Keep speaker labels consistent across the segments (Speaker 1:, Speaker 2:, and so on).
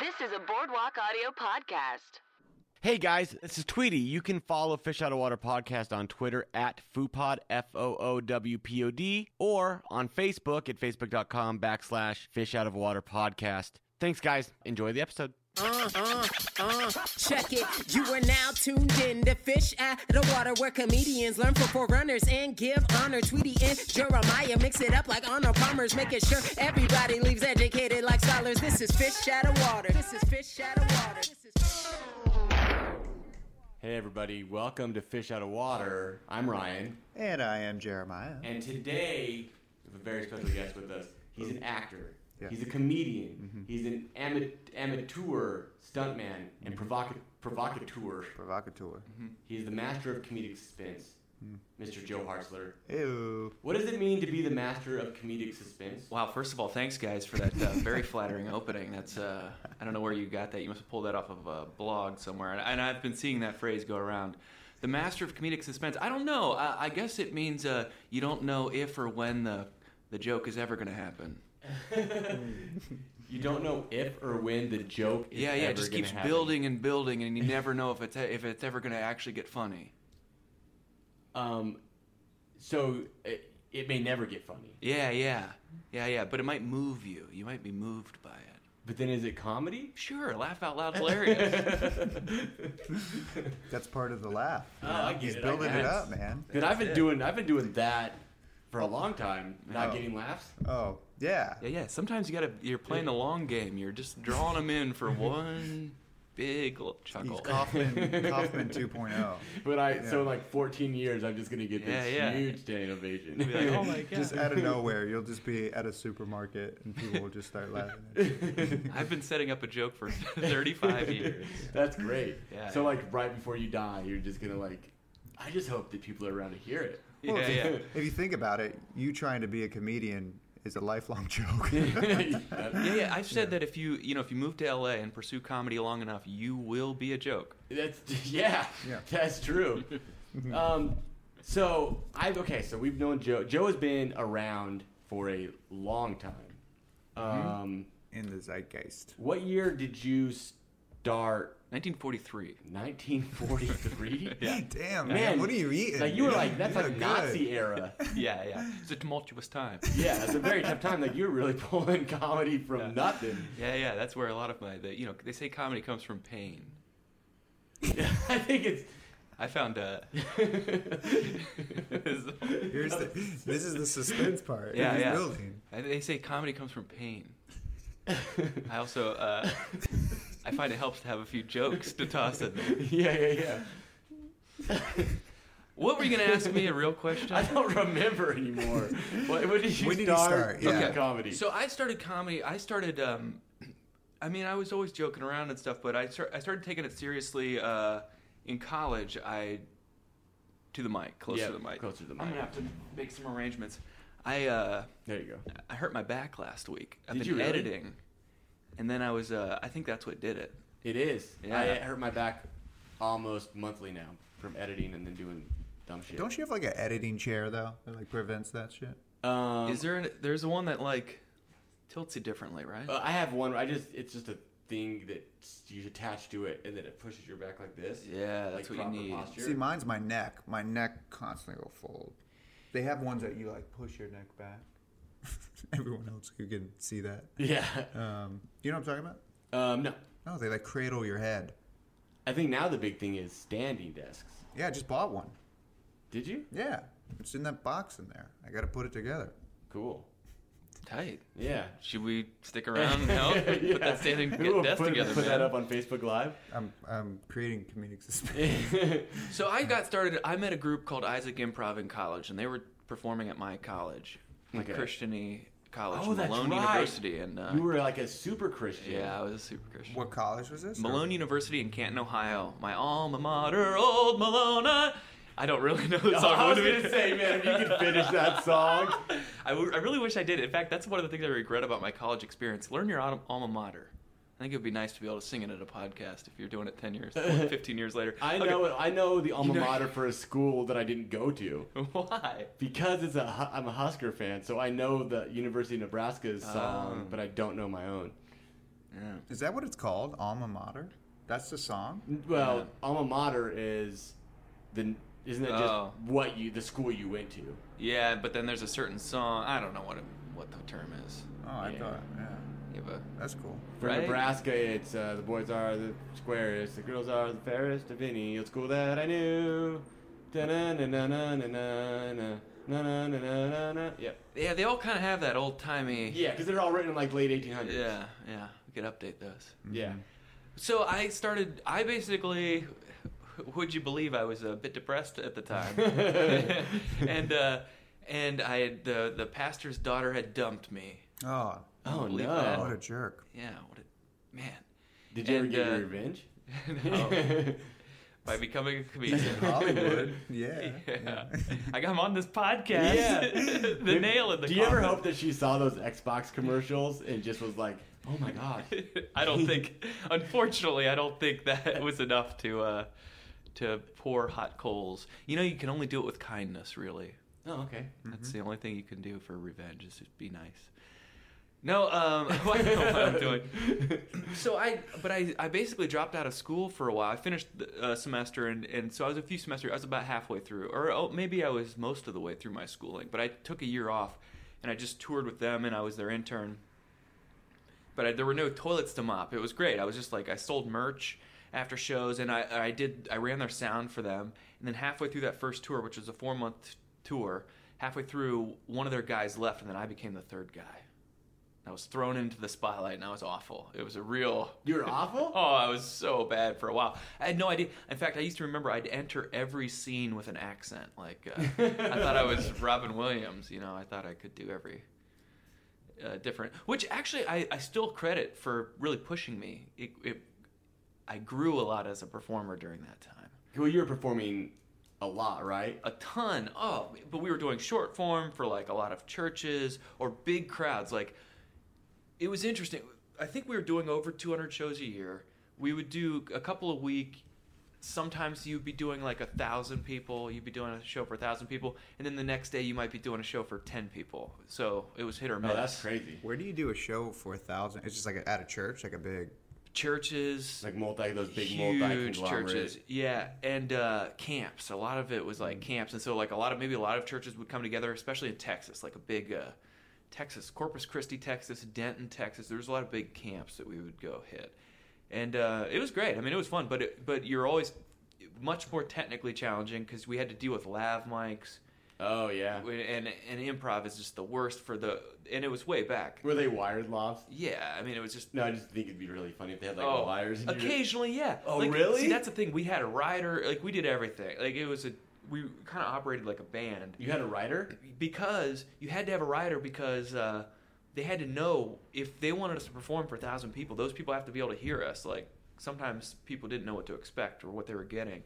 Speaker 1: This is a Boardwalk Audio podcast.
Speaker 2: Hey guys, this is Tweety. You can follow Fish Out of Water podcast on Twitter at Foopod, F O O W P O D, or on Facebook at facebook.com backslash Fish Out of Water podcast. Thanks, guys. Enjoy the episode.
Speaker 3: Check it. You are now tuned in to Fish at the Water, where comedians learn from forerunners and give honor. Tweety and Jeremiah mix it up like honor palmers, making sure everybody leaves educated like scholars. This is Fish at the Water. This is Fish at the Water. This is
Speaker 2: Hey everybody, welcome to Fish Out of Water. I'm Ryan,
Speaker 4: And I am Jeremiah.
Speaker 2: and today we have a very special guest with us. He's an actor.
Speaker 4: Yeah.
Speaker 2: He's a comedian. He's an ama- amateur stuntman and provoca- provocateur.
Speaker 4: Provocateur.
Speaker 2: He's the master of comedic suspense, Mr. Joe Hartzler.
Speaker 4: Ew.
Speaker 2: What does it mean to be the master of comedic suspense?
Speaker 5: Wow, first of all, thanks guys for that uh, very flattering opening. That's uh, I don't know where you got that. You must have pulled that off of a blog somewhere. And, and I've been seeing that phrase go around. The master of comedic suspense. I don't know. I, I guess it means uh, you don't know if or when the the joke is ever going to happen.
Speaker 2: You don't know if or when the joke is
Speaker 5: yeah, yeah.
Speaker 2: ever
Speaker 5: It just
Speaker 2: gonna
Speaker 5: keeps
Speaker 2: happen.
Speaker 5: building and building, and you never know if it's if it's ever going to actually get funny.
Speaker 2: Um, so it, it may never get funny.
Speaker 5: Yeah, yeah, yeah, yeah. But it might move you. You might be moved by it.
Speaker 2: But then is it comedy?
Speaker 5: Sure, laugh out loud, hilarious.
Speaker 4: That's part of the laugh. you
Speaker 2: Oh,
Speaker 4: know?
Speaker 2: I get
Speaker 4: He's
Speaker 2: it, I
Speaker 4: building it
Speaker 2: guess.
Speaker 4: up, man.
Speaker 2: Dude, I've been doing I've been doing that for a long time, not
Speaker 4: Oh.
Speaker 2: getting laughs.
Speaker 4: Oh, yeah.
Speaker 5: Yeah, yeah. Sometimes you gotta. You're playing the long game. You're just drawing them in for one big l-
Speaker 4: He's
Speaker 5: chuckle.
Speaker 4: Kaufman, Kaufman oh. 2.0.
Speaker 2: But I so
Speaker 4: Yeah.
Speaker 2: like 14 years, I'm just gonna get this
Speaker 5: Yeah, yeah.
Speaker 2: huge standing ovation.
Speaker 5: Be like, oh my
Speaker 4: Just
Speaker 5: god!
Speaker 4: out of nowhere, you'll just be at a supermarket and people will just start laughing. At
Speaker 5: "Oh
Speaker 4: you.
Speaker 5: I've been setting up a joke for 35 years.
Speaker 2: That's great.
Speaker 5: Yeah,
Speaker 2: so
Speaker 5: yeah.
Speaker 2: like right before you die, you're just gonna like. I just hope that people around to hear it.
Speaker 4: Well,
Speaker 5: Yeah,
Speaker 4: if,
Speaker 5: yeah.
Speaker 4: you- if you think about it, you trying to be a comedian is a lifelong joke.
Speaker 5: Yeah, yeah. I've said that if you, you know, if you move to LA and pursue comedy long enough, you will be a joke.
Speaker 2: That's yeah,
Speaker 4: Yeah. Mm-hmm.
Speaker 2: That's true. um, so I okay. So we've known Joe. Joe has been around for a long time.
Speaker 4: Mm-hmm.
Speaker 2: Um,
Speaker 4: In the zeitgeist.
Speaker 2: what year did you start?
Speaker 5: 1943.
Speaker 2: 1943.
Speaker 5: Yeah.
Speaker 4: Damn, man, what are you eating?
Speaker 2: Like you were like that's
Speaker 4: You
Speaker 2: like
Speaker 4: look
Speaker 2: Nazi era.
Speaker 5: Yeah, yeah. It's a tumultuous time.
Speaker 2: Yeah, it's a very tough time. Like you're really pulling comedy from nothing.
Speaker 5: Yeah, yeah. That's where a lot of my, the, you know, they say comedy comes from pain.
Speaker 2: I think it's.
Speaker 5: I found uh,
Speaker 4: good. Here's the, this is the suspense part.
Speaker 5: Yeah,
Speaker 4: He's
Speaker 5: yeah.
Speaker 4: building.
Speaker 5: I- They say comedy comes from pain. I also uh, I find it helps to have a few jokes to toss in there.
Speaker 2: yeah, yeah, yeah.
Speaker 5: What were you gonna ask me? A real question?
Speaker 2: I don't remember anymore. what, when did you
Speaker 4: When did you
Speaker 2: start?
Speaker 4: start? Yeah.
Speaker 2: fucking comedy.
Speaker 5: So I started comedy. I started. Um, I mean, I was always joking around and stuff, but I start, I started taking it seriously uh, in college. I to the mic, closer
Speaker 2: Yeah,
Speaker 5: to the mic,
Speaker 2: closer to the
Speaker 5: I'm
Speaker 2: mic.
Speaker 5: gonna have to make some arrangements. I uh,
Speaker 2: there you go.
Speaker 5: I hurt my back last week. I've
Speaker 2: Did
Speaker 5: been
Speaker 2: you really?
Speaker 5: editing, and then I was. Uh, I think that's what did it.
Speaker 2: It is.
Speaker 5: Yeah.
Speaker 2: I hurt my back almost monthly now from editing and then doing dumb shit.
Speaker 4: Don't you have like an editing chair though that like prevents that shit?
Speaker 2: um,
Speaker 5: Is there? An, there's one that like tilts you differently, right?
Speaker 2: uh, I have one. Where I just it's just a thing that you attach to it and then it pushes your back like this.
Speaker 5: Yeah,
Speaker 2: like
Speaker 5: that's what you
Speaker 2: proper
Speaker 5: need.
Speaker 2: Posture.
Speaker 4: See, mine's my neck. My neck constantly will fold. They have ones that you like push your neck back. Everyone else who can see that.
Speaker 2: yeah.
Speaker 4: Um, you know what I'm talking about?
Speaker 2: Um, no,
Speaker 4: No, they like cradle your head.
Speaker 2: I think now the big thing is standing desks.
Speaker 4: Yeah, I just bought one.
Speaker 2: Did you?
Speaker 4: Yeah, it's in that box in there. I got to put it together.
Speaker 2: Cool.
Speaker 5: Tight.
Speaker 2: Yeah.
Speaker 5: Should we stick around and help? Um, Put that standing
Speaker 2: We will
Speaker 5: desk
Speaker 2: put,
Speaker 5: together,
Speaker 2: Put
Speaker 5: man.
Speaker 2: that up on Facebook Live.
Speaker 4: I'm I'm creating comedic suspense.
Speaker 5: So I got started. I met a group called Isaac Improv in college, and they were performing at my college, my
Speaker 2: Okay.
Speaker 5: Christiany college,
Speaker 2: Oh, that's
Speaker 5: Malone
Speaker 2: right.
Speaker 5: University, and uh,
Speaker 2: you were like a super Christian.
Speaker 5: yeah, I was a super Christian.
Speaker 4: what college was this?
Speaker 5: Malone University in Canton, Ohio, my alma mater, old Malone. uh, I don't really know the song.
Speaker 2: I was
Speaker 5: What did
Speaker 2: gonna
Speaker 5: it-
Speaker 2: say, man, if you could finish that song.
Speaker 5: I, w- I really wish I did. In fact, that's one of the things I regret about my college experience. Learn your alma, alma mater. I think it would be nice to be able to sing it at a podcast if you're doing it 10 years, 15 years later.
Speaker 2: I
Speaker 5: Okay.
Speaker 2: know I know the alma
Speaker 5: You know-
Speaker 2: mater for a school that I didn't go to
Speaker 5: Why?
Speaker 2: because it's a Hu- I'm a
Speaker 5: Oh.
Speaker 2: Husker fan, so I know the University of Nebraska's song, but I don't know my own.
Speaker 4: Is that what it's called? Alma mater. That's the song.
Speaker 2: Well, alma mater is the isn't it just
Speaker 5: Oh.
Speaker 2: what you the school you went to?
Speaker 5: Yeah, but then there's a certain song. I don't know what it, what the term is.
Speaker 4: Oh, I
Speaker 2: Yeah.
Speaker 4: thought. Yeah,
Speaker 5: You have a
Speaker 4: that's cool.
Speaker 2: For
Speaker 5: Right.
Speaker 2: Nebraska, it's uh, the boys are the squarest, the girls are the fairest of any old school that I knew. Da-na-na-na-na-na-na, na-na-na-na-na-na. Yep.
Speaker 5: yeah, they all kind of have that old timey.
Speaker 2: Yeah, because they're all written in like late 1800s.
Speaker 5: yeah, yeah. We could update those.
Speaker 2: Yeah.
Speaker 5: So I started. I basically, would you believe I was a bit depressed at the time, and uh, and I had, the the pastor's daughter had dumped me.
Speaker 4: Oh,
Speaker 2: Oh
Speaker 5: Believe
Speaker 2: no!
Speaker 4: what a jerk.
Speaker 5: Yeah, what a man
Speaker 2: Did you ever
Speaker 5: And,
Speaker 2: get
Speaker 5: uh,
Speaker 2: your revenge?
Speaker 5: No. by becoming a comedian.
Speaker 4: Hollywood. Yeah.
Speaker 5: Yeah. I got him on this podcast.
Speaker 2: Yeah.
Speaker 5: the
Speaker 2: Do-
Speaker 5: nail in the.
Speaker 2: Do you ever
Speaker 5: coffin.
Speaker 2: hope that she saw those Xbox commercials and just was like, "Oh my god"?
Speaker 5: I don't think, unfortunately, I don't think that was enough to uh, to pour hot coals. You know, you can only do it with kindness, really.
Speaker 2: Oh, okay.
Speaker 5: That's the only thing you can do for revenge is just be nice. No, um, I don't know what I'm doing. So I, but I, I basically dropped out of school for a while. I finished the uh, semester, and, and so I was a few semesters. I was about halfway through, or oh, maybe I was most of the way through my schooling. But I took a year off, and I just toured with them, and I was their intern but I, there were no toilets to mop. It was great. I was just like I sold merch after shows, and I I did I ran their sound for them. And then halfway through that first tour, which was a four month tour, halfway through one of their guys left, and then I became the third guy. I was thrown into the spotlight, and I was awful. It was a real
Speaker 2: You were awful.
Speaker 5: Oh, I was so bad for a while. I had no idea. In fact, I used to remember I'd enter every scene with an accent. Like uh, I thought I was Robin Williams. You know, I thought I could do every uh, different. Which actually, I, I still credit for really pushing me. It, it, I grew a lot as a performer during that time.
Speaker 2: Well, you were performing a lot, right?
Speaker 5: A ton. Oh, but we were doing short form for like a lot of churches or big crowds. Like it was interesting. I think we were doing over 200 shows a year. We would do a couple a week. Sometimes you'd be doing like a thousand people. You'd be doing a show for a thousand people, and then the next day you might be doing a show for 10 people. So it was hit or miss.
Speaker 2: Oh, that's crazy.
Speaker 4: Where do you do a show for a thousand? It's just like at a church, like a big.
Speaker 5: Churches,
Speaker 2: It's like multi those big multi
Speaker 5: huge churches yeah and uh, camps a lot of it was
Speaker 2: Hmm.
Speaker 5: like camps and so like a lot of maybe a lot of churches would come together especially in texas like a big uh, texas corpus christi texas denton texas there's a lot of big camps that we would go hit and uh, it was great i mean it was fun but it, but you're always much more technically challenging because we had to deal with lav mics
Speaker 2: Oh yeah.
Speaker 5: and, and improv is just the worst for the and it was way back
Speaker 2: Were they wired lofts?
Speaker 5: yeah i mean it was just
Speaker 2: No, I just think it'd be really funny if they had like
Speaker 5: Oh,
Speaker 2: wires. and you just-
Speaker 5: Occasionally, yeah.
Speaker 2: Oh,
Speaker 5: Like,
Speaker 2: really?
Speaker 5: See, that's the thing. We had a rider. Like, we did everything. Like, it was a. We kind of operated like a band
Speaker 2: You had a writer?
Speaker 5: because you had to have a rider because uh, they had to know if they wanted us to perform for a thousand people, those people have to be able to hear us. Like sometimes people didn't know what to expect or what they were getting,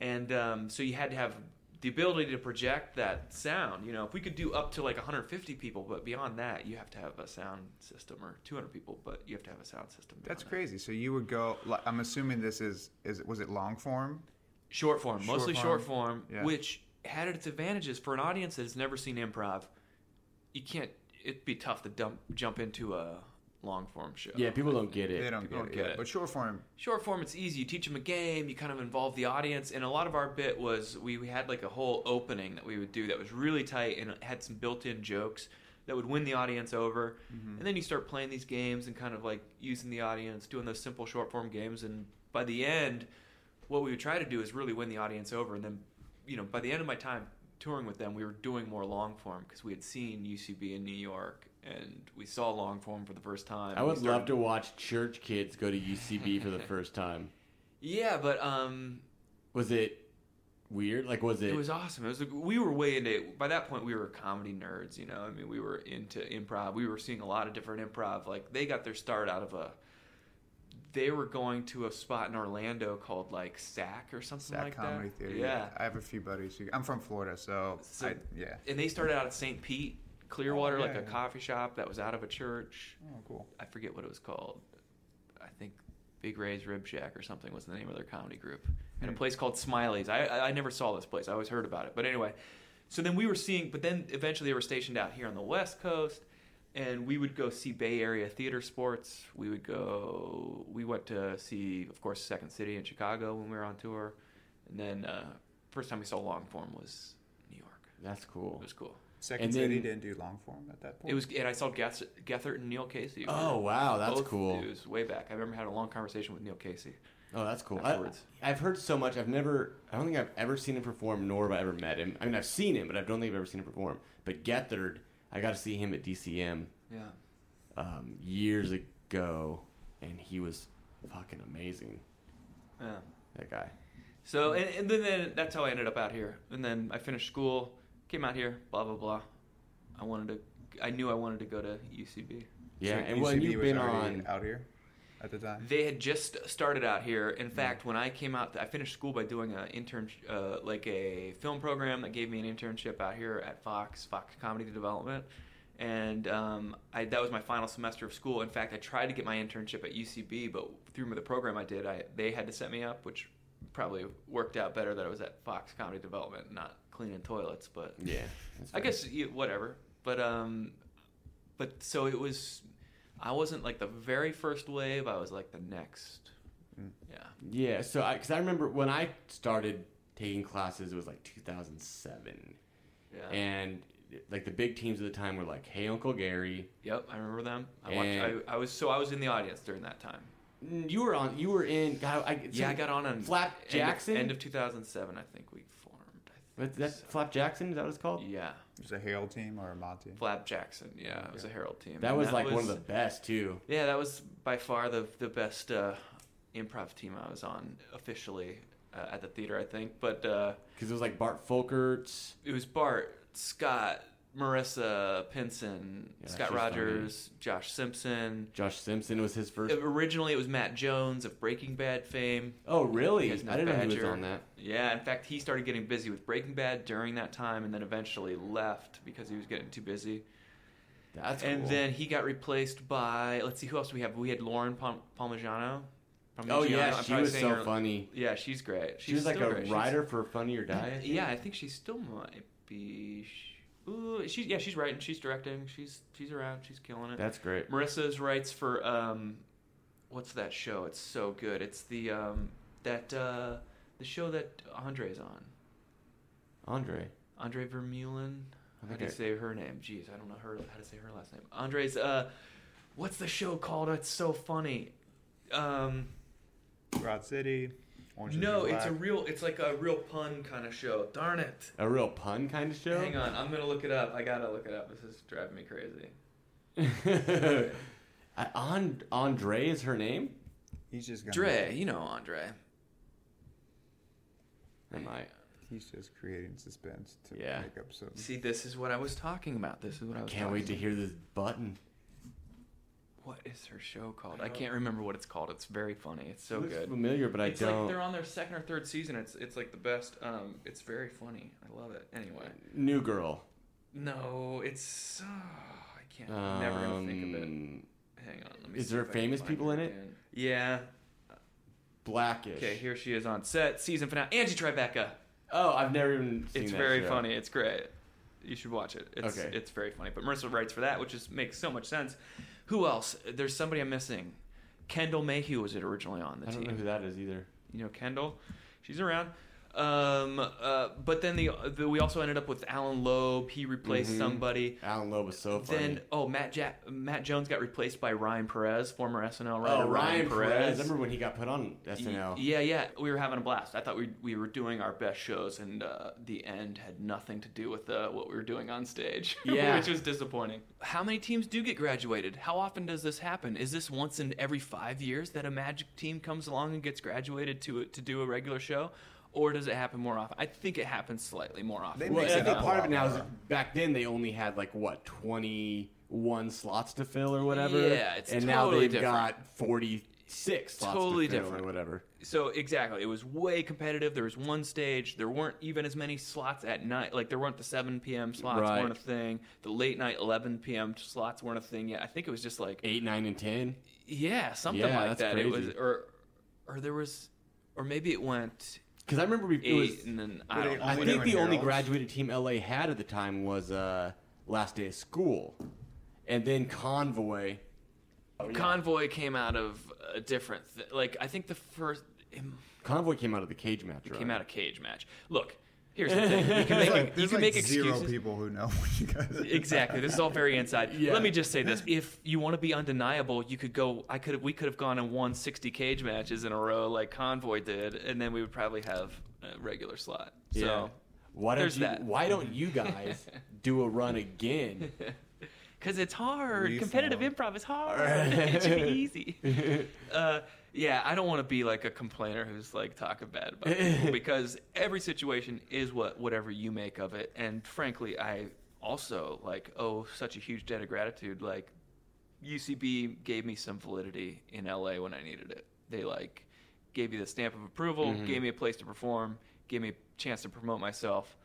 Speaker 5: and um, so you had to have the ability to project that sound. You know, if we could do up to like 150 people, but beyond that, you have to have a sound system or 200 people, but you have to have a sound system. beyond
Speaker 4: That's
Speaker 5: that.
Speaker 4: crazy. So you would go. Like, I'm assuming this is is was it long form?
Speaker 5: Short form,
Speaker 4: Short
Speaker 5: mostly
Speaker 4: form.
Speaker 5: short form,
Speaker 4: Yeah.
Speaker 5: which had its advantages for an audience that has never seen improv. You can't. It'd be tough to dump, jump into a long form show.
Speaker 2: Yeah, people don't get it.
Speaker 4: They don't
Speaker 5: people
Speaker 4: get,
Speaker 5: don't
Speaker 4: it,
Speaker 5: get
Speaker 4: yeah.
Speaker 5: it.
Speaker 4: But short form,
Speaker 5: Short form, it's easy. You teach them a game. You kind of involve the audience. And a lot of our bit was we, we had like a whole opening that we would do that was really tight and it had some built-in jokes that would win the audience over.
Speaker 2: Mm-hmm.
Speaker 5: And then you start playing these games and kind of like using the audience, doing those simple short form games. And by the end, what we would try to do is really win the audience over. And then, you know, by the end of my time touring with them, we were doing more long form because we had seen UCB in New York and we saw long form for the first time.
Speaker 2: I
Speaker 5: We
Speaker 2: would
Speaker 5: started-
Speaker 2: love to watch church kids go to UCB for the first time.
Speaker 5: Yeah, but um,
Speaker 2: Was it weird? Like, was it?
Speaker 5: It was awesome. It was we were way into by that point we were comedy nerds, you know. I mean, we were into improv. We were seeing a lot of different improv. Like they got their start out of a they were going to a spot in Orlando called like Sack or something
Speaker 4: that
Speaker 5: like
Speaker 4: comedy
Speaker 5: that.
Speaker 4: theater.
Speaker 5: Yeah.
Speaker 4: I have a few buddies. Who, I'm from Florida, so,
Speaker 5: So-
Speaker 4: I, yeah.
Speaker 5: And they started out at St. Pete, Clearwater,
Speaker 4: Oh, yeah,
Speaker 5: like a
Speaker 4: yeah.
Speaker 5: coffee shop that was out of a church.
Speaker 4: Oh, cool.
Speaker 5: I forget what it was called. I think Big Ray's Rib Shack or something was the name of their comedy group. And a place called Smiley's. I, I I never saw this place. I always heard about it. But anyway, so then we were seeing, but then eventually they were stationed out here on the West Coast. and we would go see Bay Area theater sports. We would go. We went to see, of course, Second City in Chicago when we were on tour, and then uh, first time we saw long form was New York.
Speaker 2: That's cool.
Speaker 5: It was cool.
Speaker 4: Second
Speaker 2: And
Speaker 4: City
Speaker 2: then-
Speaker 4: didn't do long form at that point.
Speaker 5: It was, and I saw Geth- Gethard and Neil Casey.
Speaker 2: Oh, wow, that's
Speaker 5: Both
Speaker 2: cool.
Speaker 5: Dudes, way back. I remember having a long conversation with Neil Casey.
Speaker 2: Oh, that's cool.
Speaker 5: Afterwards.
Speaker 2: I, I've heard so much. I've never. I don't think I've ever seen him perform, nor have I ever met him. I mean, I've seen him, but I don't think I've ever seen him perform. But Gethard, I got to see him at DCM
Speaker 5: Yeah.
Speaker 2: um, years ago, and he was fucking amazing.
Speaker 5: Yeah.
Speaker 2: That guy.
Speaker 5: So and, and then, then that's how I ended up out here. And then I finished school, came out here, blah blah blah. I wanted to. I knew I wanted to go to UCB.
Speaker 2: Yeah,
Speaker 4: So
Speaker 2: and well,
Speaker 4: UCB
Speaker 2: you've
Speaker 4: was
Speaker 2: been
Speaker 4: already
Speaker 2: on.
Speaker 4: out here at the time.
Speaker 5: They had just started out here. In fact, when I came out, I finished school by doing an intern, uh, like a film program that gave me an internship out here at Fox, Fox Comedy Development. And um, I, that was my final semester of school. In fact, I tried to get my internship at UCB, but through the program I did, I, they had to set me up, which probably worked out better that I was at Fox Comedy Development, not cleaning toilets. But
Speaker 2: Yeah, that's
Speaker 5: I
Speaker 2: fair.
Speaker 5: guess you, whatever. But um, but so it was. I wasn't like the very first wave. I was like the next.
Speaker 2: Mm.
Speaker 5: Yeah.
Speaker 2: Yeah, so I because I remember when I started taking classes, it was like 2007,
Speaker 5: Yeah.
Speaker 2: and like the big teams at the time were like, "Hey, Uncle Gary."
Speaker 5: yep. I remember them. I,
Speaker 2: And-
Speaker 5: watched, I I was so I was in the audience during that time.
Speaker 2: Mm, You were on. You were in. God, I,
Speaker 5: Yeah, I got on on
Speaker 2: Flap
Speaker 5: end of-
Speaker 2: Jackson.
Speaker 5: End of, 2007, I think we formed. I
Speaker 2: What-
Speaker 5: think
Speaker 2: that's
Speaker 5: so.
Speaker 2: Flap Jackson. Is that what it's called?
Speaker 5: Yeah.
Speaker 4: It was a Hale team or a Mott team.
Speaker 5: Flap Jackson. Yeah, it was a Herald team.
Speaker 2: That
Speaker 5: And
Speaker 2: was like one of
Speaker 5: was-
Speaker 2: the best too.
Speaker 5: Yeah, that was by far the the best uh, improv team I was on officially uh, at the theater, I think. But uh,
Speaker 2: Because it was like Bart Folkerts.
Speaker 5: it was Bart, Scott, Marissa Pinson,
Speaker 2: Yeah,
Speaker 5: Scott
Speaker 2: she's
Speaker 5: Rogers, Josh Simpson.
Speaker 2: Josh Simpson was his first.
Speaker 5: Originally, it was Matt Jones of Breaking Bad fame.
Speaker 2: Oh, really?
Speaker 5: He
Speaker 2: I
Speaker 5: has no
Speaker 2: didn't know he was
Speaker 5: badger.
Speaker 2: on that.
Speaker 5: Yeah, in fact, he started getting busy with Breaking Bad during that time, and then eventually left because he was getting too busy.
Speaker 2: That's
Speaker 5: And
Speaker 2: cool.
Speaker 5: then he got replaced by let's see who else do we have. We had Lauren Pal- Palmigiano.
Speaker 2: oh yeah,
Speaker 5: Palmigiano, I'm
Speaker 2: she
Speaker 5: probably
Speaker 2: was
Speaker 5: saying
Speaker 2: so
Speaker 5: her-
Speaker 2: funny.
Speaker 5: Yeah, she's great. She's
Speaker 2: She was like
Speaker 5: still
Speaker 2: a
Speaker 5: great. She's-
Speaker 2: writer for Funny or Die. I think.
Speaker 5: Yeah, I think she still might be. sh- Ooh, she yeah, she's writing, she's directing, she's she's around, she's killing it.
Speaker 2: that's great.
Speaker 5: Marissa's writes for um, what's that show? It's so good. It's the um that uh the show that Andre's on.
Speaker 2: Andre.
Speaker 5: Andre Vermeulen. How do you
Speaker 2: Okay.
Speaker 5: say her name? Jeez, I don't know her. How to say her last name? Andre's. Uh, what's the show called? Oh, It's so funny. Um,
Speaker 4: Rod City. Orange is the
Speaker 5: no,
Speaker 4: New
Speaker 5: it's a
Speaker 4: Black.
Speaker 5: real. It's like a real pun kind of show. Darn it.
Speaker 2: A real pun kind of show.
Speaker 5: Hang on, I'm gonna look it up. I gotta look it up. This is driving me crazy.
Speaker 2: I- And- Andre is her name?
Speaker 4: He's just gonna,
Speaker 5: Dre, you know Andre.
Speaker 2: Am I?
Speaker 4: He's just creating suspense to
Speaker 2: Yeah.
Speaker 4: make up some.
Speaker 5: See, this is what I was talking about. This is what I was.
Speaker 2: Can't wait to hear this button.
Speaker 5: What is her show called? I can't remember what it's called. It's very funny. It's so
Speaker 2: Looks
Speaker 5: good.
Speaker 2: familiar, but I
Speaker 5: It's like
Speaker 2: don't.
Speaker 5: they're on their second or third season. It's it's like the best. Um, it's very funny. I love it. Anyway,
Speaker 2: New Girl.
Speaker 5: no, it's ah, I can't. I'm never gonna think of it.
Speaker 2: Um,
Speaker 5: Hang on. Let me
Speaker 2: is
Speaker 5: see
Speaker 2: there
Speaker 5: if I can
Speaker 2: famous
Speaker 5: find
Speaker 2: people
Speaker 5: her
Speaker 2: in it?
Speaker 5: again. Yeah.
Speaker 2: Blackish.
Speaker 5: Okay, here she is on set, season finale. Angie Tribeca.
Speaker 2: Oh, I've never even seen
Speaker 5: It's
Speaker 2: that
Speaker 5: very
Speaker 2: show.
Speaker 5: funny. It's great. You should watch it. It's,
Speaker 2: Okay.
Speaker 5: It's very funny. But Marissa writes for that, which is makes so much sense. Who else? There's somebody I'm missing. Kendall Mayhew was it originally on the
Speaker 2: I don't
Speaker 5: team.
Speaker 2: know who that is either.
Speaker 5: you know Kendall, she's around. Um, uh, but then the, the we also ended up with Alan Loeb. He replaced somebody.
Speaker 2: Alan Lowe was Mm-hmm. so funny.
Speaker 5: Then oh Matt ja- Matt Jones got replaced by Ryan Perez, former SNL writer.
Speaker 2: oh, Ryan Perez. Remember when he got put on SNL?
Speaker 5: Yeah, yeah, we were having a blast. I thought we we were doing our best shows, and uh, the end had nothing to do with uh, what we were doing on stage.
Speaker 2: Yeah.
Speaker 5: which was disappointing. How many teams do get graduated? How often does this happen? Is this once in every five years that a Magic team comes along and gets graduated to to do a regular show, or does it happen more often? I think it happens slightly more often.
Speaker 4: They
Speaker 2: Well,
Speaker 4: Makes
Speaker 2: I
Speaker 4: it
Speaker 2: think
Speaker 4: up a
Speaker 2: part of
Speaker 4: lot
Speaker 2: it now is
Speaker 4: more.
Speaker 2: back then they only had like what twenty one slots to fill or whatever.
Speaker 5: Yeah, it's
Speaker 2: and now
Speaker 5: totally
Speaker 2: they've
Speaker 5: different.
Speaker 2: got forty six slots
Speaker 5: Totally
Speaker 2: to fill
Speaker 5: different.
Speaker 2: or whatever.
Speaker 5: So exactly, it was way competitive. There was one stage. There weren't even as many slots at night. Like there weren't the 7 p.m. slots
Speaker 2: Right.
Speaker 5: weren't a thing. The late night 11 p.m. slots weren't a thing yet. I think it was just like
Speaker 2: Eight, nine, and ten.
Speaker 5: yeah, something
Speaker 2: Yeah,
Speaker 5: like
Speaker 2: that's
Speaker 5: that. It was
Speaker 2: crazy.
Speaker 5: or or there was or maybe it went
Speaker 2: Because I remember we-
Speaker 5: eight
Speaker 2: it was.
Speaker 5: and then I
Speaker 4: they
Speaker 5: don't know.
Speaker 2: I
Speaker 4: Only
Speaker 2: think
Speaker 4: doing
Speaker 2: the only
Speaker 4: girls?
Speaker 2: graduated team LA had at the time was uh, Last Day of School, and then Convoy.
Speaker 5: Convoy came out of a different, th- like I think the first it
Speaker 2: Convoy came out of the cage match. Right?
Speaker 5: came out of cage match. Look, here's the thing: you can make, you
Speaker 4: There's
Speaker 5: can
Speaker 4: like
Speaker 5: make
Speaker 4: zero
Speaker 5: excuses.
Speaker 4: people who know what you guys are
Speaker 5: Exactly. This is all very inside.
Speaker 2: Yeah.
Speaker 5: Let me just say this: if you want to be undeniable, you could go. I could. We could have gone and won 60 cage matches in a row, like Convoy did, and then we would probably have a regular slot. So
Speaker 2: Why don't
Speaker 5: There's
Speaker 2: you?
Speaker 5: that.
Speaker 2: Why don't you guys do a run again?
Speaker 5: Because it's hard.
Speaker 4: Reform.
Speaker 5: Competitive improv is hard. it should be easy. Uh, yeah, I don't want to be like a complainer who's like talking bad about people because every situation is what whatever you make of it. And frankly, I also like owe such a huge debt of gratitude. Like UCB gave me some validity in LA when I needed it. They like gave you the stamp of approval, gave me a place to perform, gave me a chance to promote myself.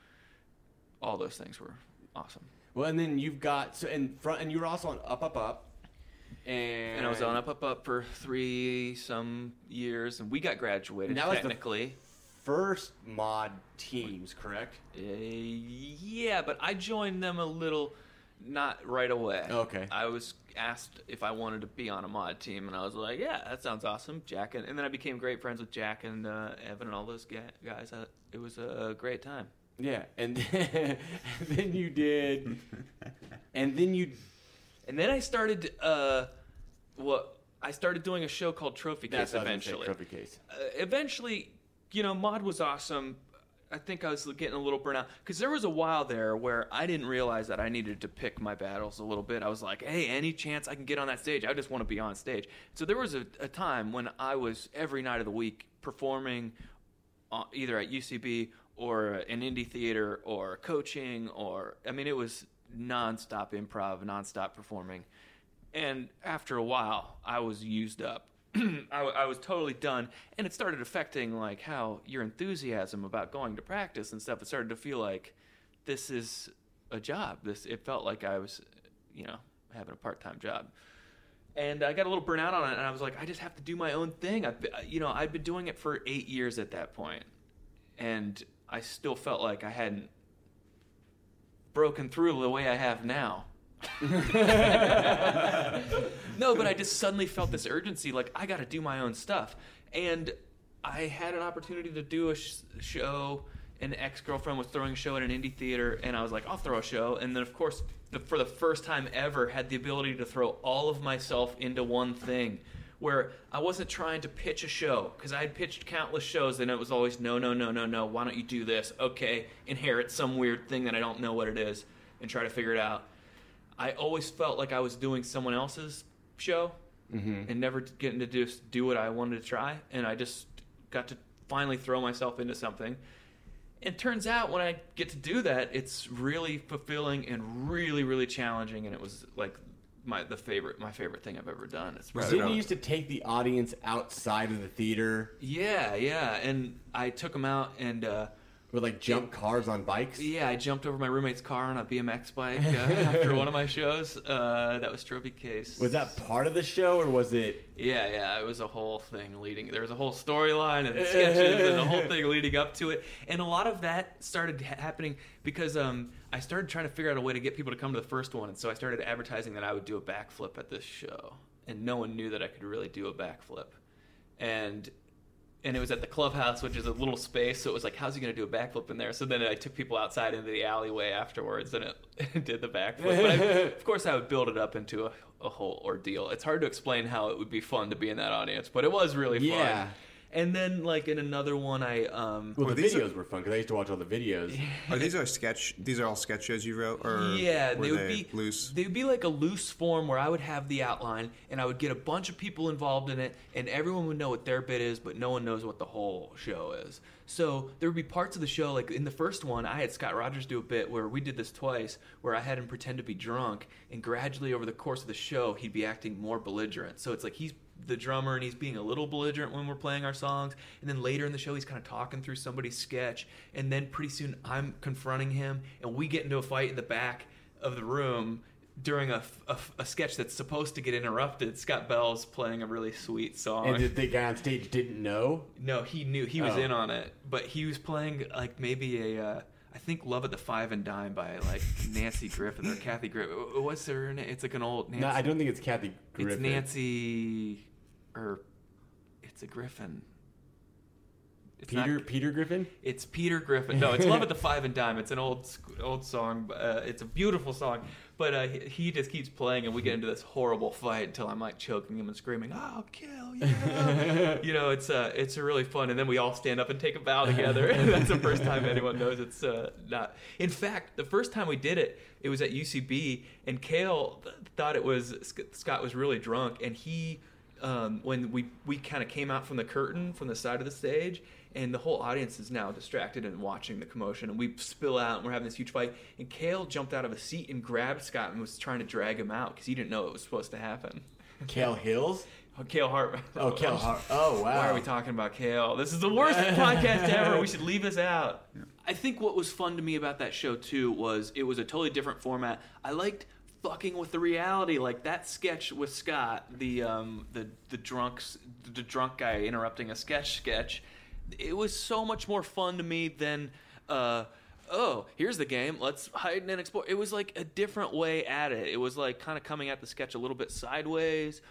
Speaker 5: All those things were awesome.
Speaker 2: Well, and then you've got so and front and you were also on Up Up Up, and
Speaker 5: and I was on Up Up Up for three some years, and we got graduated
Speaker 2: And that was the-
Speaker 5: technically.
Speaker 2: first mod teams, correct?
Speaker 5: Uh, yeah, but I joined them a little, not right away.
Speaker 2: Okay.
Speaker 5: I was asked if I wanted to be on a mod team, and I was like, "Yeah, that sounds awesome, Jack." And, and then I became great friends with Jack and uh, Evan and all those ga- guys. I, it was a great time.
Speaker 2: Yeah, and then, and then you did, and then you.
Speaker 5: And then I started, uh, well, I started doing a show called Trophy Case
Speaker 2: what I was gonna say,
Speaker 5: eventually.
Speaker 2: trophy case.
Speaker 5: uh, eventually, you know, mod was awesome. I think I was getting a little burnout because there was a while there where I didn't realize that I needed to pick my battles a little bit. I was like, hey, any chance I can get on that stage, I just want to be on stage. So there was a, a time when I was every night of the week performing uh, either at UCB or an indie theater or coaching or I mean it was nonstop improv, nonstop performing. And after a while, I was used up. I, I was totally done, and it started affecting like how your enthusiasm about going to practice and stuff. It started to feel like this is a job. This it felt like I was, you know, having a part time job and I got a little burnt out on it, and I was like, I just have to do my own thing. I, you know, I'd been doing it for eight years at that point, and I still felt like I hadn't broken through the way I have now. no, but I just suddenly felt this urgency, like I got to do my own stuff, and I had an opportunity to do a sh- show. An ex girlfriend was throwing a show at an indie theater, and I was like, I'll throw a show. And then, of course, the, for the first time ever, had the ability to throw all of myself into one thing, where I wasn't trying to pitch a show because I had pitched countless shows, and it was always no, no, no, no, no. Why don't you do this? Okay, inherit some weird thing that I don't know what it is, and try to figure it out. I always felt like I was doing someone else's show
Speaker 2: Mm-hmm.
Speaker 5: and never getting to just do what I wanted to try. And I just got to finally throw myself into something. And turns out when I get to do that, it's really fulfilling and really, really challenging. And it was like my the favorite my favorite thing I've ever done. It's
Speaker 2: Didn't you used to take the audience outside of the theater
Speaker 5: yeah, yeah. And I took them out and. uh
Speaker 2: with like jump cars on bikes?
Speaker 5: Yeah, I jumped over my roommate's car on a BMX bike uh, after one of my shows. Uh, that was Trophy Case.
Speaker 2: Was that part of the show or was it?
Speaker 5: Yeah, yeah, it was a whole thing leading. There was a whole storyline and sketches and the whole thing leading up to it, and a lot of that started ha- happening because um, I started trying to figure out a way to get people to come to the first one, and so I started advertising that I would do a backflip at this show, and no one knew that I could really do a backflip, and and it was at the clubhouse, which is a little space. So it was like, how's he going to do a backflip in there? So then I took people outside into the alleyway afterwards and it did the backflip. But I, of course, I would build it up into a, a whole ordeal. It's hard to explain how it would be fun to be in that audience, but it was really fun.
Speaker 2: Yeah.
Speaker 5: And then, like in another one, I um,
Speaker 2: Well, the
Speaker 4: these are-
Speaker 2: videos were fun because I used to watch all the videos.
Speaker 4: Are these are sketch? These are all sketch shows you wrote, or
Speaker 5: yeah,
Speaker 4: were
Speaker 5: they would be
Speaker 4: loose.
Speaker 5: They would be like a loose form where I would have the outline and I would get a bunch of people involved in it, and everyone would know what their bit is, but no one knows what the whole show is. So there would be parts of the show, like in the first one, I had Scott Rogers do a bit where we did this twice, where I had him pretend to be drunk, and gradually over the course of the show, he'd be acting more belligerent. So it's like he's the drummer and he's being a little belligerent when we're playing our songs and then later in the show he's kind of talking through somebody's sketch and then pretty soon i'm confronting him and we get into a fight in the back of the room during a, a, a sketch that's supposed to get interrupted. Scott Bell's playing a really sweet song.
Speaker 2: And the, the guy on stage didn't know.
Speaker 5: no, he knew he was
Speaker 2: Oh.
Speaker 5: in on it, but he was playing like maybe a. Uh, I
Speaker 6: I think Love at the Five and Dime by like Nancy Griffith or Kathy Griffith. What's her name? It's like an old Nancy.
Speaker 2: No, I don't think it's Kathy Griffin.
Speaker 6: It's Nancy, or it's a Griffin. It's not-
Speaker 2: Peter Peter Griffin.
Speaker 6: it's Peter Griffin. No, it's Love at the Five and Dime. It's an old sc- old song. Uh, it's a beautiful song, but uh, he, he just keeps playing, and we get into this horrible fight until I'm like choking him and screaming, "I'll kill you!" you know, it's uh, it's really fun, and then we all stand up and take a vow together. That's the first time anyone knows it's uh, not. In fact, the first time we did it, it was at UCB, and Kale th- thought it was Sc- Scott was really drunk, and he um, when we we kind of came out from the curtain from the side of the stage and the whole audience is now distracted and watching the commotion and we spill out and we're having this huge fight and kale jumped out of a seat and grabbed scott and was trying to drag him out because he didn't know it was supposed to happen
Speaker 2: Kale Hills.
Speaker 6: oh, kale hartman
Speaker 2: Oh, Kale Hart. Oh, wow.
Speaker 6: why are we talking about kale this is the worst podcast ever we should leave this out
Speaker 5: I think what was fun to me about that show too was it was a totally different format. I liked fucking with the reality, like that sketch with Scott, the um, the the drunks, the drunk guy interrupting a sketch sketch. It was so much more fun to me than. Uh, Oh, here's the game. Let's hide and explore. It was like a different way at it. It was like kind of coming at the sketch a little bit sideways,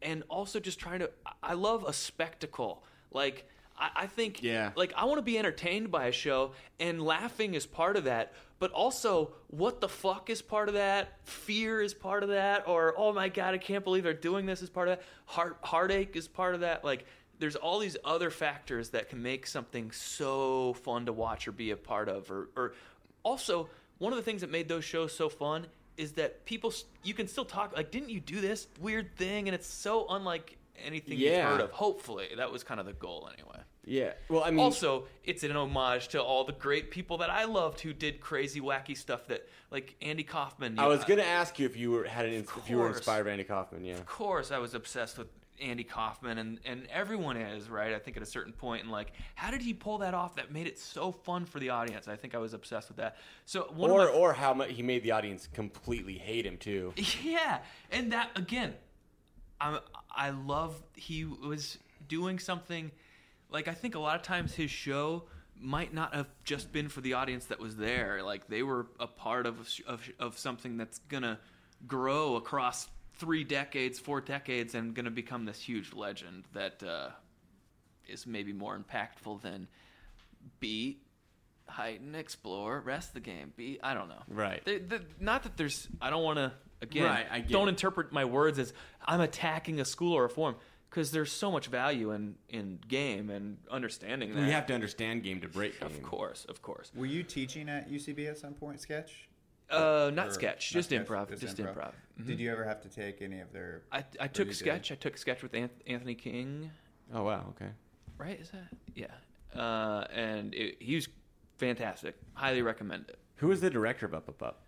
Speaker 5: and also just trying to. I- I love a spectacle. Like I, I think.
Speaker 2: Yeah.
Speaker 5: Like like I want to be entertained by a show, and laughing is part of that. But also, what the fuck is part of that? Fear is part of that, or oh my god, I can't believe they're doing this is part of that. Heart heartache is part of that. Like there's all these other factors that can make something so fun to watch or be a part of, or or also one of the things that made those shows so fun is that people s- you can still talk like didn't you do this weird thing and it's so unlike anything you've
Speaker 2: Yeah.
Speaker 5: heard of hopefully that was kind of the goal anyway
Speaker 2: Yeah. Well, I mean,
Speaker 5: also, it's an homage to all the great people that I loved who did crazy, wacky stuff that, like Andy Kaufman. you-
Speaker 2: I was gonna ask you if you were had an ins-
Speaker 5: Of
Speaker 2: if you were
Speaker 5: course.
Speaker 2: inspired by Andy Kaufman. Yeah.
Speaker 5: Of course, I was obsessed with Andy Kaufman, and, and everyone is, right? I think at a certain point, and like, how did he pull that off that made it so fun for the audience? I think I was obsessed with that. So, one
Speaker 2: Or
Speaker 5: of my,
Speaker 2: or how much he made the audience completely hate him too.
Speaker 5: Yeah, and that again, I I love he was doing something like I think a lot of times his show might not have just been for the audience that was there. Like they were a part of a sh- of, sh- of something that's gonna grow across three decades, four decades, and gonna become this huge legend that uh, is maybe more impactful than beat. Hide and explore, rest the game. Be I don't know.
Speaker 2: Right.
Speaker 5: They- the, not that there's I don't want to again
Speaker 2: Right, I get
Speaker 5: don't
Speaker 2: it.
Speaker 5: interpret my words as I'm attacking a school or a form because there's so much value in in game and understanding that.
Speaker 2: You have to understand game to break game.
Speaker 5: of course, of course.
Speaker 4: Were you teaching at UCB at some point, sketch?
Speaker 5: Uh,
Speaker 4: Or-
Speaker 5: not sketch,
Speaker 4: not
Speaker 5: just
Speaker 4: sketch,
Speaker 5: improv, just improv. Mm-hmm.
Speaker 4: Did you ever have to take any of their?
Speaker 5: I, I
Speaker 4: or
Speaker 5: took
Speaker 4: you did?
Speaker 5: sketch. I took sketch with Anth- Anthony King.
Speaker 2: Oh wow. Okay.
Speaker 5: Right? Is that yeah? Uh, and it, he was fantastic. Highly recommend it.
Speaker 2: Who was the director of Up Up Up?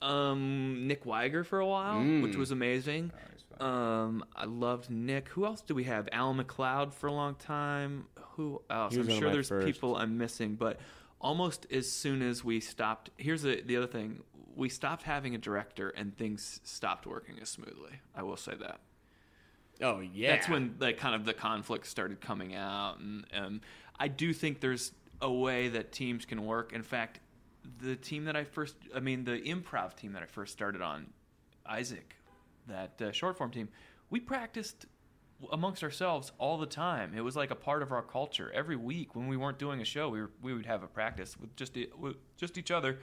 Speaker 5: um Nick Weiger for a while, which
Speaker 2: Mm.
Speaker 5: was amazing.
Speaker 4: he's fun.
Speaker 5: Um, I loved Nick. Who else do we have? Al McLeod for a long time. Who else?
Speaker 2: He was
Speaker 5: I'm
Speaker 2: one of
Speaker 5: sure
Speaker 2: my
Speaker 5: there's
Speaker 2: first.
Speaker 5: people I'm missing, but almost as soon as we stopped, here's the, the other thing: we stopped having a director, and things stopped working as smoothly. I will say that
Speaker 2: Oh yeah.
Speaker 5: that's when like kind of the conflict started coming out and um, i do think there's a way that teams can work in fact the team that i first i mean the improv team that i first started on isaac that uh, short form team we practiced amongst ourselves all the time it was like a part of our culture every week when we weren't doing a show we, were, we would have a practice with just e- with just each other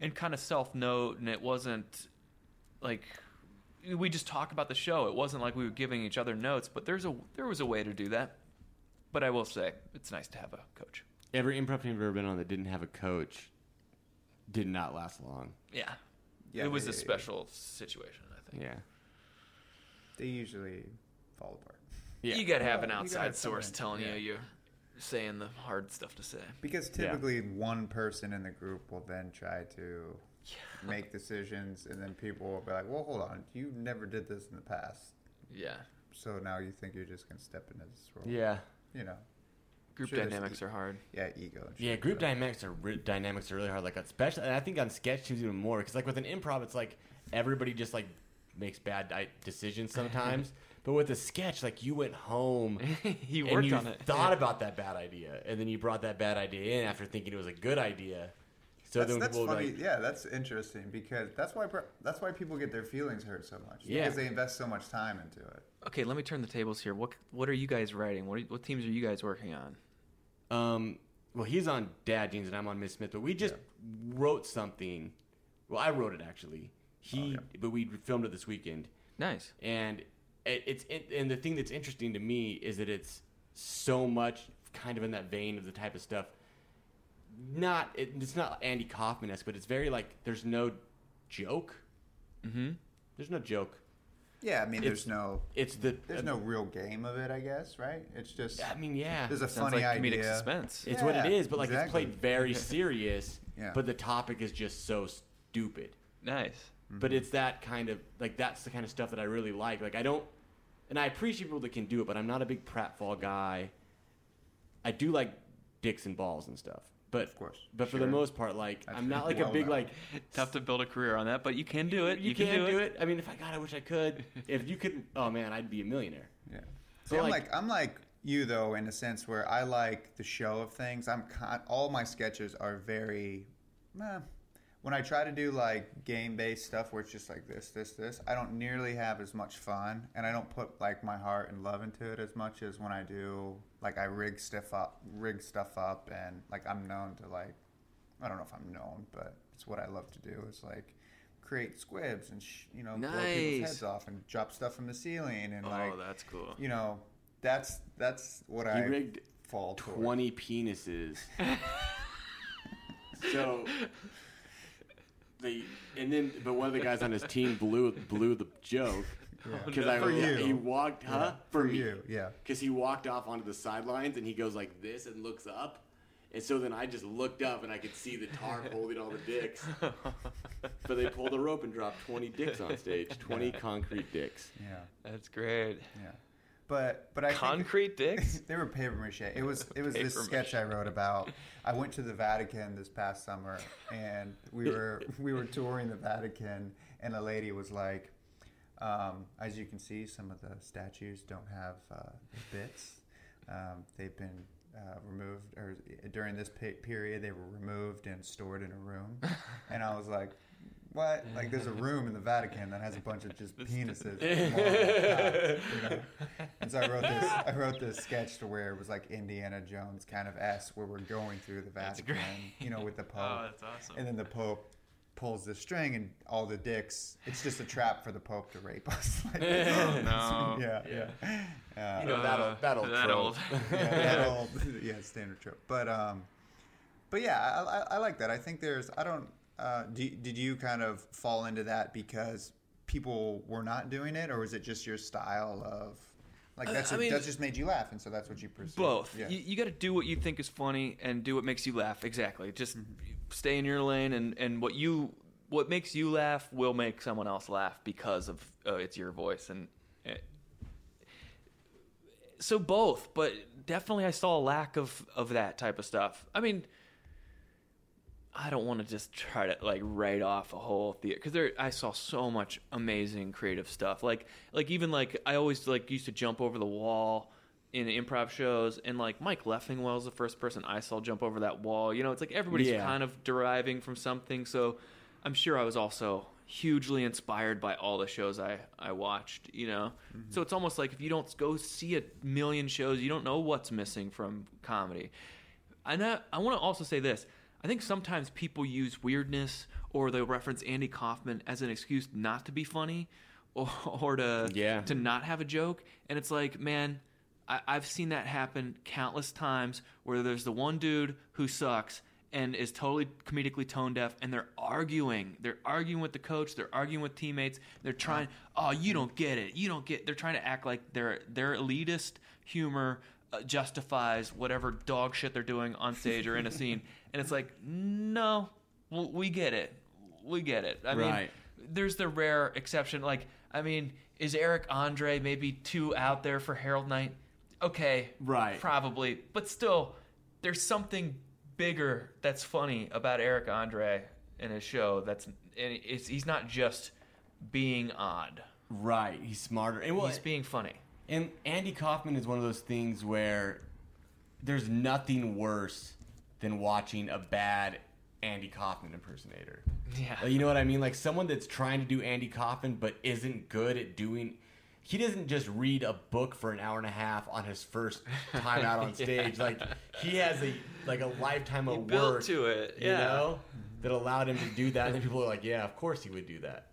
Speaker 5: and kind of self note and it wasn't like we just talk about the show. It wasn't like we were giving each other notes, but there's a there was a way to do that. But I will say, it's nice to have a coach.
Speaker 2: every improv team I've ever been on that didn't have a coach did not last long.
Speaker 5: Yeah.
Speaker 4: Yeah,
Speaker 5: it was
Speaker 4: yeah,
Speaker 5: a
Speaker 4: yeah, yeah.
Speaker 5: special situation, I think.
Speaker 2: Yeah.
Speaker 4: They usually fall apart
Speaker 2: Yeah.
Speaker 5: You got to have an
Speaker 4: Well, you gotta
Speaker 5: outside
Speaker 4: have
Speaker 5: source
Speaker 4: someone,
Speaker 5: telling
Speaker 4: yeah.
Speaker 5: you you're saying the hard stuff to say.
Speaker 4: because typically one person in the group will then try to make decisions, and then people will be like, "Well, hold on, you never did this in the past,
Speaker 5: Yeah.
Speaker 4: so now you think you're just gonna step into this role?"
Speaker 2: Yeah.
Speaker 4: you know,
Speaker 5: Group
Speaker 4: Sure, there's-
Speaker 5: dynamics are hard.
Speaker 4: yeah, ego. And shit.
Speaker 2: Yeah, group dynamics are re- dynamics are really hard. Like especially, and I think on sketch teams even more because like with an improv, it's like everybody just like makes bad di- decisions sometimes. but with a sketch, like you went home,
Speaker 5: You
Speaker 2: and
Speaker 5: worked
Speaker 2: you
Speaker 5: on it.
Speaker 2: thought about that bad idea, and then you brought that bad idea in after thinking it was a good idea, So
Speaker 4: that's,
Speaker 2: then
Speaker 4: that's
Speaker 2: people
Speaker 4: funny.
Speaker 2: like
Speaker 4: yeah, that's interesting because that's why per- that's why people get their feelings hurt so much.
Speaker 2: Yeah.
Speaker 4: because they invest so much time into it.
Speaker 7: Okay, let me turn the tables here. What what are you guys writing? What are- what teams are you guys working on?
Speaker 2: Um, well, he's on Dad Jeans and I'm on Miss Smith, but we just wrote something. Well, I wrote it actually. He, but we filmed it this weekend,
Speaker 7: Nice.
Speaker 2: and it, it's it, and the thing that's interesting to me is that it's so much kind of in that vein of the type of stuff. Not it, it's not Andy Kaufman esque, but it's very like there's no joke. Mm-hmm. There's no joke.
Speaker 4: Yeah, I mean,
Speaker 2: It's-
Speaker 4: there's no
Speaker 2: It's the uh,
Speaker 4: there's no real game of it, I guess, right? It's just
Speaker 2: I mean, yeah.
Speaker 4: there's a
Speaker 7: Sounds
Speaker 4: funny
Speaker 7: like comedic
Speaker 4: idea.
Speaker 7: suspense.
Speaker 2: It's what it
Speaker 4: Yeah,
Speaker 2: is, but like it's
Speaker 4: exactly.
Speaker 2: played very serious.
Speaker 4: Yeah.
Speaker 2: But the topic is just so stupid.
Speaker 5: Nice.
Speaker 4: Mm-hmm.
Speaker 2: But it's that kind of like that's the kind of stuff that I really like. Like I don't, and I appreciate people that can do it, but I'm not a big pratfall guy. I do like dicks and balls and stuff, but of
Speaker 4: course.
Speaker 2: but for the
Speaker 4: Sure.
Speaker 2: most part, like I'm not like a
Speaker 4: well
Speaker 2: big
Speaker 4: known.
Speaker 2: like
Speaker 5: Tough to build a career on that, but you can do it.
Speaker 2: you, can't do, it. I mean, if I got, I wish I could. if you could, oh man, I'd be a millionaire.
Speaker 4: Yeah.
Speaker 2: But,
Speaker 4: See, I'm
Speaker 2: like-
Speaker 4: like I'm like you though in a sense where I like the show of things. I'm con- all my sketches are very. eh. When I try to do like game based stuff where it's just like this, this, this, I don't nearly have as much fun, and I don't put like my heart and love into it as much as when I do like I rig stuff up, rig stuff up, and like I'm known to like I don't know if I'm known, but it's what I love to do. It's like create squibs and sh- you know blow
Speaker 7: Nice.
Speaker 4: people's heads off and drop stuff from the ceiling and like
Speaker 7: oh, that's cool.
Speaker 4: you know, that's that's what
Speaker 2: He
Speaker 4: I
Speaker 2: rigged
Speaker 4: fall toward.
Speaker 2: twenty penises. so the and then but one of the guys on his team blew blew the joke because I
Speaker 4: For you.
Speaker 2: he walked huh for, me
Speaker 4: you, yeah.
Speaker 2: because he walked off onto the sidelines and he goes like this and looks up. And so then I just looked up and I could see the tarp holding all the dicks. but they pulled a rope and dropped 20 dicks on stage, 20 concrete dicks.
Speaker 4: Yeah,
Speaker 5: That's great.
Speaker 4: yeah. But but I think-
Speaker 5: Concrete dicks.
Speaker 4: they were paper mache. It was it was this
Speaker 5: Papier-mâché.
Speaker 4: sketch I wrote about. I went to the Vatican this past summer, and we were we were touring the Vatican, and a lady was like, um, "As you can see, some of the statues don't have uh, the bits. Um, they've been." Uh, removed or during this pe- period they were removed and stored in a room and i was like what like there's a room in the vatican that has a bunch of just penises and so I wrote this. I wrote this sketch to where it was like Indiana Jones kind of s where we're going through the Vatican, you know, with the Pope.
Speaker 5: Oh, that's awesome.
Speaker 4: And then the Pope pulls the string, and all the dicks. It's just a trap for the Pope to rape us. Like,
Speaker 5: Oh, No.
Speaker 4: yeah, yeah, Uh,
Speaker 2: You know, that'll, that'll
Speaker 5: that old.
Speaker 4: yeah, that old- yeah, standard trip. But um, but yeah, I, I, I like that. I think there's. I don't. Uh, do, did you kind of fall into that because people were not doing it, or was it just your style of like that's
Speaker 5: Uh, I
Speaker 4: what-
Speaker 5: mean-
Speaker 4: that just made you laugh, and so that's what you pursued?
Speaker 5: Both.
Speaker 4: Yeah.
Speaker 5: You, you got to do what you think is funny and do what makes you laugh. Exactly. Just stay in your lane, and, and what you what makes you laugh will make someone else laugh because of uh, it's your voice and. eh. so both, but definitely I saw a lack of of that type of stuff. I mean, I don't want to just try to like write off a whole theater because there I saw so much amazing creative stuff. Like like even like I always like used to jump over the wall in improv shows, and like Mike Leffingwell is the first person I saw jump over that wall. You know, it's like everybody's
Speaker 2: Yeah.
Speaker 5: kind of deriving from something. So I'm sure I was also hugely inspired by all the shows I I watched. You know, so it's almost like if you don't go see a million shows, you don't know what's missing from comedy. And I, I want to also say this. I think sometimes people use weirdness or they reference Andy Kaufman as an excuse not to be funny or, or to
Speaker 2: Yeah.
Speaker 5: to not have a joke. And it's like, man, I, I've seen that happen countless times where there's the one dude who sucks and is totally comedically tone deaf and they're arguing. They're arguing with the coach, they're arguing with teammates, they're trying oh, you don't get it. You don't get they're trying to act like their their elitist humor uh, justifies whatever dog shit they're doing on stage or in a scene. And it's like, no, w- we get it. We get it. I
Speaker 2: Right.
Speaker 5: mean, there's the rare exception. Like, I mean, is Eric Andre maybe too out there for Harold Knight? Okay.
Speaker 2: Right.
Speaker 5: Probably. But still, there's something bigger that's funny about Eric Andre in his show. That's and it's he's not just being odd.
Speaker 2: Right. He's smarter. And well,
Speaker 5: He's being funny.
Speaker 2: And Andy Kaufman is one of those things where there's nothing worse than watching a bad Andy Kaufman impersonator.
Speaker 5: Yeah.
Speaker 2: Like, you know what I mean? Like someone that's trying to do Andy Kaufman but isn't good at doing. He doesn't just read a book for an hour and a half on his first time out on stage. Like he has a like a lifetime of
Speaker 5: built
Speaker 2: work
Speaker 5: to it,
Speaker 2: You
Speaker 5: yeah.
Speaker 2: know that allowed him to do that, and then people are like, "Yeah, of course he would do that."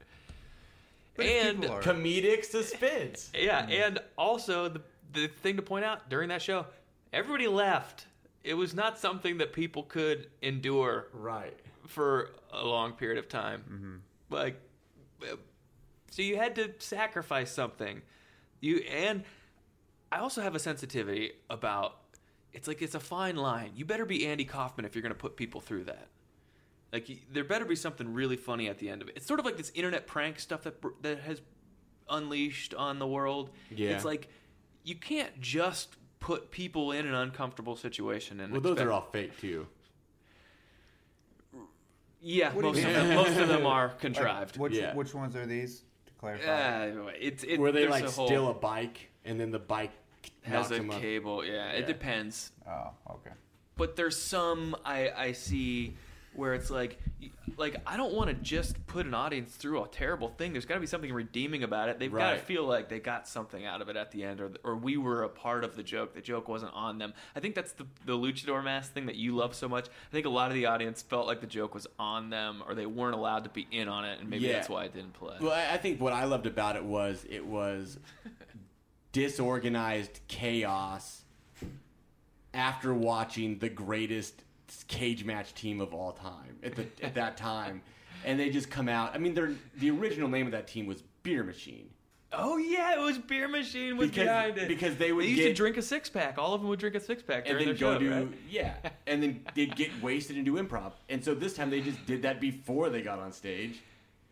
Speaker 4: But if
Speaker 5: And
Speaker 4: people are-
Speaker 2: Comedic suspense.
Speaker 5: Yeah, and also the the thing to point out during that show, everybody left. It was not something that people could endure
Speaker 2: Right.
Speaker 5: for a long period of time. Like, uh, so you had to sacrifice something. You and I also have a sensitivity about. It's like it's a fine line. You better be Andy Kaufman if you're going to put people through that. Like, y- there better be something really funny at the end of it. It's sort of like this internet prank stuff that br- that has unleashed on the world.
Speaker 2: Yeah.
Speaker 5: It's like you can't just put people in an uncomfortable situation and
Speaker 2: Well, those
Speaker 5: expect-
Speaker 2: are all fake too.
Speaker 5: yeah
Speaker 4: do you
Speaker 5: most of,
Speaker 4: mean?
Speaker 5: them, most of them are contrived.
Speaker 4: Which,
Speaker 2: Yeah.
Speaker 4: which ones are these? To clarify.
Speaker 5: Uh, it's it,
Speaker 2: Where they
Speaker 5: there's
Speaker 2: like
Speaker 5: a whole-
Speaker 2: steal a bike and then the bike knocks
Speaker 5: has a
Speaker 2: them up.
Speaker 5: cable. Yeah,
Speaker 2: Yeah.
Speaker 5: it depends.
Speaker 4: Oh, okay.
Speaker 5: But there's some I I see where it's like y- like I don't want to just put an audience through a terrible thing. There's got to be something redeeming about it. They've got to
Speaker 2: Right.
Speaker 5: feel like they got something out of it at the end, or or we were a part of the joke. The joke wasn't on them. I think that's the the luchador mask thing that you love so much. I think a lot of the audience felt like the joke was on them, or they weren't allowed to be in on it, and maybe
Speaker 2: Yeah.
Speaker 5: that's why it didn't play.
Speaker 2: Well, I I think what I loved about it was it was disorganized chaos after watching the greatest cage match team of all time at, the, at that time. And they just come out. I mean, they're, the original name of that team was Beer Machine.
Speaker 5: Oh yeah, it was beer machine was
Speaker 2: Because-
Speaker 5: behind it
Speaker 2: because they would
Speaker 5: used to
Speaker 2: get-
Speaker 5: drink a six pack. All of them would drink a six pack
Speaker 2: and then
Speaker 5: during their
Speaker 2: go
Speaker 5: show,
Speaker 2: do
Speaker 5: right?
Speaker 2: yeah, and then they'd get wasted and do improv. And so this time they just did that before they got on stage.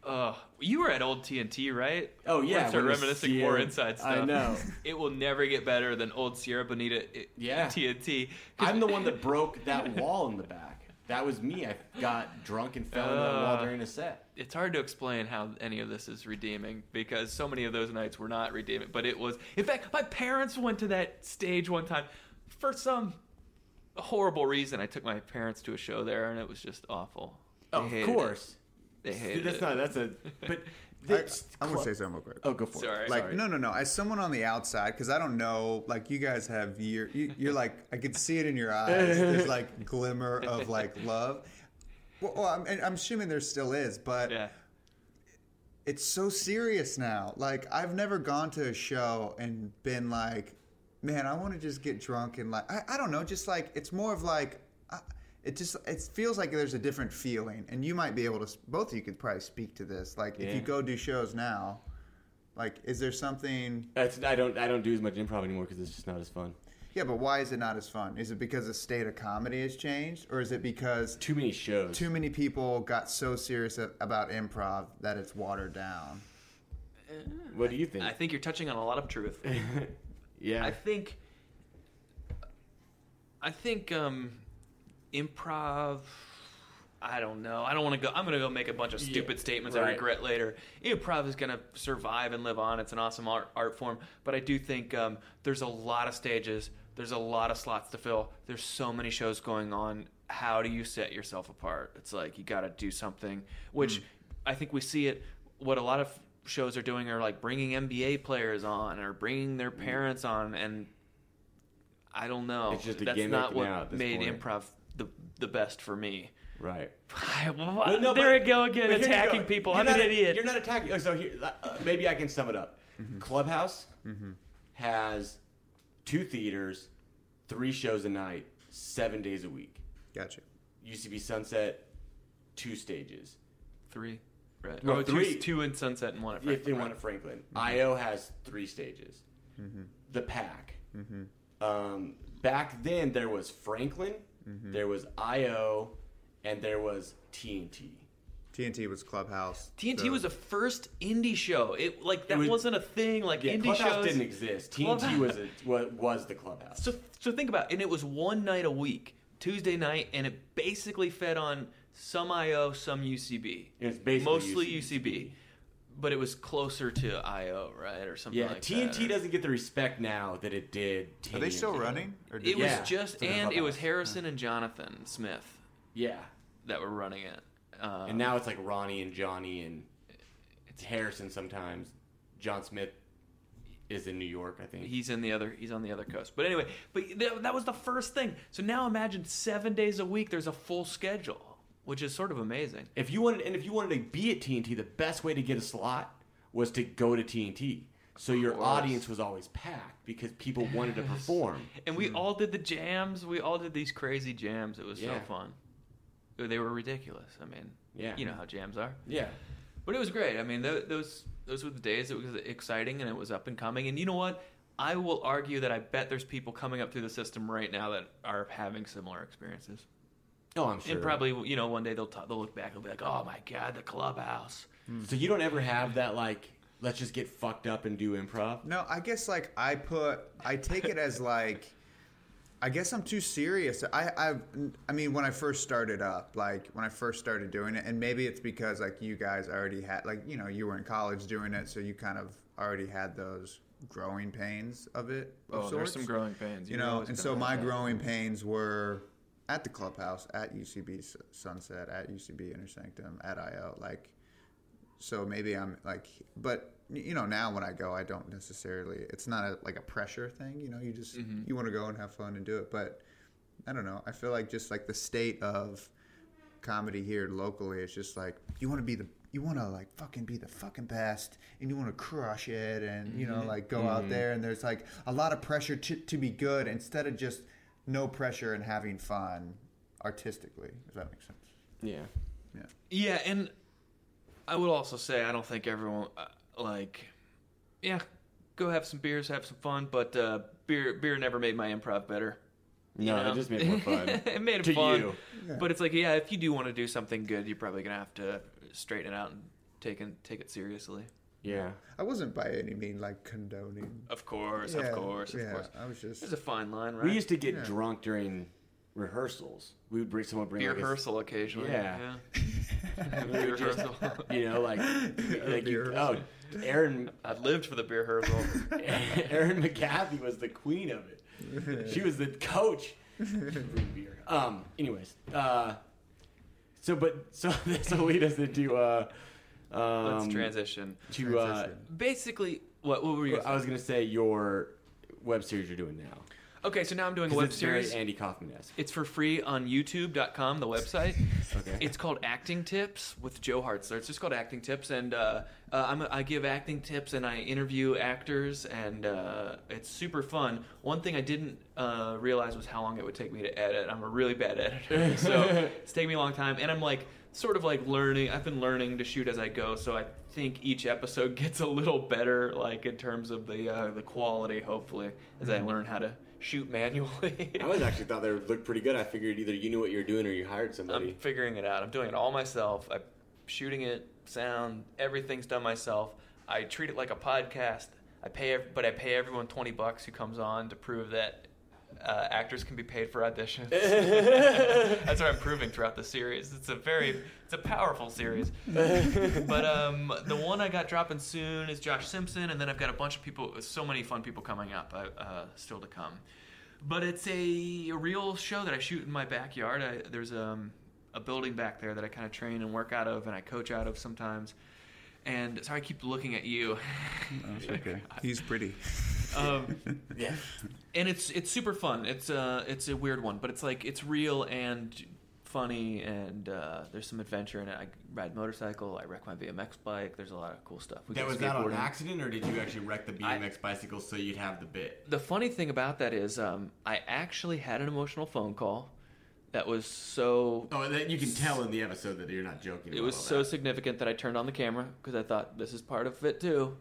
Speaker 5: Uh, you were at old TNT, right?
Speaker 2: Oh,
Speaker 5: We're
Speaker 2: yeah,
Speaker 5: gonna start
Speaker 2: when it was
Speaker 5: reminiscing
Speaker 2: Sierra-
Speaker 5: more inside
Speaker 2: I
Speaker 5: stuff.
Speaker 2: know.
Speaker 5: it will never get better than old Sierra Bonita. eh, i-
Speaker 2: Yeah.
Speaker 5: TNT. 'Cause-
Speaker 2: I'm the one that broke that wall in the back. That was me. I got drunk and fell into that wall
Speaker 5: Uh.
Speaker 2: during a set.
Speaker 5: It's hard to explain how any of this is redeeming because so many of those nights were not redeeming. But it was. In fact, my parents went to that stage one time for some horrible reason. I took my parents to a show there, and it was just awful. They
Speaker 2: Of
Speaker 5: hated it.
Speaker 2: course.
Speaker 5: They hated
Speaker 2: That's
Speaker 5: it.
Speaker 2: not. That's a. But
Speaker 4: I,
Speaker 2: this
Speaker 4: am
Speaker 2: cl-
Speaker 4: gonna say something real quick.
Speaker 2: Oh, go for
Speaker 5: Sorry.
Speaker 2: it.
Speaker 4: like no no no as someone on the outside because i don't know like you guys have your you, you're like i could see it in your eyes there's like glimmer of like love well, well I'm, and I'm assuming there still is but
Speaker 5: Yeah.
Speaker 4: it's so serious now like i've never gone to a show and been like man i want to just get drunk and like I, I don't know just like it's more of like I, it just it feels like there's a different feeling and you might be able to s- both of you could probably speak to this like if you
Speaker 2: Yeah.
Speaker 4: go do shows now like is there something
Speaker 2: That's, I don't. I don't do as much improv anymore because it's just not as fun.
Speaker 4: Yeah, but why is it not as fun? Is it because the state of comedy has changed, or is it because
Speaker 2: Too many shows.
Speaker 4: too many people got so serious a- about improv that it's watered down?
Speaker 2: what do you think?
Speaker 5: I think you're touching on a lot of truth.
Speaker 2: yeah.
Speaker 5: I think I think um improv I don't know. I don't want to go I'm going to go make a bunch of stupid statements I
Speaker 2: right.
Speaker 5: regret later. Improv is going to survive and live on. It's an awesome art, art form, but I do think um there's a lot of stages, there's a lot of slots to fill. There's so many shows going on. How do you set yourself apart? It's like you got to do something which I think we see it what a lot of shows are doing are like bringing NBA players on or bringing their parents on and I don't know.
Speaker 2: It's just a
Speaker 5: That's
Speaker 2: gimmick
Speaker 5: not what
Speaker 2: now at this
Speaker 5: made
Speaker 2: point.
Speaker 5: improv the the best for me.
Speaker 2: right.
Speaker 5: Well,
Speaker 2: no,
Speaker 5: there
Speaker 2: but-
Speaker 5: we go again,
Speaker 2: but here you
Speaker 5: attacking
Speaker 2: go.
Speaker 5: people.
Speaker 2: You're
Speaker 5: I'm
Speaker 2: not
Speaker 5: an
Speaker 2: a-
Speaker 5: idiot.
Speaker 2: You're not attacking. oh, So here, uh, maybe I can sum it up.
Speaker 4: Mm-hmm.
Speaker 2: Clubhouse has two theaters, three shows a night, seven days a week.
Speaker 4: Gotcha.
Speaker 2: UCB Sunset, two stages.
Speaker 5: three, right?
Speaker 2: Well,
Speaker 5: oh, two-
Speaker 2: three.
Speaker 5: two in Sunset and one at
Speaker 2: If they
Speaker 5: Franklin, Mm-hmm.
Speaker 2: want
Speaker 5: right?
Speaker 2: at Franklin, IO has three stages.
Speaker 5: Mm-hmm.
Speaker 2: The Pack. Um, back then, there was Franklin,
Speaker 5: Mm-hmm.
Speaker 2: there was IO, and there was TNT.
Speaker 4: TNT was Clubhouse.
Speaker 5: TNT
Speaker 4: so-
Speaker 5: was the first indie show. It like that
Speaker 2: was-
Speaker 5: was, not a thing. Like
Speaker 2: Yeah,
Speaker 5: indie
Speaker 2: Clubhouse
Speaker 5: shows
Speaker 2: didn't exist. TNT
Speaker 5: Clubhouse-
Speaker 2: was a, was, was the Clubhouse.
Speaker 5: So so think about, it. and it was one night a week, Tuesday night, and it basically fed on some IO, some UCB.
Speaker 2: It was basically
Speaker 5: mostly
Speaker 2: UCB.
Speaker 5: UCB, but it was closer to IO, right, or something
Speaker 2: Yeah,
Speaker 5: like that.
Speaker 2: TNT
Speaker 5: or-
Speaker 2: doesn't get the respect now that it did. 10
Speaker 4: Are they
Speaker 2: years
Speaker 4: still
Speaker 2: ago.
Speaker 4: running? Or
Speaker 5: It
Speaker 4: you-
Speaker 2: Yeah.
Speaker 5: was just,
Speaker 2: So they're
Speaker 5: and it was
Speaker 2: Clubhouse.
Speaker 5: Harrison and Jonathan Smith.
Speaker 2: Yeah,
Speaker 5: that were running it. Uh,
Speaker 2: And now it's like Ronnie and Johnny and it's Harrison sometimes. John Smith is in New York, I think.
Speaker 5: He's in the other. He's on the other coast. But anyway, but th- that was the first thing. So now imagine seven days a week. There's a full schedule, which is sort of amazing.
Speaker 2: if you wanted and if you wanted to be at TNT, the best way to get a slot was to go to TNT. So your
Speaker 5: course.
Speaker 2: audience was always packed because people wanted to perform.
Speaker 5: And we all did the jams. We all did these crazy jams. It was
Speaker 2: Yeah.
Speaker 5: so fun. They were ridiculous. I mean,
Speaker 2: Yeah.
Speaker 5: you know how jams are.
Speaker 2: Yeah.
Speaker 5: But it was great. I mean, tho- those those were the days. It was exciting and it was up and coming. And you know what? I will argue that I bet there's people coming up through the system right now that are having similar experiences.
Speaker 2: Oh, I'm sure.
Speaker 5: And probably, you know, one day they'll t- they'll look back and be like, "Oh my god, the clubhouse."
Speaker 2: So you don't ever have that like let's just get fucked up and do improv.
Speaker 4: No, I guess like I put, I take it as like, I guess I'm too serious. I, I, I mean, when I first started up, like when I first started doing it, and maybe it's because like you guys already had, like you know, you were in college doing it, so you kind of already had those growing pains of it. Of
Speaker 8: Oh, there's
Speaker 4: sorts.
Speaker 8: some growing pains.
Speaker 4: You know,
Speaker 8: always
Speaker 4: and
Speaker 8: gonna
Speaker 4: so
Speaker 8: have
Speaker 4: my
Speaker 8: that.
Speaker 4: growing pains were at the clubhouse, at UCB S- Sunset, at UCB Inner Sanctum, at IO. Like, so maybe I'm like, but y- you know, now when I go, I don't necessarily. It's not a, like a pressure thing. You know, you just you want to go and have fun and do it. But I don't know. I feel like just like the state of comedy here locally is just like you want to be the you want to like fucking be the fucking best and you want to crush it and you know like go out there and there's like a lot of pressure to, to be good instead of just no pressure and having fun artistically if that makes sense
Speaker 2: Yeah.
Speaker 8: Yeah, and I would also say I don't think everyone uh, like, yeah, go have some beers, have some fun, but uh, beer beer never made my improv better.
Speaker 2: No,
Speaker 8: you know?
Speaker 2: it just made it more fun.
Speaker 8: Um, it made it
Speaker 2: To
Speaker 8: fun.
Speaker 2: you.
Speaker 8: But it's like, yeah, if you do want to do something good, you're probably gonna have to straighten it out and take and take it seriously.
Speaker 2: yeah.
Speaker 4: i wasn't by any mean like condoning
Speaker 8: Of course,
Speaker 4: Yeah,
Speaker 8: of course, of
Speaker 4: yeah, Um,
Speaker 8: course.
Speaker 4: i was just
Speaker 8: There's a fine line, right?
Speaker 2: We used to get drunk during rehearsals. We would bring someone would bring
Speaker 8: beer
Speaker 2: like a-
Speaker 8: rehearsal occasionally.
Speaker 2: Yeah.
Speaker 8: yeah. beer rehearsal.
Speaker 2: you know, like, like
Speaker 4: beer
Speaker 2: you, oh, Aaron
Speaker 8: I lived for the beer rehearsal.
Speaker 2: Erin McGathy was the queen of it. She was the coach. Root beer. Um. Anyways. Uh. So, but so so we doesn't do. Uh, um,
Speaker 5: Let's transition.
Speaker 2: to. Uh,
Speaker 4: Transition.
Speaker 5: Basically, what what were you?
Speaker 2: I was gonna say your web series you're doing now.
Speaker 5: Okay, so now I'm doing a
Speaker 2: 'Cause
Speaker 5: web
Speaker 2: it's very
Speaker 5: series.
Speaker 2: Andy Kaufman esque.
Speaker 5: It's for free on YouTube.com, the website.
Speaker 2: Okay.
Speaker 5: It's called Acting Tips with Joe Hartzler. It's just called Acting Tips, and uh, uh, I'm, I give acting tips and I interview actors, and uh, it's super fun. One thing I didn't uh, realize was how long it would take me to edit. I'm a really bad editor, so it's taking me a long time, and I'm like sort of like learning. I've been learning to shoot as I go, so I think each episode gets a little better, like in terms of the uh, the quality. Hopefully, as I learn how to shoot manually.
Speaker 2: I was actually thought they looked pretty good. I figured either you knew what you were doing or you hired
Speaker 5: I'm
Speaker 2: somebody.
Speaker 5: figuring it out. I'm doing it all myself. I'm shooting it, sound, everything's done myself. I treat it like a podcast. I pay, ev- but I pay everyone twenty bucks who comes on to prove that uh, actors can be paid for auditions. That's what I'm proving throughout the series. It's a very, it's a powerful series. but um, the one I got dropping soon is Josh Simpson, and then I've got a bunch of people, so many fun people coming up, uh, uh, still to come. But it's a, a real show that I shoot in my backyard. I, there's um, a building back there that I kind of train and work out of, and I coach out of sometimes. And sorry, I keep looking at you.
Speaker 4: Oh, okay he's pretty
Speaker 5: um,
Speaker 2: yeah.
Speaker 5: and it's it's super fun. It's uh it's a weird one, but it's like it's real and funny, and uh, there's some adventure in it. I ride motorcycle. I wreck my BMX bike. There's a lot of cool stuff. We
Speaker 2: That
Speaker 5: go
Speaker 2: was that on
Speaker 5: skateboarding.
Speaker 2: accident, or did you actually wreck the BMX bicycle so you'd have the bit?
Speaker 5: The funny thing about that is, um, I actually had an emotional phone call that was so
Speaker 2: Oh, and then you can tell in the episode that you're not joking.
Speaker 5: it
Speaker 2: about
Speaker 5: was
Speaker 2: all
Speaker 5: so
Speaker 2: that.
Speaker 5: significant that I turned on the camera because I thought this is part of it too,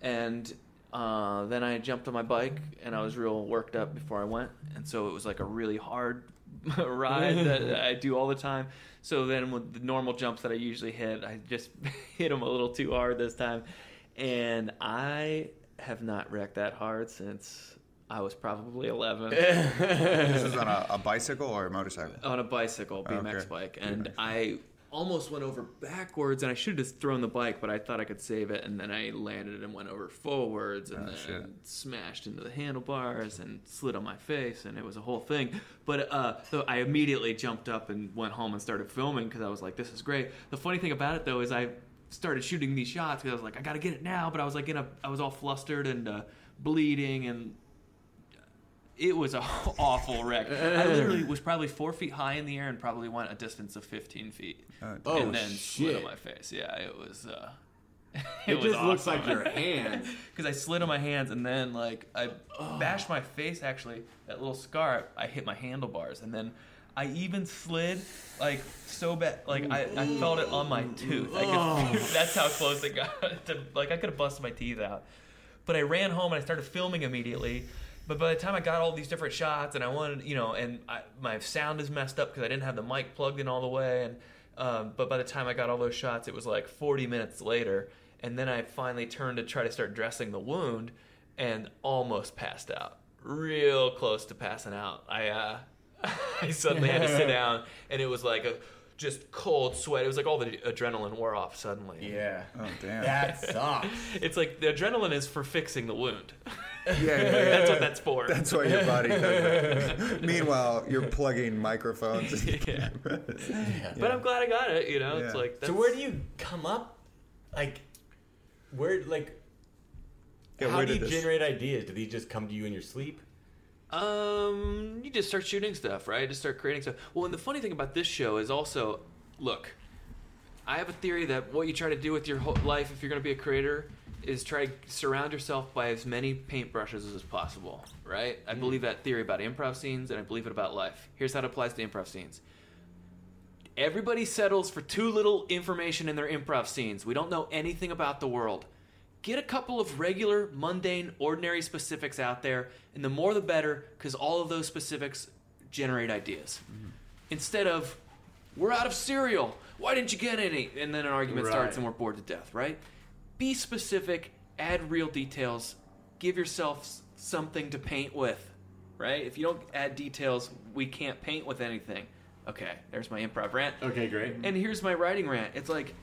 Speaker 5: and uh, then I jumped on my bike and I was real worked up before I went, and so it was like a really hard ride that I do all the time. So then with the normal jumps that I usually hit, I just hit them a little too hard this time, and I have not wrecked that hard since I was probably eleven.
Speaker 4: this is on a, a bicycle or a motorcycle
Speaker 8: Oh.
Speaker 5: on a bicycle, BMX
Speaker 4: okay.
Speaker 5: bike, and
Speaker 4: BMX.
Speaker 5: I almost went over backwards, and I should have just thrown the bike, but I thought I could save it, and then I landed and went over forwards, and then
Speaker 4: shit.
Speaker 5: smashed into the handlebars and slid on my face, and it was a whole thing. But uh, so I immediately jumped up and went home and started filming because I was like, "This is great." The funny thing about it though is I started shooting these shots because I was like, "I gotta get it now," but I was like, in a, I was all flustered and uh, bleeding and it was a awful wreck. I literally was probably four feet high in the air and probably went a distance of fifteen feet,
Speaker 9: Oh,
Speaker 5: and then slid on
Speaker 9: shit.
Speaker 5: my face. Yeah, it was. Uh,
Speaker 10: It,
Speaker 5: was
Speaker 10: just looks
Speaker 5: awesome.
Speaker 10: like your hand.
Speaker 5: because I slid on my hands and then like I bashed my face. Actually, that little scar, I hit my handlebars and then I even slid like so bad. Like I, I felt it on my tooth. I could, that's how close it got. To, like I could have busted my teeth out. But I ran home and I started filming immediately. But by the time I got all these different shots and I wanted, you know, and I, my sound is messed up because I didn't have the mic plugged in all the way. And um, but by the time I got all those shots, it was like 40 minutes later. And then I finally turned to try to start dressing the wound, and almost passed out. Real close to passing out. I uh, I suddenly had to sit down, and it was like a just cold sweat. It was like all the adrenaline wore off suddenly.
Speaker 10: Yeah.
Speaker 4: Oh damn.
Speaker 10: That sucks.
Speaker 5: It's like the adrenaline is for fixing the wound.
Speaker 4: yeah, yeah, yeah,
Speaker 5: That's
Speaker 4: yeah.
Speaker 5: what that's for.
Speaker 4: That's why your body does it. Meanwhile, you're plugging microphones.
Speaker 5: yeah. But I'm glad I got it. You know, it's
Speaker 4: Yeah.
Speaker 5: like that's,
Speaker 2: So where do you come up? Like, where like
Speaker 4: Yeah,
Speaker 2: how
Speaker 4: where
Speaker 2: do you
Speaker 4: did this-
Speaker 2: generate ideas? Do these just come to you in your sleep?
Speaker 5: Um, you just start shooting stuff, right? Just start creating stuff. Well, and the funny thing about this show is also, look, I have a theory that what you try to do with your whole life, if you're going to be a creator, is try to surround yourself by as many paintbrushes as possible, right?
Speaker 2: Mm-hmm.
Speaker 5: I believe that theory about improv scenes, and I believe it about life. Here's how it applies to improv scenes. Everybody settles for too little information in their improv scenes. We don't know anything about the world. Get a couple of regular, mundane, ordinary specifics out there, and the more the better, because all of those specifics generate ideas. Instead of, we're out of cereal, why didn't you get any? And then an argument starts and we're bored to death, right? Be specific, add real details, give yourself s- something to paint with, right? If you don't add details, we can't paint with anything. Okay, there's my improv rant.
Speaker 2: Okay, great.
Speaker 5: And here's my riding rant. It's like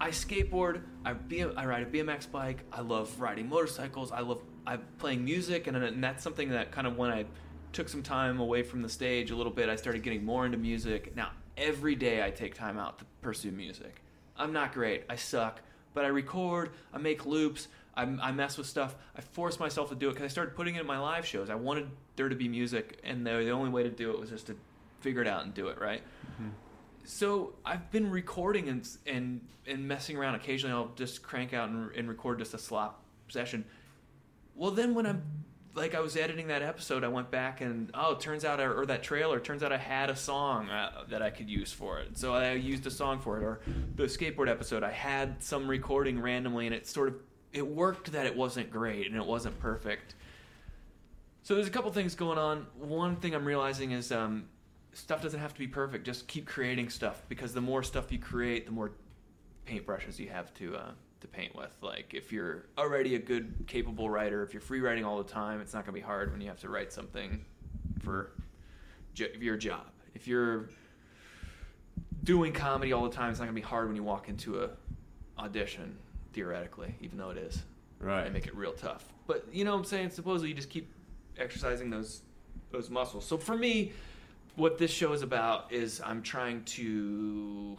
Speaker 5: I skateboard, I B- I ride a BMX bike, I love riding motorcycles, I love I playing music and, and that's something that kind of when I took some time away from the stage a little bit, I started getting more into music. Now, every day I take time out to pursue music. I'm not great. I suck, but I record, I make loops, I, I mess with stuff. I force myself to do it because I started putting it in my live shows. I wanted there to be music, and the, the only way to do it was just to figure it out and do it, right? So I've been recording and and and messing around. Occasionally, I'll just crank out and, and record just a slop session. Well, then when I'm like I was editing that episode, I went back and oh, it turns out I, or that trailer turns out I had a song uh, that I could use for it. So I used a song for it. Or the skateboard episode, I had some recording randomly, and it sort of it worked that it wasn't great and it wasn't perfect. So there's a couple things going on. One thing I'm realizing is um, stuff doesn't have to be perfect. Just keep creating stuff because the more stuff you create, the more paintbrushes you have to uh, to paint with. Like if you're already a good, capable writer, if you're free writing all the time, it's not gonna be hard when you have to write something for jo- your job. If you're doing comedy all the time, it's not gonna be hard when you walk into a audition theoretically, even though it is
Speaker 2: Right.
Speaker 5: and make it real tough. But you know what I'm saying? Supposedly you just keep exercising those those muscles. So for me, what this show is about is I'm trying to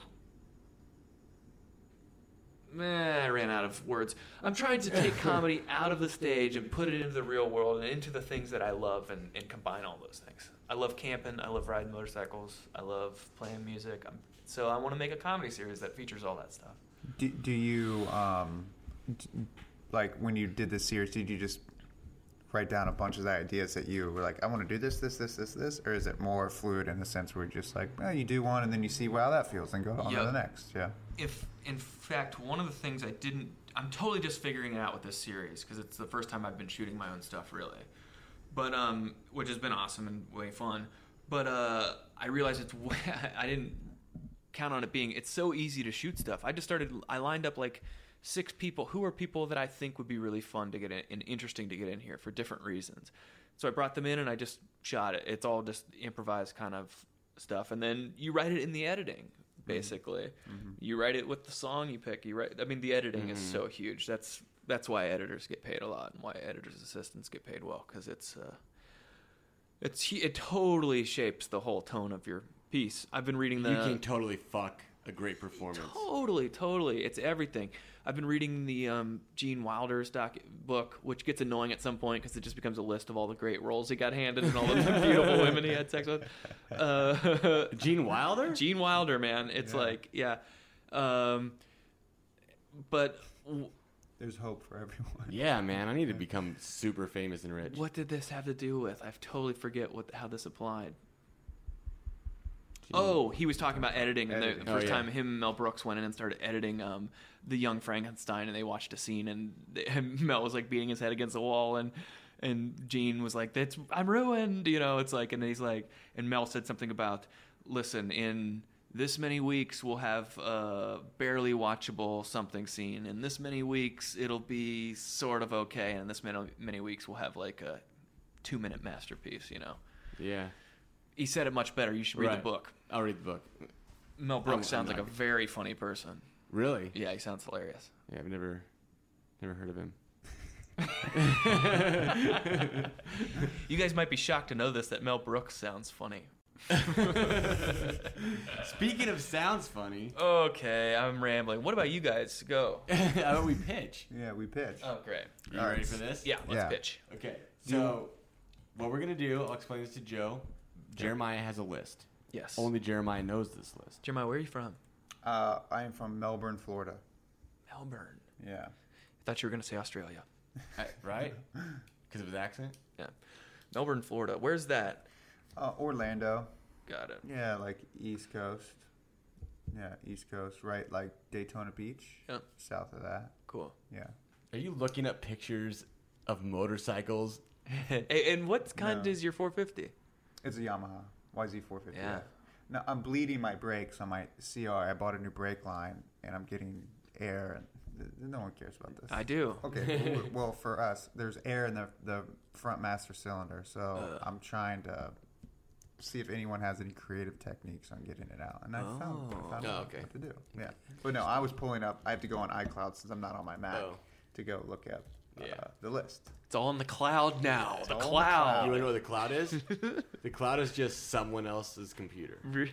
Speaker 5: Meh, I ran out of words. I'm trying to take comedy out of the stage and put it into the real world and into the things that I love and, and combine all those things. I love camping. I love riding motorcycles. I love playing music. I'm, so I want to make a comedy series that features all that stuff.
Speaker 4: Do, do you um, d- like when you did this series? Did you just write down a bunch of the ideas that you were like, I want to do this, this, this, this, this, or is it more fluid in the sense where you're just like, well, you do one and then you see wow that feels, and go on
Speaker 5: Yeah.
Speaker 4: to the next? Yeah.
Speaker 5: if in fact one of the things I didn't I'm totally just figuring it out with this series because it's the first time I've been shooting my own stuff really. But um which has been awesome and way fun. But uh I realized it's way, I didn't count on it being it's so easy to shoot stuff. I just started I lined up like six people who are people that I think would be really fun to get in and interesting to get in here for different reasons. So I brought them in and I just shot it. It's all just improvised kind of stuff and then you write it in the editing
Speaker 2: Mm-hmm.
Speaker 5: basically. You write it with the song you pick. You write. I mean, the editing is
Speaker 2: Mm-hmm.
Speaker 5: so huge. That's that's why editors get paid a lot and why editors assistants get paid well because it's uh, it's hu- it totally shapes the whole tone of your piece. I've been reading the
Speaker 2: you can totally fuck a great performance.
Speaker 5: Uh, Totally, totally. It's everything. I've been reading the um, Gene Wilder's doc book, which gets annoying at some point because it just becomes a list of all the great roles he got handed and all the beautiful women he had sex with. Uh,
Speaker 2: Gene Wilder?
Speaker 5: Gene Wilder, man. It's like, yeah. Um, but w-
Speaker 4: There's hope for everyone.
Speaker 2: Yeah, man. I need to become super famous and rich.
Speaker 5: what did this have to do with? I totally forget what how this applied. Oh, he was talking about editing, and the-
Speaker 4: Editing.
Speaker 5: the
Speaker 2: Oh,
Speaker 5: first
Speaker 2: yeah.
Speaker 5: time him and Mel Brooks went in and started editing um, the Young Frankenstein, and they watched a scene, and, they- and Mel was like beating his head against the wall, and and Gene was like, "That's I'm ruined," you know. It's like, and he's like, and Mel said something about, "Listen, in this many weeks we'll have a barely watchable something scene. In this many weeks it'll be sort of okay, and in this many many weeks we'll have like a two minute masterpiece," you know.
Speaker 2: Yeah.
Speaker 5: He said it much better. You should read
Speaker 2: Right.
Speaker 5: the book.
Speaker 2: I'll read the book.
Speaker 5: Mel Brooks
Speaker 2: I'm
Speaker 5: sounds like a very funny person.
Speaker 2: Really?
Speaker 5: Yeah, he sounds hilarious.
Speaker 2: Yeah, I've never, never heard of him.
Speaker 5: You guys might be shocked to know this that Mel Brooks sounds funny.
Speaker 2: Speaking of sounds funny,
Speaker 5: Okay, I'm rambling. What about you guys? Go.
Speaker 2: how about we pitch?
Speaker 4: Yeah, we pitch.
Speaker 8: Uh.
Speaker 5: Oh, great.
Speaker 2: You
Speaker 4: All
Speaker 2: ready
Speaker 4: right.
Speaker 2: for this?
Speaker 5: Yeah, let's
Speaker 4: Yeah.
Speaker 5: pitch.
Speaker 2: Okay. So, what we're gonna do? I'll explain this to Joe. Jeremiah has a list.
Speaker 5: Yes.
Speaker 2: Only Jeremiah knows this list.
Speaker 5: Jeremiah, where are you from?
Speaker 4: Uh, I am from Melbourne, Florida.
Speaker 5: Melbourne.
Speaker 4: Yeah.
Speaker 5: I thought you were going to say Australia.
Speaker 2: I- right? Because of his accent.
Speaker 5: Yeah. Melbourne, Florida. Where's that?
Speaker 4: Uh, Orlando.
Speaker 5: Got it.
Speaker 4: Yeah, like East Coast. Yeah, East Coast, right? Like Daytona Beach.
Speaker 5: Yep.
Speaker 4: South of that.
Speaker 5: Cool.
Speaker 4: Yeah.
Speaker 2: Are you looking up pictures of motorcycles?
Speaker 5: and, and what kind
Speaker 4: No.
Speaker 5: is your 450?
Speaker 4: It's a Yamaha YZ450.
Speaker 5: Yeah.
Speaker 4: Now I'm bleeding my brakes on my CR. I bought a new brake line, and I'm getting air. And th- no one cares about this.
Speaker 5: I do.
Speaker 4: Okay. well, well, for us, there's air in the the front master cylinder, so
Speaker 5: Uh.
Speaker 4: I'm trying to see if anyone has any creative techniques on getting it out. And I found, I found
Speaker 5: Oh,
Speaker 4: out
Speaker 5: okay.
Speaker 4: what to do. Yeah. But no, I was pulling up. I have to go on iCloud since I'm not on my Mac
Speaker 2: Oh.
Speaker 4: to go look up uh,
Speaker 2: Yeah.
Speaker 4: the list.
Speaker 5: It's all in the cloud now.
Speaker 4: all
Speaker 5: the
Speaker 4: in the
Speaker 5: cloud.
Speaker 2: You wanna know what the cloud is? the cloud is just someone else's computer.
Speaker 5: Re-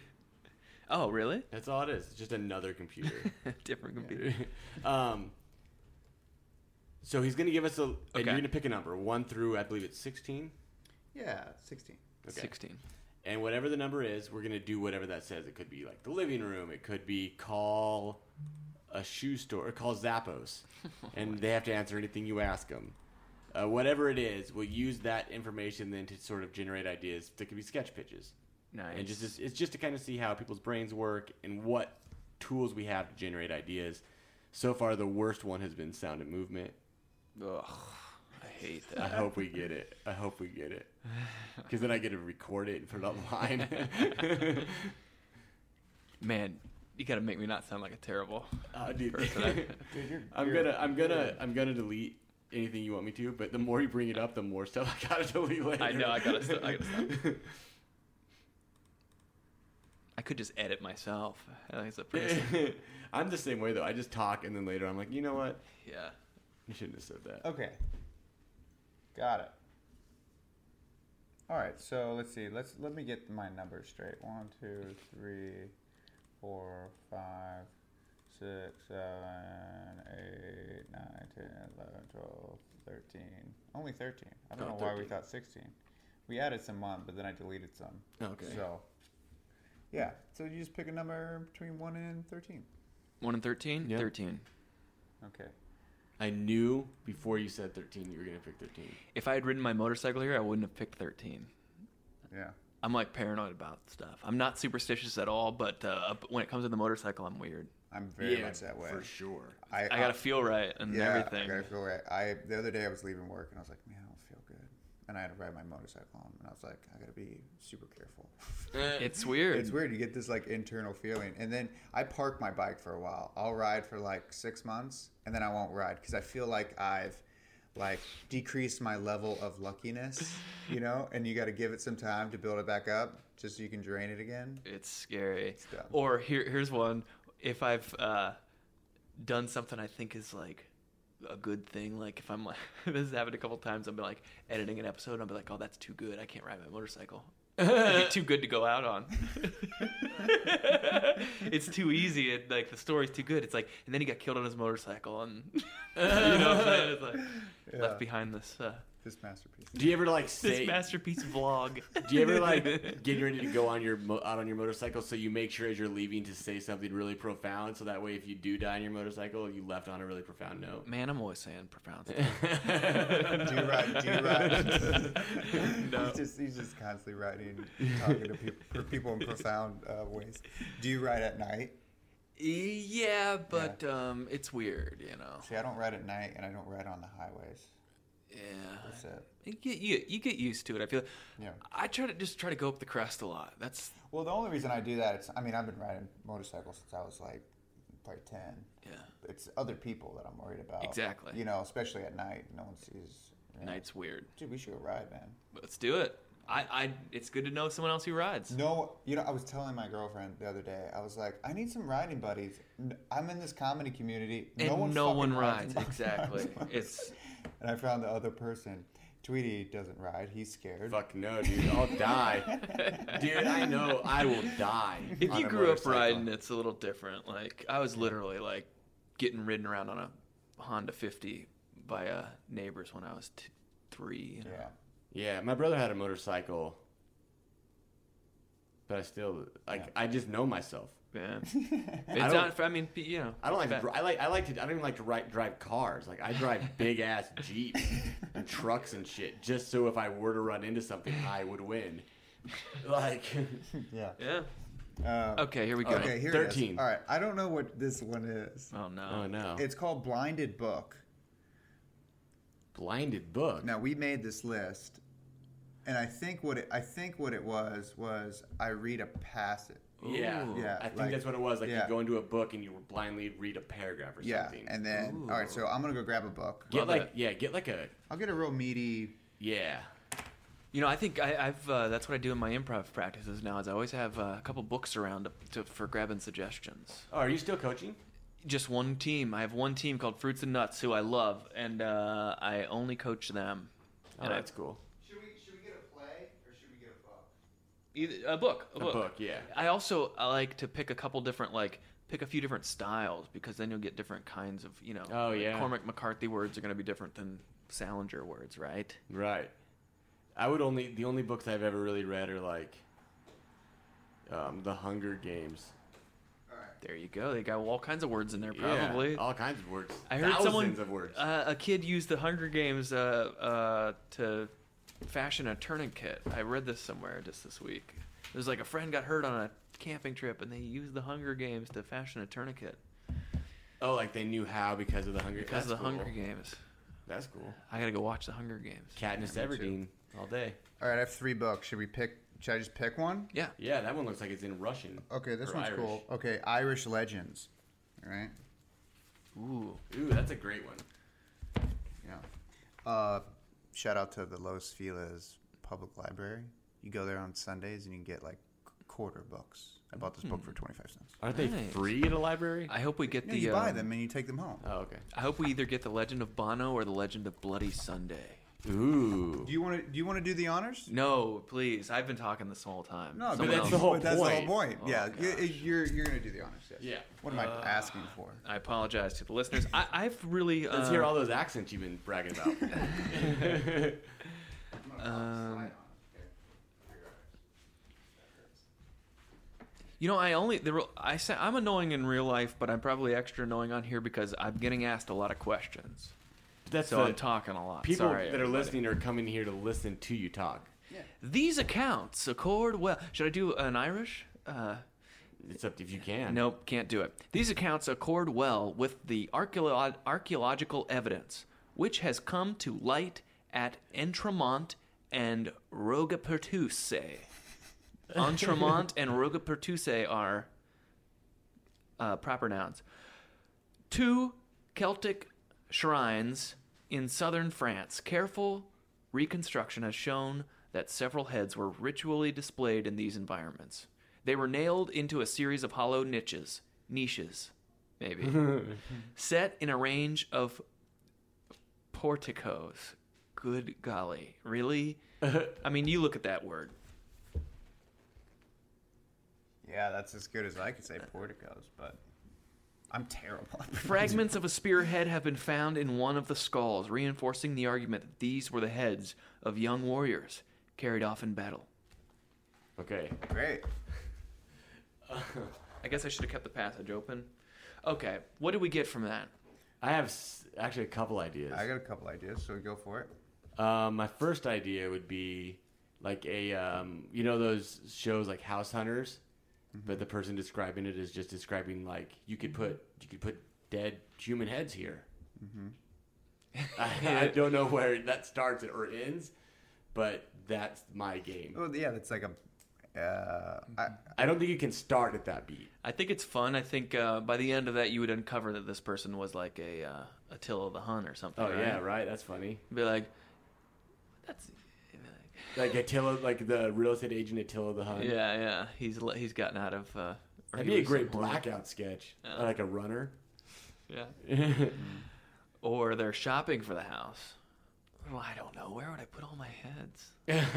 Speaker 5: Oh, really?
Speaker 2: That's all it is. It's just another computer.
Speaker 5: Different computer.
Speaker 2: um, so he's gonna give us a. And
Speaker 5: Okay.
Speaker 2: you're gonna pick a number, one through I believe it's sixteen.
Speaker 4: Yeah, 16.
Speaker 5: 16.
Speaker 2: And whatever the number is, we're gonna do whatever that says. It could be like the living room. It could be call a shoe store. Or call Zappos, and they have to answer anything you ask them. Uh, whatever it is, we'll use that information then to sort of generate ideas that could be sketch pitches.
Speaker 5: Nice.
Speaker 2: And just it's just to kind of see how people's brains work and what tools we have to generate ideas. So far, the worst one has been sound and movement.
Speaker 5: Ugh, I hate
Speaker 2: I
Speaker 5: that.
Speaker 2: hope we get it. I hope we get it. Because then I get to record it and put it online.
Speaker 5: Man, you gotta make me not sound like a terrible.
Speaker 2: oh, dude.
Speaker 5: Perfect.
Speaker 2: I'm gonna, I'm gonna, I'm gonna delete anything you want me to. But the more you bring it up, the more stuff I gotta delete later.
Speaker 5: I know. I gotta. St- I gotta stop. I could just edit myself. I think it's a pretty.
Speaker 2: I'm the same way though. I just talk and then later I'm like, you know what?
Speaker 5: yeah.
Speaker 2: You shouldn't have said that.
Speaker 4: Okay. Got it. All right, so let's see. Let's let me get my numbers straight. One, two, three, four, five, six, seven, eight, nine, ten, eleven, twelve, thirteen. Only thirteen. I don't
Speaker 2: Oh,
Speaker 4: know why we
Speaker 2: 13.
Speaker 4: thought sixteen. We added some on, but then I deleted some.
Speaker 2: Okay.
Speaker 4: So. Yeah. So you just pick a number between one and thirteen.
Speaker 5: One and thirteen.
Speaker 2: Yeah.
Speaker 5: Thirteen.
Speaker 4: Okay.
Speaker 2: I knew before you said 13 you were gonna pick 13.
Speaker 5: If I had ridden my motorcycle here, I wouldn't have picked thirteen.
Speaker 4: Yeah.
Speaker 5: I'm like paranoid about stuff. I'm not superstitious at all, but uh, but when it comes to the motorcycle, I'm weird.
Speaker 4: I'm very much that way.
Speaker 2: for sure.
Speaker 5: I gotta feel right and
Speaker 4: Uh, Yeah,
Speaker 5: everything.
Speaker 4: I gotta feel right. I the other day I was leaving work and I was like, man, I don't feel good, and I had to ride my motorcycle home, and I was like, I gotta be super careful.
Speaker 5: It's weird.
Speaker 4: it's weird. You get this like internal feeling, and then I park my bike for a while. I'll ride for like six months, and then I won't ride because I feel like I've like decreased my level of luckiness, you know, and you got to give it some time to build it back up just so you can drain it again.
Speaker 5: It's scary. Or here, here's one. If I've uh, done something I think is like a good thing, like if I'm like, this has happened a couple times, I'll be like editing an episode and I'll be like, oh, that's too good. I can't ride my motorcycle. It'd be too good to go out on. it's too easy. It, like the story's too good. It's like, and then he got killed on his motorcycle, and you know, what I'm saying? it's like
Speaker 4: Yeah.
Speaker 5: left behind this uh,
Speaker 4: This masterpiece.
Speaker 2: Do you ever like
Speaker 5: this
Speaker 2: say?
Speaker 5: masterpiece vlog.
Speaker 2: do you ever like get ready to go on your mo- out on your motorcycle so you make sure as you're leaving to say something really profound so that way if you do die on your motorcycle you left on a really profound note.
Speaker 5: Man, I'm always saying profound stuff.
Speaker 4: Do you ride? Do you ride?
Speaker 5: No.
Speaker 4: He's just he's just constantly writing, talking to people, people in profound uh, ways. Do you ride at night?
Speaker 5: e, Yeah, but Um, it's weird, you know.
Speaker 4: See, I don't ride at night, and I don't ride on the highways.
Speaker 5: Yeah,
Speaker 4: That's it.
Speaker 5: you get you, you get used to it. I feel.
Speaker 4: Yeah.
Speaker 5: I try to just try to go up the crest a lot. That's
Speaker 4: Well, the only reason I do that, it's I mean, I've been riding motorcycles since I was like probably ten.
Speaker 5: yeah.
Speaker 4: It's other people that I'm worried about.
Speaker 5: Exactly.
Speaker 4: You know, especially at night, no one sees. you know.
Speaker 5: Night's weird.
Speaker 4: Dude, we should go ride, man.
Speaker 5: Let's do it. I, I it's good to know someone else who rides.
Speaker 4: No, you know, I was telling my girlfriend the other day. I was like, I need some riding buddies. N- I'm in this comedy community.
Speaker 5: And no one,
Speaker 4: fucking
Speaker 5: rides.
Speaker 4: my
Speaker 5: Exactly.
Speaker 4: motorcycle.
Speaker 5: It's
Speaker 4: and I found the other person. Tweety doesn't ride. He's scared.
Speaker 2: Fuck no, dude. I'll die. dude, I know I will die.
Speaker 5: if
Speaker 2: on
Speaker 5: you
Speaker 2: a
Speaker 5: grew up
Speaker 2: motorcycle.
Speaker 5: riding, it's a little different. Like I was literally like getting ridden around on a Honda 50 by uh, neighbors when I was t- three. You know?
Speaker 4: Yeah.
Speaker 2: Yeah, my brother had a motorcycle. But I still like I just know myself. I
Speaker 5: Yeah. It's
Speaker 2: don't-
Speaker 5: not. I mean, you know.
Speaker 2: I don't like to,
Speaker 5: fa-
Speaker 2: dri- I like I like to I don't even like to ri- drive cars. Like I drive big ass jeeps and trucks and shit just so if I were to run into something I would win. Like
Speaker 4: Yeah.
Speaker 5: Yeah.
Speaker 2: Uh,
Speaker 4: Um,
Speaker 5: Okay. Here we go.
Speaker 4: okay, here it
Speaker 2: 13.
Speaker 4: is. All right. I don't know what this one is.
Speaker 5: Oh no.
Speaker 2: oh no.
Speaker 4: It's called Blinded Book.
Speaker 2: Blinded book.
Speaker 4: Now we made this list, and I think what it, I think what it was was I read a passage.
Speaker 2: Yeah.
Speaker 5: Ooh.
Speaker 4: Yeah,
Speaker 2: I think
Speaker 4: like-
Speaker 2: that's what it was. Like
Speaker 4: yeah.
Speaker 2: you go into a book and you blindly read a paragraph or
Speaker 4: Yeah,
Speaker 2: something.
Speaker 4: and then all right. So I'm gonna go grab a book.
Speaker 2: get
Speaker 5: Love
Speaker 2: like
Speaker 5: it.
Speaker 2: yeah, get like a
Speaker 4: I'll get a real meaty.
Speaker 2: yeah.
Speaker 5: You know, I think I, I've uh, that's what I do in my improv practices now. Is I always have uh, a couple books around to, to, for grabbing suggestions.
Speaker 2: Oh, are you still coaching?
Speaker 5: Just one team. I have one team called Fruits and Nuts, who I love, and uh, I only coach them.
Speaker 2: Oh,
Speaker 5: and I-
Speaker 2: that's cool.
Speaker 4: Should we should we get a play or should we get a book?
Speaker 5: Either, a book. A,
Speaker 2: A book, yeah.
Speaker 5: I also I like to pick a couple different like pick a few different styles because then you'll get different kinds of you know.
Speaker 2: Oh,
Speaker 5: like,
Speaker 2: yeah.
Speaker 5: Cormac McCarthy words are going to be different than Salinger words, right?
Speaker 2: Right. I would only the only books I've ever really read are like um, The Hunger Games.
Speaker 5: There you go. They got all kinds of words in there,
Speaker 2: Yeah,
Speaker 5: probably.
Speaker 2: all kinds of words.
Speaker 5: I heard
Speaker 2: Thousands
Speaker 5: someone,
Speaker 2: of words.
Speaker 5: Uh, a kid used the Hunger Games uh, uh, to fashion a tourniquet. I read this somewhere just this week. There's like a friend got hurt on a camping trip, and they used the Hunger Games to fashion a tournicut
Speaker 2: oh, like they knew how because of the Hunger
Speaker 5: because of the
Speaker 2: That's cool.
Speaker 5: Hunger Games.
Speaker 2: That's cool.
Speaker 5: I gotta go watch the Hunger Games.
Speaker 2: Katniss
Speaker 5: Yeah, me too.
Speaker 2: Everdeen all day.
Speaker 4: All right, I have three books. Should we pick? Should I just pick one?
Speaker 5: Yeah.
Speaker 2: Yeah, that one looks like it's in Russian.
Speaker 4: Okay, this
Speaker 2: or
Speaker 4: one's
Speaker 2: Irish.
Speaker 4: cool. Okay, Irish legends. All right.
Speaker 5: Ooh.
Speaker 2: Ooh, that's a great one.
Speaker 4: Yeah. Uh, shout out to the Los Feliz Public Library. You go there on Sundays and you can get like qu- quarter books. I bought this book for twenty five cents.
Speaker 2: Aren't they
Speaker 5: Nice.
Speaker 2: free at a library?
Speaker 5: I hope we get
Speaker 4: No,
Speaker 5: the.
Speaker 4: you buy
Speaker 5: um,
Speaker 4: them and you take them home.
Speaker 2: Oh, okay.
Speaker 5: I hope we either get the Legend of Bono or the Legend of Bloody Sunday.
Speaker 2: Ooh.
Speaker 4: Do you want to? Do you want to do the honors?
Speaker 5: No, please. I've been talking this whole time.
Speaker 4: No,
Speaker 5: Someone
Speaker 2: that's
Speaker 5: else-
Speaker 2: the whole
Speaker 4: That's the whole
Speaker 2: point.
Speaker 4: point.
Speaker 5: Oh,
Speaker 4: yeah, you-
Speaker 5: gosh.
Speaker 4: you're you're gonna do the honors. Yes.
Speaker 2: Yeah.
Speaker 4: What am I asking for?
Speaker 5: I apologize to the listeners. I, I've really. Uh,
Speaker 2: Let's hear all those accents you've been bragging about.
Speaker 5: Um, you know, I only the real, I say I'm annoying in real life, but I'm probably extra annoying on here because I'm getting asked a lot of questions,
Speaker 2: that's
Speaker 5: so
Speaker 2: the
Speaker 5: I'm talking a lot.
Speaker 2: people
Speaker 5: Sorry,
Speaker 2: that are
Speaker 5: everybody.
Speaker 2: listening are coming here to listen to you talk.
Speaker 5: These accounts accord well. Should I do an Irish? Uh,
Speaker 2: It's up to if you can.
Speaker 5: Nope, can't do it. These accounts accord well with the archeolo- archaeological evidence, which has come to light at Entremont and Rogapertuse. Entremont and Rogapertuse are uh, proper nouns. Two Celtic shrines in southern France, careful reconstruction has shown that several heads were ritually displayed in these environments. They were nailed into a series of hollow niches, niches, maybe, set in a range of porticos. Good golly, really? I mean, you look at that word.
Speaker 4: Yeah, that's as good as I could say porticos, but I'm terrible. at
Speaker 5: Fragments of a spearhead have been found in one of the skulls, reinforcing the argument that these were the heads of young warriors carried off in battle.
Speaker 2: Okay.
Speaker 4: Great.
Speaker 5: I guess I should have kept the passage open. Okay, what did we get from that?
Speaker 2: I have s- actually a couple ideas.
Speaker 4: I got a couple ideas, so go for it.
Speaker 2: Um, my first idea would be like a um, you know those shows like House Hunters, but the person describing it is just describing like you could put you could put dead human heads here. Mm-hmm. I, I don't know where that starts or ends, but that's my game.
Speaker 4: Well, yeah, that's like a. Uh, I,
Speaker 2: I don't think you can start at that beat.
Speaker 5: I think it's fun. I think uh, by the end of that, you would uncover that this person was like a uh, Attila the Hun or something.
Speaker 2: Oh
Speaker 5: right?
Speaker 2: yeah, right. That's funny.
Speaker 5: Be like, that's
Speaker 2: Like Attila, like the real estate agent Attila the Hun.
Speaker 5: yeah, yeah. He's le- he's gotten out of. Uh, or
Speaker 2: That'd
Speaker 5: he
Speaker 2: be a
Speaker 5: was
Speaker 2: great
Speaker 5: someone-
Speaker 2: blackout sketch, like a runner.
Speaker 5: Yeah. or they're shopping for the house. Oh, I don't know. Where would I put all my heads?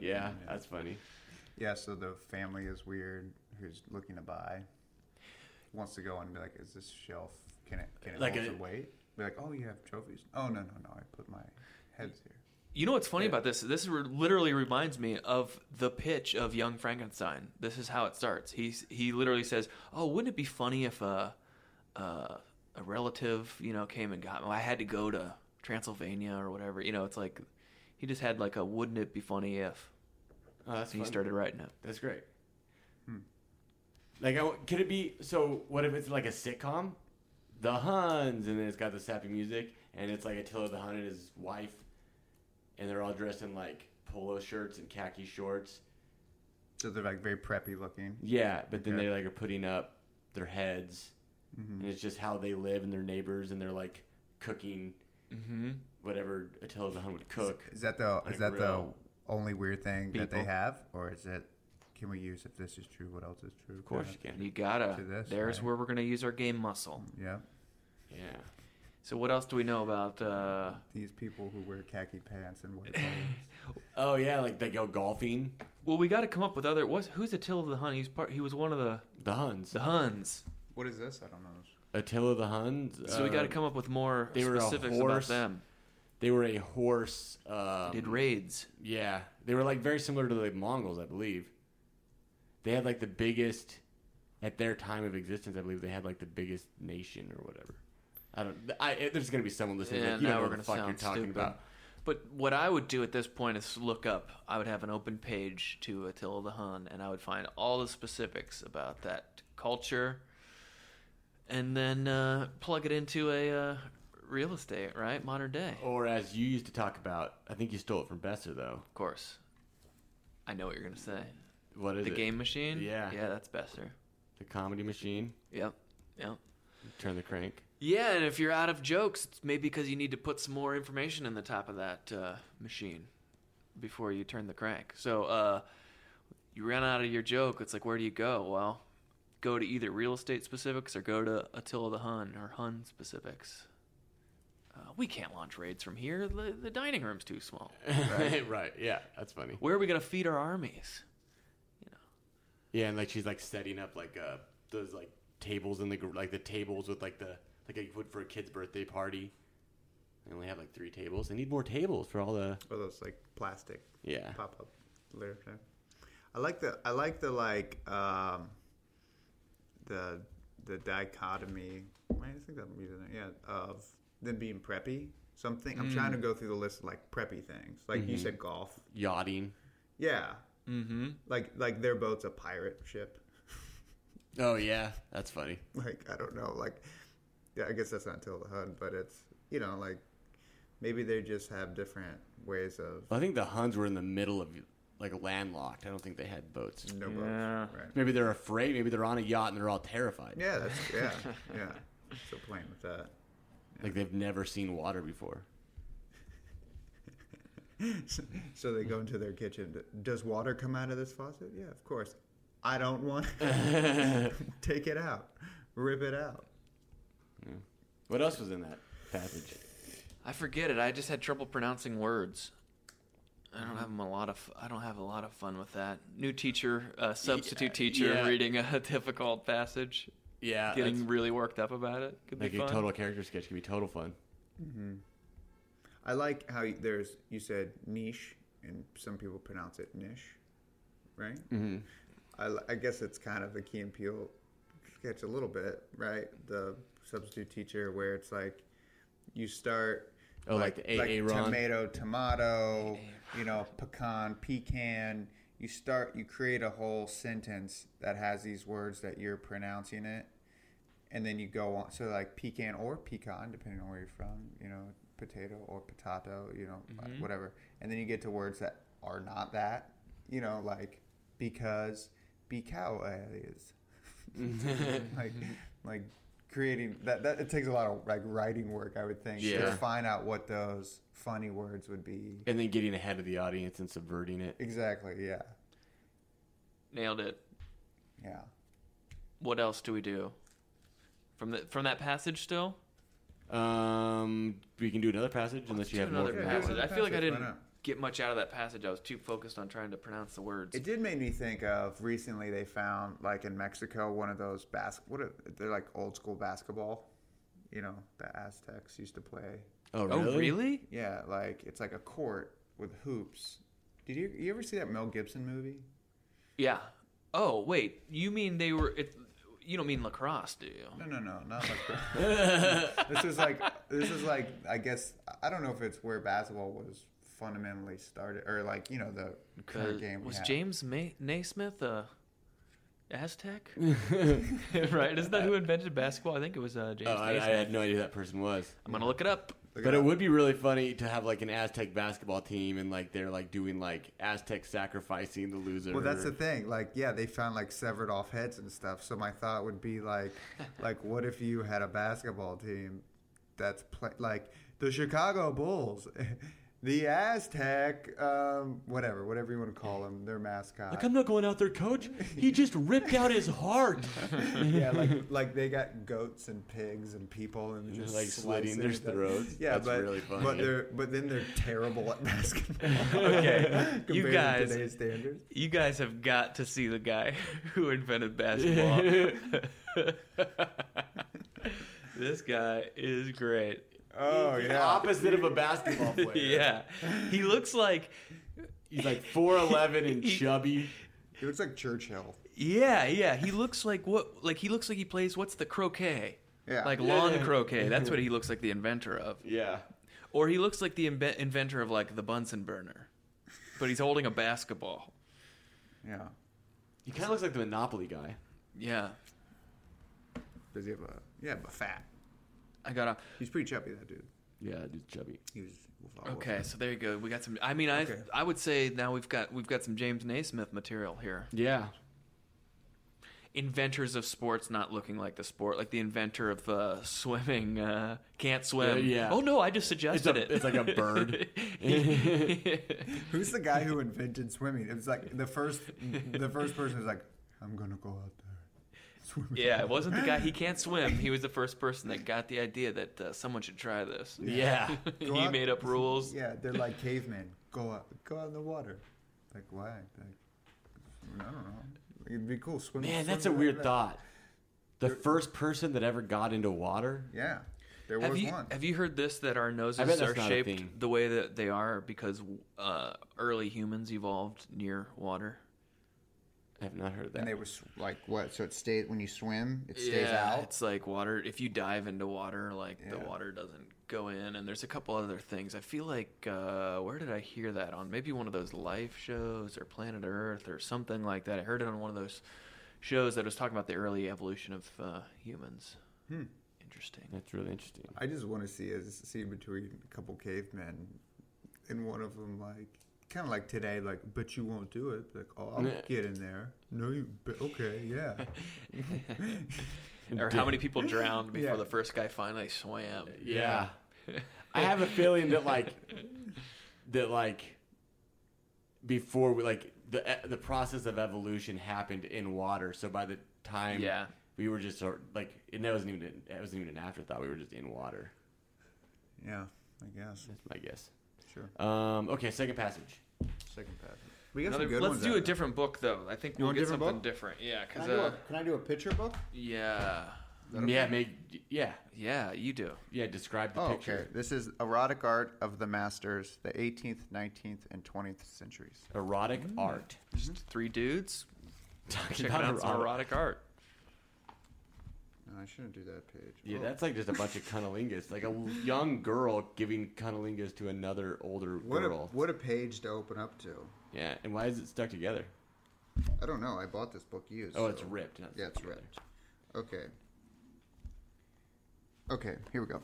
Speaker 2: Yeah, that's funny. Mm-hmm.
Speaker 4: yeah, so the family is weird. Who's looking to buy? Wants to go and be like, "Is this shelf? Can it? Can it
Speaker 2: Like
Speaker 4: hold
Speaker 2: a-
Speaker 4: the weight?" Be like, "Oh, you have trophies? Oh no, no, no! I put my heads here."
Speaker 5: You know what's funny about this? This re- literally reminds me of the pitch of Young Frankenstein. This is how it starts. He's he literally says, "Oh, wouldn't it be funny if a uh, a relative, you know, came and got me? I had to go to Transylvania or whatever. You know, it's like he just had like a wouldn't it be funny if
Speaker 2: Oh, that's
Speaker 5: he
Speaker 2: fun.
Speaker 5: started writing it.
Speaker 2: That's great.
Speaker 4: Hmm.
Speaker 2: Like, I w could it be? So, what if it's like a sitcom, The Huns, and then it's got the sappy music, and it's like Attila the Hun and his wife, and they're all dressed in like polo shirts and khaki shorts.
Speaker 4: So they're like very preppy looking.
Speaker 2: Yeah, but then
Speaker 4: Okay. Mm-hmm.
Speaker 2: they like are putting up their heads, and it's just how they live and their neighbors, and they're like cooking Mm-hmm. whatever Attila the Hun would cook.
Speaker 4: Is that the
Speaker 2: Like
Speaker 4: is that
Speaker 2: real
Speaker 4: the only weird thing that they
Speaker 5: people.
Speaker 4: have, or is it? Can we use if this is true? What else is true?
Speaker 2: Of course, you can.
Speaker 5: You gotta.
Speaker 4: To this,
Speaker 5: there's
Speaker 4: right.
Speaker 5: where we're gonna use our game muscle.
Speaker 4: Yeah.
Speaker 2: Yeah.
Speaker 5: So what else do we know about? Uh,
Speaker 4: These people who wear khaki pants and white clothes.
Speaker 2: Oh yeah, like they go golfing.
Speaker 5: well, we got to come up with other. What's, who's Attila the Hun? He's part. He was one of the
Speaker 2: The Huns.
Speaker 5: the Huns.
Speaker 4: What is this? I don't know.
Speaker 2: Attila the Huns.
Speaker 5: So we got to
Speaker 2: uh,
Speaker 5: come up with more
Speaker 2: they were a
Speaker 5: specifics
Speaker 2: horse.
Speaker 5: about them.
Speaker 2: They were a horse. Um,
Speaker 5: Did raids.
Speaker 2: yeah, they were like very similar to the Mongols, I believe. They had like the biggest, at their time of existence, I believe they had like the biggest nation or whatever. I don't. I, I- there's gonna be someone listening.
Speaker 5: Yeah,
Speaker 2: that, you
Speaker 5: now
Speaker 2: know
Speaker 5: we're
Speaker 2: what the
Speaker 5: gonna
Speaker 2: fuck
Speaker 5: sound
Speaker 2: you're talking
Speaker 5: stupid.
Speaker 2: about.
Speaker 5: But what I would do at this point is look up. I would have an open page to Attila the Hun, and I would find all the specifics about that culture, and then uh, plug it into a uh, real estate, right? Modern day,
Speaker 2: Or as you used to talk about, I think you stole it from Besser though.
Speaker 5: of course. I know what you're gonna say.
Speaker 2: What is
Speaker 5: the
Speaker 2: it?
Speaker 5: game machine.
Speaker 2: Yeah.
Speaker 5: yeah, that's Besser.
Speaker 2: The comedy machine.
Speaker 5: Yep, yep.
Speaker 2: Turn the crank.
Speaker 5: Yeah, and if you're out of jokes, it's maybe because you need to put some more information in the top of that uh, machine before you turn the crank. So uh, you ran out of your joke. It's like, where do you go? Well, go to either real estate specifics or go to Attila the Hun or Hun specifics. Uh, we can't launch raids from here. The, the dining room's too small.
Speaker 2: Right. right. Yeah, that's funny.
Speaker 5: Where are we going to feed our armies?
Speaker 2: Yeah, and like she's like setting up like uh those like tables in the gr- like the tables with like the like you would for a kid's birthday party. They only have like three tables. They need more tables for all the
Speaker 4: Or those like plastic
Speaker 2: yeah.
Speaker 4: pop up literature. I like the I like the like um, the the dichotomy. Why do you think that reason? Yeah, of them being preppy. Something I'm trying to go through the list of like preppy things. Like you said, golf.
Speaker 2: Yachting.
Speaker 4: Yeah. Mm-hmm. Like like their boat's a pirate ship.
Speaker 2: Oh yeah, that's funny.
Speaker 4: like I don't know, like yeah, I guess that's not till the Hun, but it's you know like maybe they just have different ways of
Speaker 2: I think the Huns were in the middle of like landlocked. I don't think they had boats.
Speaker 4: no
Speaker 5: Yeah.
Speaker 4: boats, right?
Speaker 2: Maybe they're afraid. Maybe they're on a yacht and they're all terrified.
Speaker 4: Yeah, that's yeah, yeah. So playing with that,
Speaker 2: Like they've never seen water before.
Speaker 4: so they go into their kitchen. Does water come out of this faucet? Yeah, of course. I don't want. Take it out. Rip it out.
Speaker 2: What else was in that passage?
Speaker 5: I forget it. I just had trouble pronouncing words. I don't
Speaker 2: Mm-hmm.
Speaker 5: have a lot of. I don't have a lot of fun with that. New teacher, uh, substitute teacher,
Speaker 2: yeah.
Speaker 5: reading a difficult passage,
Speaker 2: Yeah,
Speaker 5: getting
Speaker 2: that's-
Speaker 5: really worked up about it. Could
Speaker 2: like
Speaker 5: be
Speaker 2: a
Speaker 5: fun.
Speaker 2: total character sketch could be total fun.
Speaker 4: I like how you- there's you said niche and some people pronounce it niche, right? Mm-hmm. I, li- I guess it's kind of the Key and Peele sketch a little bit, right? The substitute teacher where it's like you start
Speaker 2: Oh, like the AA Ron.
Speaker 4: tomato tomato, you know pecan pecan. You start you create a whole sentence that has these words that you're pronouncing it and then you go on so like pecan or pecan depending on where you're from you know potato or potato you know uh, whatever and then you get to words that are not that you know like because because is like like creating that, that it takes a lot of like writing work i would think
Speaker 2: Yeah.
Speaker 4: to find out what those funny words would be
Speaker 2: And then getting ahead of the audience and subverting it.
Speaker 4: exactly yeah
Speaker 5: Nailed it.
Speaker 4: yeah
Speaker 5: What else do we do? From the from that passage still.
Speaker 2: Um, we can do another passage unless you have more.
Speaker 5: another
Speaker 2: From
Speaker 4: Yeah,
Speaker 2: that
Speaker 5: passage.
Speaker 2: one.
Speaker 4: another
Speaker 5: I feel like I
Speaker 4: passage, why
Speaker 5: didn't
Speaker 4: not?
Speaker 5: get much out of that passage. I was too focused on trying to pronounce the words.
Speaker 4: It did make me think of recently they found like in Mexico one of those bas what are, they're like old school basketball, you know the Aztecs used to play.
Speaker 2: Oh,
Speaker 5: oh,
Speaker 2: really?
Speaker 5: really?
Speaker 4: Yeah, like it's like a court with hoops. Did you you ever see that Mel Gibson movie?
Speaker 5: Yeah. Oh, wait. You mean they were? It, you don't mean lacrosse, do you?
Speaker 4: No, no, no, not like this is like this is like I guess I don't know if it's where basketball was fundamentally started or like you know the current
Speaker 5: Uh,
Speaker 4: game. we
Speaker 5: was
Speaker 4: have.
Speaker 5: James May- Naismith a Aztec? right? Isn't that who invented basketball? I think it was uh, James
Speaker 2: Oh, I, I
Speaker 5: Naismith.
Speaker 2: had no idea who that person was.
Speaker 5: I'm gonna look it up.
Speaker 4: Look
Speaker 2: But
Speaker 4: it
Speaker 2: it
Speaker 4: up.
Speaker 2: would be really funny to have like an Aztec basketball team and like they're like doing like Aztec sacrificing the loser.
Speaker 4: Well, that's the thing. Like, yeah, they found like severed off heads and stuff. So my thought would be like, like, what if you had a basketball team that's play- like the Chicago Bulls, the Aztec, um, whatever, whatever you want to call them, their mascot.
Speaker 2: Like I'm not going out there, coach. He just ripped out his heart.
Speaker 4: yeah, like like they got goats and pigs and people and just
Speaker 2: like slitting
Speaker 4: slicing
Speaker 2: their
Speaker 4: it up.
Speaker 2: throats.
Speaker 4: Yeah,
Speaker 2: That's
Speaker 4: but
Speaker 2: really funny.
Speaker 4: but they're but then they're terrible at basketball.
Speaker 5: Okay,
Speaker 4: compared
Speaker 5: you guys,
Speaker 4: to today's standards.
Speaker 5: you guys have got to see the guy who invented basketball. this guy is great.
Speaker 4: Oh yeah,
Speaker 2: Opposite of a basketball player.
Speaker 5: Yeah, he looks like
Speaker 2: He's like 4'11 and chubby.
Speaker 4: it looks like Churchill.
Speaker 5: yeah, yeah. He looks like what? Like he looks like he plays what's the croquet?
Speaker 4: Yeah.
Speaker 5: like lawn croquet. That's what he looks like the inventor of.
Speaker 2: Yeah.
Speaker 5: Or he looks like the imbe- inventor of like the Bunsen burner, but he's holding a basketball.
Speaker 4: Yeah.
Speaker 2: He kind of looks like the Monopoly guy.
Speaker 5: Yeah,
Speaker 4: Does he have a yeah, but fat?
Speaker 5: I got off.
Speaker 4: He's pretty chubby, that dude.
Speaker 2: Yeah, dude, chubby.
Speaker 4: He was
Speaker 5: Okay, so there you go. We got some. I mean, I
Speaker 4: Okay.
Speaker 5: I would say now we've got we've got some James Naismith material here.
Speaker 2: Yeah.
Speaker 5: Inventors of sports not looking like the sport, like the inventor of uh, swimming uh, can't swim.
Speaker 2: Yeah, yeah.
Speaker 5: Oh no, I just suggested
Speaker 2: a-
Speaker 5: it.
Speaker 2: it's like a bird.
Speaker 4: Who's the guy who invented swimming? It was like the first, the first person was like, "I'm gonna go out there, swim."
Speaker 5: yeah, it wasn't the guy. He can't swim. He was the first person that got the idea that uh, someone should try this.
Speaker 2: Yeah.
Speaker 5: he
Speaker 4: out-
Speaker 5: made up rules.
Speaker 4: Yeah, they're like cavemen. Go out, go out in the water. Like why? Like, I don't know. It'd be cool. Swim.
Speaker 2: Man,
Speaker 4: swim
Speaker 2: that's a
Speaker 4: around
Speaker 2: weird
Speaker 4: that.
Speaker 2: thought. The first person that ever got into water.
Speaker 4: Yeah, there
Speaker 5: Have
Speaker 4: was
Speaker 5: you,
Speaker 4: one.
Speaker 5: have you heard this that our
Speaker 2: I bet
Speaker 5: noses
Speaker 2: that's
Speaker 5: are
Speaker 2: not a thing.
Speaker 5: shaped the way that they are because uh, early humans evolved near water?
Speaker 2: I have not heard of that.
Speaker 4: and they was like what? So it stays when you swim, it stays
Speaker 5: yeah,
Speaker 4: out.
Speaker 5: It's like water. If you dive into water, like the
Speaker 4: Yeah.
Speaker 5: water doesn't go in. And there's a couple other things. I feel like uh, where did I hear that on? Maybe one of those life shows or Planet Earth or something like that. I heard it on one of those shows that was talking about the early evolution of uh, humans.
Speaker 4: Hmm.
Speaker 5: Interesting.
Speaker 2: That's really interesting.
Speaker 4: I just want to see a scene between a couple cavemen, and one of them like kind of like today, like, but you won't do it. Like, oh, I'll get in there. No, you. But okay, yeah.
Speaker 5: or how many people drowned before the first guy finally swam.
Speaker 2: Yeah. I have a feeling that like that like before we like the e- the process of evolution happened in water. So by the time
Speaker 5: Yeah.
Speaker 2: we were just sort like and that wasn't even that wasn't even an afterthought. We were just in water.
Speaker 4: Yeah, I guess.
Speaker 2: That's my guess.
Speaker 4: Sure.
Speaker 2: Um, okay, second passage.
Speaker 4: Second pass. We got
Speaker 5: Another-
Speaker 4: some good
Speaker 5: let's
Speaker 4: ones.
Speaker 5: do
Speaker 4: out
Speaker 5: a
Speaker 4: there.
Speaker 5: different book though. I think
Speaker 4: You
Speaker 5: we'll
Speaker 4: want a
Speaker 5: get
Speaker 4: different
Speaker 5: something
Speaker 4: book?
Speaker 5: different. Yeah,
Speaker 4: Can
Speaker 5: because
Speaker 4: I, do a,
Speaker 5: uh,
Speaker 4: can I do a picture book?
Speaker 5: yeah,
Speaker 2: Yeah, make yeah
Speaker 5: yeah, you do.
Speaker 2: yeah. Describe the
Speaker 4: Oh,
Speaker 2: picture.
Speaker 4: okay. This is erotic art of the masters, the 18th, 19th, and 20th centuries.
Speaker 2: Erotic
Speaker 4: Mm.
Speaker 2: art.
Speaker 4: Hmm?
Speaker 5: Just three dudes
Speaker 2: Talking
Speaker 5: checking
Speaker 2: about
Speaker 5: out
Speaker 2: erotic.
Speaker 5: some erotic art.
Speaker 4: No, I shouldn't do that page.
Speaker 2: Yeah,
Speaker 4: Oh.
Speaker 2: that's like just a bunch of cunnilingus. Like a young girl giving cunnilingus to another older
Speaker 11: What a,
Speaker 2: girl.
Speaker 11: what a page to open up to.
Speaker 2: Yeah, and why is it stuck together?
Speaker 11: I don't know. I bought this book used.
Speaker 2: Oh, it's
Speaker 11: so-
Speaker 2: ripped. Not
Speaker 11: Yeah, it's
Speaker 2: together.
Speaker 11: ripped. Okay. Okay, here we go.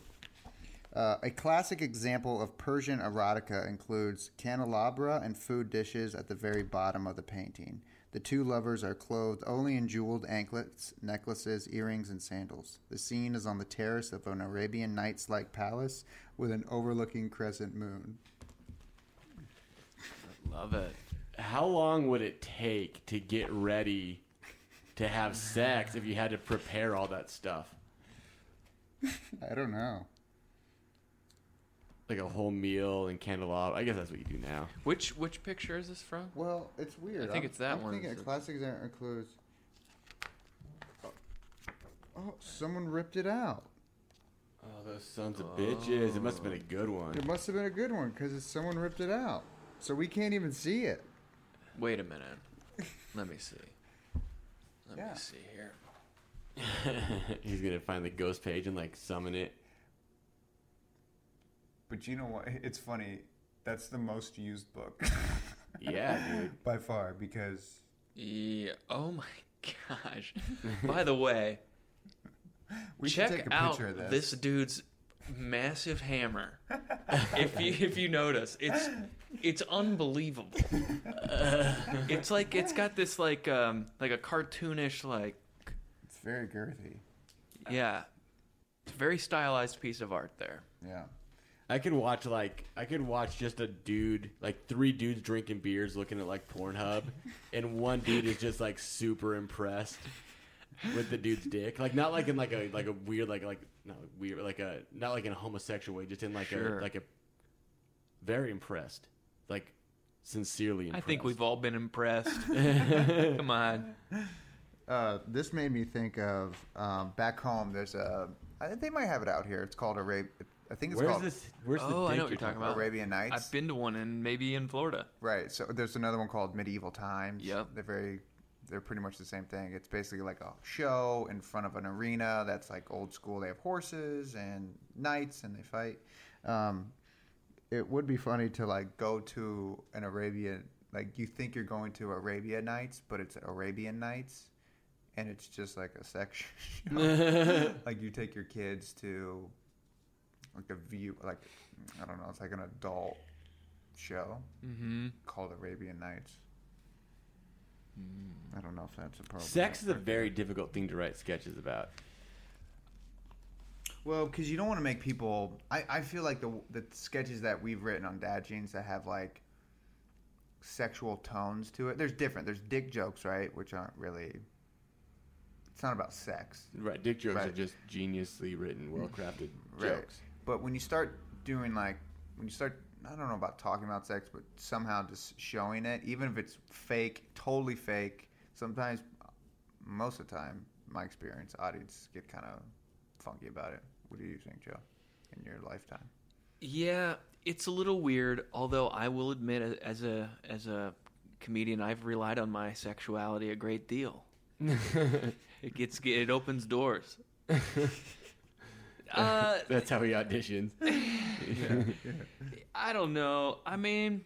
Speaker 11: Uh, a classic example of Persian erotica includes candelabra and food dishes at the very bottom of the painting. The two lovers are clothed only in jeweled anklets, necklaces, earrings, and sandals. The scene is on the terrace of an Arabian Nights like palace with an overlooking crescent moon.
Speaker 5: Love it.
Speaker 2: How long would it take to get ready to have sex if you had to prepare all that stuff?
Speaker 11: I don't know.
Speaker 2: Like a whole meal and candelabra. I guess that's what you do now.
Speaker 5: Which which picture is this from?
Speaker 11: Well, it's weird.
Speaker 5: think
Speaker 11: I'm-
Speaker 5: it's that
Speaker 11: I'm
Speaker 5: one.
Speaker 11: Thinking a
Speaker 5: It's-
Speaker 11: classic example includes. Oh, someone ripped it out.
Speaker 2: Oh, those sons of Oh. bitches! It must have been a good one.
Speaker 11: It must have been a good one because someone ripped it out, so we can't even see it.
Speaker 5: Wait a minute. Let me see. Let
Speaker 11: Yeah.
Speaker 5: me see here.
Speaker 2: He's gonna find the ghost page and like summon it.
Speaker 4: But you know what? It's funny. That's the most used book
Speaker 2: Yeah, dude.
Speaker 4: by far because
Speaker 5: Yeah. Oh my gosh. By the way,
Speaker 4: we
Speaker 5: check
Speaker 4: should take a
Speaker 5: out
Speaker 4: picture of this.
Speaker 5: this dude's massive hammer. if you if you notice, it's it's unbelievable. it's like it's got this like um like a cartoonish like
Speaker 4: It's very girthy.
Speaker 5: yeah, it's a very stylized piece of art there.
Speaker 4: Yeah.
Speaker 2: I could watch like I could watch just a dude, like three dudes drinking beers, looking at like Pornhub, and one dude is just like super impressed with the dude's dick. Like not like in like a like a weird like like not weird like a not like in a homosexual way, just in like
Speaker 5: Sure.
Speaker 2: a like a very impressed, like sincerely
Speaker 5: I
Speaker 2: impressed.
Speaker 5: think we've all been impressed. Come on.
Speaker 4: Uh, this made me think of um, back home. There's a. I think they might have it out here. It's called Arab. I think it's
Speaker 2: Where's
Speaker 4: called
Speaker 2: this? Where's the?
Speaker 5: Oh, I
Speaker 2: dick
Speaker 5: know what you're talking about.
Speaker 4: Arabian Nights.
Speaker 5: I've been to one and maybe in Florida.
Speaker 4: Right. So there's another one called Medieval Times.
Speaker 5: Yep.
Speaker 4: They're very, they're pretty much the same thing. It's basically like a show in front of an arena that's like old school. They have horses and knights and they fight. Um, it would be funny to like go to an Arabian, like you think you're going to Arabia Nights, but it's Arabian Nights. And it's just like a sex show. like you take your kids to like a view, like, I don't know, it's like an adult show called Arabian Nights. I don't know if that's appropriate.
Speaker 2: Sex is a very difficult thing to write sketches about.
Speaker 4: Well, because you don't want to make people. I, I feel like the the sketches that we've written on Dad Jeans that have like sexual tones to it. There's different. There's dick jokes, right? Which aren't really. It's not about sex.
Speaker 2: Right, dick jokes are
Speaker 4: Right.
Speaker 2: just geniusly written, well crafted jokes.
Speaker 4: But when you start doing like when you start I don't know about talking about sex, but somehow just showing it, even if it's fake, totally fake. Sometimes, most of the time, my experience, audience get kind of funky about it. What do you think, Joe? In your lifetime,
Speaker 5: Yeah, it's a little weird. Although I will admit, a- as a as a comedian, I've relied on my sexuality a great deal. it gets it opens doors. uh,
Speaker 2: That's how he auditions.
Speaker 5: I don't know. I mean,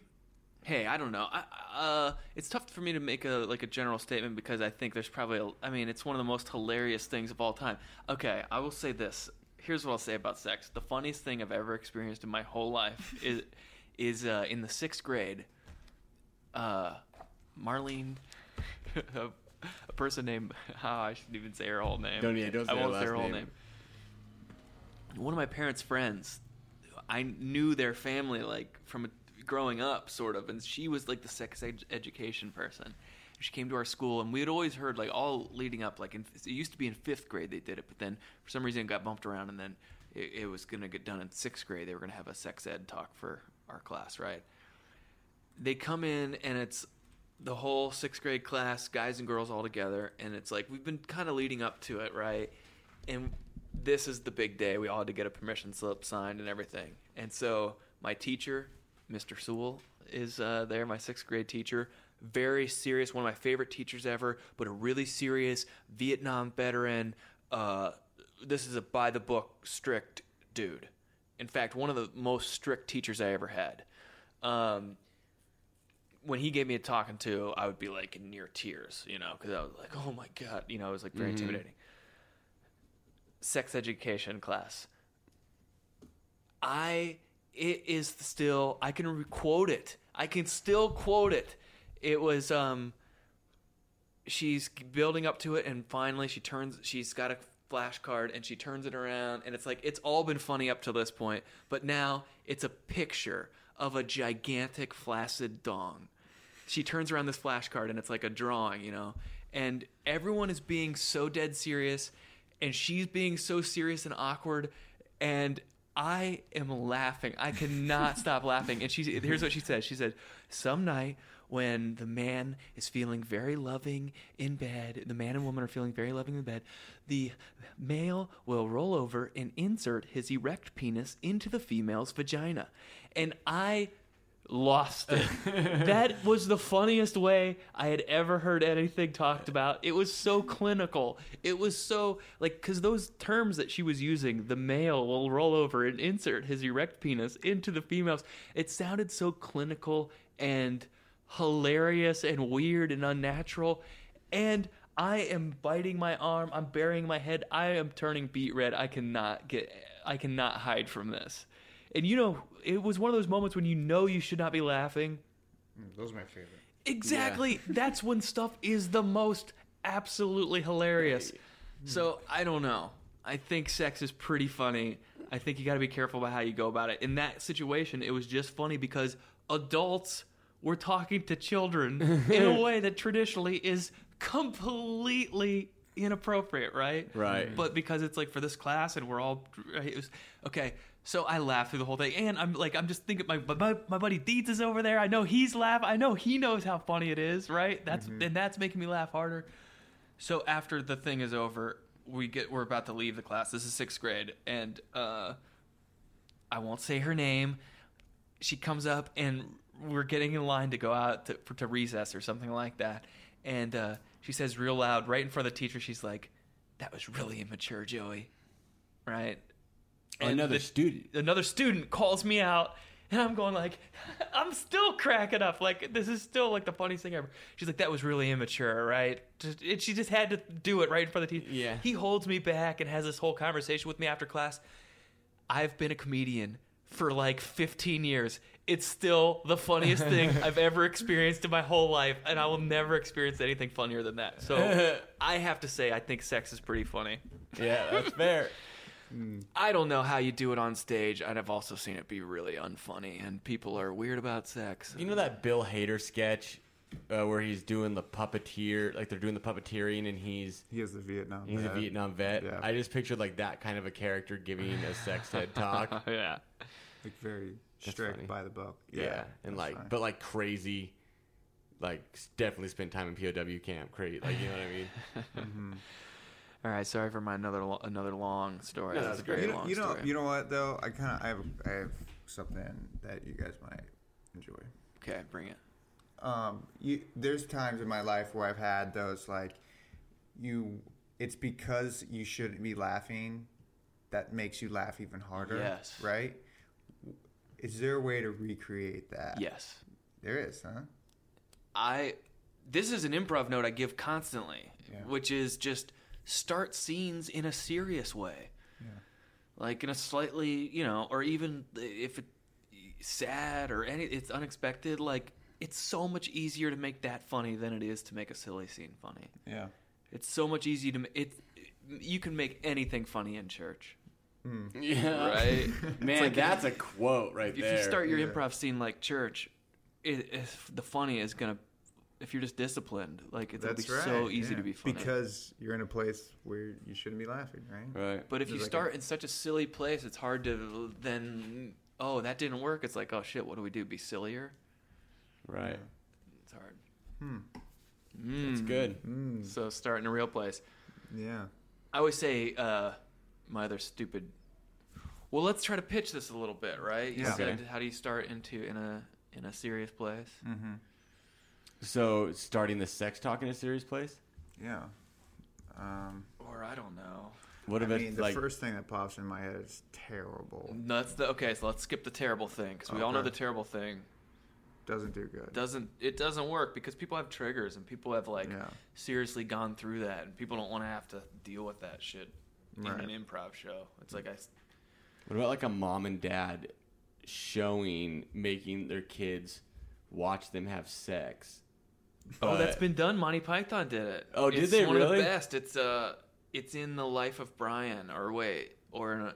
Speaker 5: hey, I don't know. I, uh, it's tough for me to make a like a general statement because I think there's probably. A, I mean, it's one of the most hilarious things of all time. Okay, I will say this. Here's what I'll say about sex. The funniest thing I've ever experienced in my whole life is is uh, in the sixth grade. Uh, Marlene, a person named. Oh, I shouldn't even say her whole name.
Speaker 2: Don't- yeah, don't
Speaker 5: I
Speaker 2: say her
Speaker 5: won't say
Speaker 2: last
Speaker 5: her whole
Speaker 2: name.
Speaker 5: name. One of my parents' friends, I knew their family like from growing up, sort of, and she was like the sex ed- education person. She came to our school, and we had always heard like all leading up, like in, it used to be in fifth grade they did it, but then for some reason it got bumped around, and then it, it was going to get done in sixth grade. They were going to have a sex ed talk for our class, right? they come in and it's the whole sixth grade class, guys and girls all together, and it's like we've been kind of leading up to it, right? And this is the big day. We all had to get a permission slip signed and everything. And so my teacher, Mr. Sewell, is uh, there, my sixth grade teacher. Very serious, one of my favorite teachers ever, but a really serious Vietnam veteran. Uh, this is a by the book, strict dude. In fact, one of the most strict teachers I ever had. Um, when he gave me a talking to, I would be like in near tears, you know, because I was like, oh my God, you know, it was like very
Speaker 2: Mhm.
Speaker 5: intimidating. Sex education class. I, it is still, I can re- quote it. I can still quote it. It was, um, she's building up to it and finally she turns she's got a flashcard and she turns it around and it's like it's all been funny up to this point but now it's a picture of a gigantic flaccid dong she turns around this flashcard and it's like a drawing you know and everyone is being so dead serious and she's being so serious and awkward and I am laughing. I cannot stop laughing. And she here's what she said. She said, "Some night when the man is feeling very loving in bed, the man and woman are feeling very loving in bed, the male will roll over and insert his erect penis into the female's vagina." And I lost it. that was the funniest way I had ever heard anything talked about. It was so clinical. It was so like cuz those terms that she was using, the male will roll over and insert his erect penis into the female's. It sounded so clinical and hilarious and weird and unnatural and I am biting my arm, I'm burying my head, I am turning beet red. I cannot get I cannot hide from this. And you know, it was one of those moments when you know you should not be laughing.
Speaker 11: Mm, Those are my favorite.
Speaker 5: Exactly. That's when stuff is the most absolutely hilarious. So I don't know. I think sex is pretty funny. I think you got to be careful about how you go about it. In that situation, it was just funny because adults were talking to children in a way that traditionally is completely inappropriate, right?
Speaker 9: Right.
Speaker 5: But because it's like for this class and we're all it was, okay. So I laughed through the whole thing, and I'm like, I'm just thinking, my my, my buddy Deeds is over there. I know he's laughing. I know he knows how funny it is, right? That's and that's making me laugh harder. So after the thing is over, we get we're about to leave the class. This is sixth grade, and uh, I won't say her name. She comes up, and we're getting in line to go out to, for, to recess or something like that. And uh, she says real loud, right in front of the teacher, she's like, "That was really immature, Joey." Right?
Speaker 2: Another
Speaker 5: the-
Speaker 2: student.
Speaker 5: Another student calls me out, and I'm going like, I'm still cracking up. Like this is still like the funniest thing ever. She's like, that was really immature, right? Just, it, she just had to do it right in front of the teacher.
Speaker 2: Yeah.
Speaker 5: He holds me back and has this whole conversation with me after class. I've been a comedian for like 15 years. It's still the funniest thing I've ever experienced in my whole life, and I will never experience anything funnier than that. So I have to say, I think sex is pretty funny.
Speaker 2: Yeah, that's fair.
Speaker 5: I don't know how you do it on stage, and I've also seen it be really unfunny, and people are weird about sex.
Speaker 2: You know that Bill Hader sketch uh, where he's doing the puppeteer, like they're doing the puppeteering, and he's
Speaker 4: He is the Vietnam.
Speaker 2: he's
Speaker 4: vet.
Speaker 2: a Vietnam vet.
Speaker 4: Yeah.
Speaker 2: I just pictured like that kind of a character giving a sex head talk.
Speaker 5: yeah.
Speaker 4: Like very
Speaker 2: funny.
Speaker 4: strict by the book.
Speaker 2: yeah, and
Speaker 4: that's
Speaker 2: like,
Speaker 4: funny.
Speaker 2: but like crazy. Like s- definitely spent time in POW camp. Crazy, like you know what I mean.
Speaker 5: All right. Sorry for my another lo- another long story. This is a very
Speaker 4: you know,
Speaker 5: long
Speaker 4: you know,
Speaker 5: story.
Speaker 4: you know what though? I kind of I have I have something that you guys might enjoy.
Speaker 5: okay, bring it.
Speaker 4: um, you, there's times in my life where I've had those like you. It's because you shouldn't be laughing that makes you laugh even harder.
Speaker 5: Yes.
Speaker 4: Right. Is there a way to recreate that?
Speaker 5: Yes.
Speaker 4: There is, huh?
Speaker 5: I this is an improv note I give constantly, which is just start scenes in a serious way. Like in a slightly, you know, or even if it sad or any it's unexpected, like it's so much easier to make that funny than it is to make a silly scene funny.
Speaker 4: Yeah.
Speaker 5: It's so much easier to ma- it. You can make anything funny in church.
Speaker 4: Mm.
Speaker 2: Yeah.
Speaker 5: Right.
Speaker 2: Man,
Speaker 5: It's like-
Speaker 2: that's a quote right
Speaker 5: if
Speaker 2: there.
Speaker 5: you start your
Speaker 4: Yeah.
Speaker 5: improv scene like church, it, if the funny is gonna, if you're just disciplined, like it'll
Speaker 4: That's
Speaker 5: be
Speaker 4: right.
Speaker 5: so easy
Speaker 4: yeah.
Speaker 5: to be funny.
Speaker 4: Because you're in a place where you shouldn't be laughing, right?
Speaker 2: Right.
Speaker 5: but if
Speaker 4: There's
Speaker 5: you
Speaker 4: like a-
Speaker 5: start in such a silly place, it's hard to then. Oh, that didn't work. It's like, oh shit, what do we do? Be sillier.
Speaker 2: Right.
Speaker 5: It's hard.
Speaker 2: It's
Speaker 4: Mm-hmm.
Speaker 2: good.
Speaker 4: Mm.
Speaker 5: So start in a real place.
Speaker 4: Yeah.
Speaker 5: I always say uh, my other stupid. Well, let's try to pitch this a little bit, right? You
Speaker 4: Yeah.
Speaker 5: said,
Speaker 2: Okay.
Speaker 5: how do you start into in a in a serious place?
Speaker 2: So starting the sex talk in a serious place.
Speaker 4: Yeah. Um,
Speaker 5: Or I don't know.
Speaker 2: What
Speaker 4: I
Speaker 2: if
Speaker 4: mean,
Speaker 2: it's
Speaker 4: the
Speaker 2: like
Speaker 4: first thing that pops in my head is terrible.
Speaker 5: No, That's the okay. So let's skip the terrible thing because we all know
Speaker 4: Okay.
Speaker 5: the terrible thing
Speaker 4: Doesn't do good.
Speaker 5: doesn't it doesn't work because people have triggers and people have like
Speaker 4: Yeah.
Speaker 5: seriously gone through that and people don't want to have to deal with that shit
Speaker 4: Right.
Speaker 5: in an improv show. It's like I s-
Speaker 2: what about like a mom and dad showing making their kids watch them have sex?
Speaker 5: Oh, that's
Speaker 2: But-
Speaker 5: been done. Monty Python did it.
Speaker 2: Oh, did
Speaker 5: it's
Speaker 2: they
Speaker 5: one Of
Speaker 2: really?
Speaker 5: the best. It's uh, it's in the life of Brian, or wait, or in a,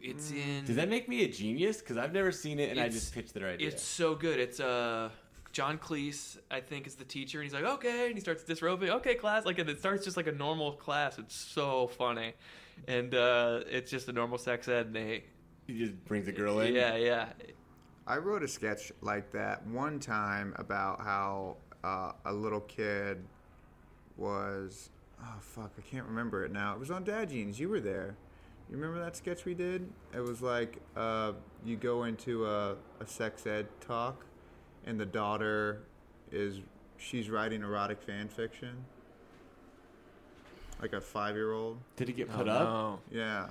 Speaker 5: it's in.
Speaker 2: Does that make me a genius? Because I've never seen it, and I
Speaker 5: It's-
Speaker 2: just pitched their idea.
Speaker 5: It's so good. It's uh, John Cleese, I think, is the teacher, and he's like, okay, and he starts disrobing. Okay, class, like, and it starts just like a normal class. It's so funny, and uh, it's just a normal sex ed. And they,
Speaker 2: He just brings a girl in.
Speaker 5: yeah, yeah,
Speaker 4: I wrote a sketch like that one time about how uh, a little kid was. Oh fuck, I can't remember it now. It was on Dad Jeans. You were there. You remember that sketch we did? It was like uh, you go into a, a sex ed talk, and the daughter is she's writing erotic fan fiction, like a five year old.
Speaker 2: Did it get put up?
Speaker 5: Oh.
Speaker 4: Yeah.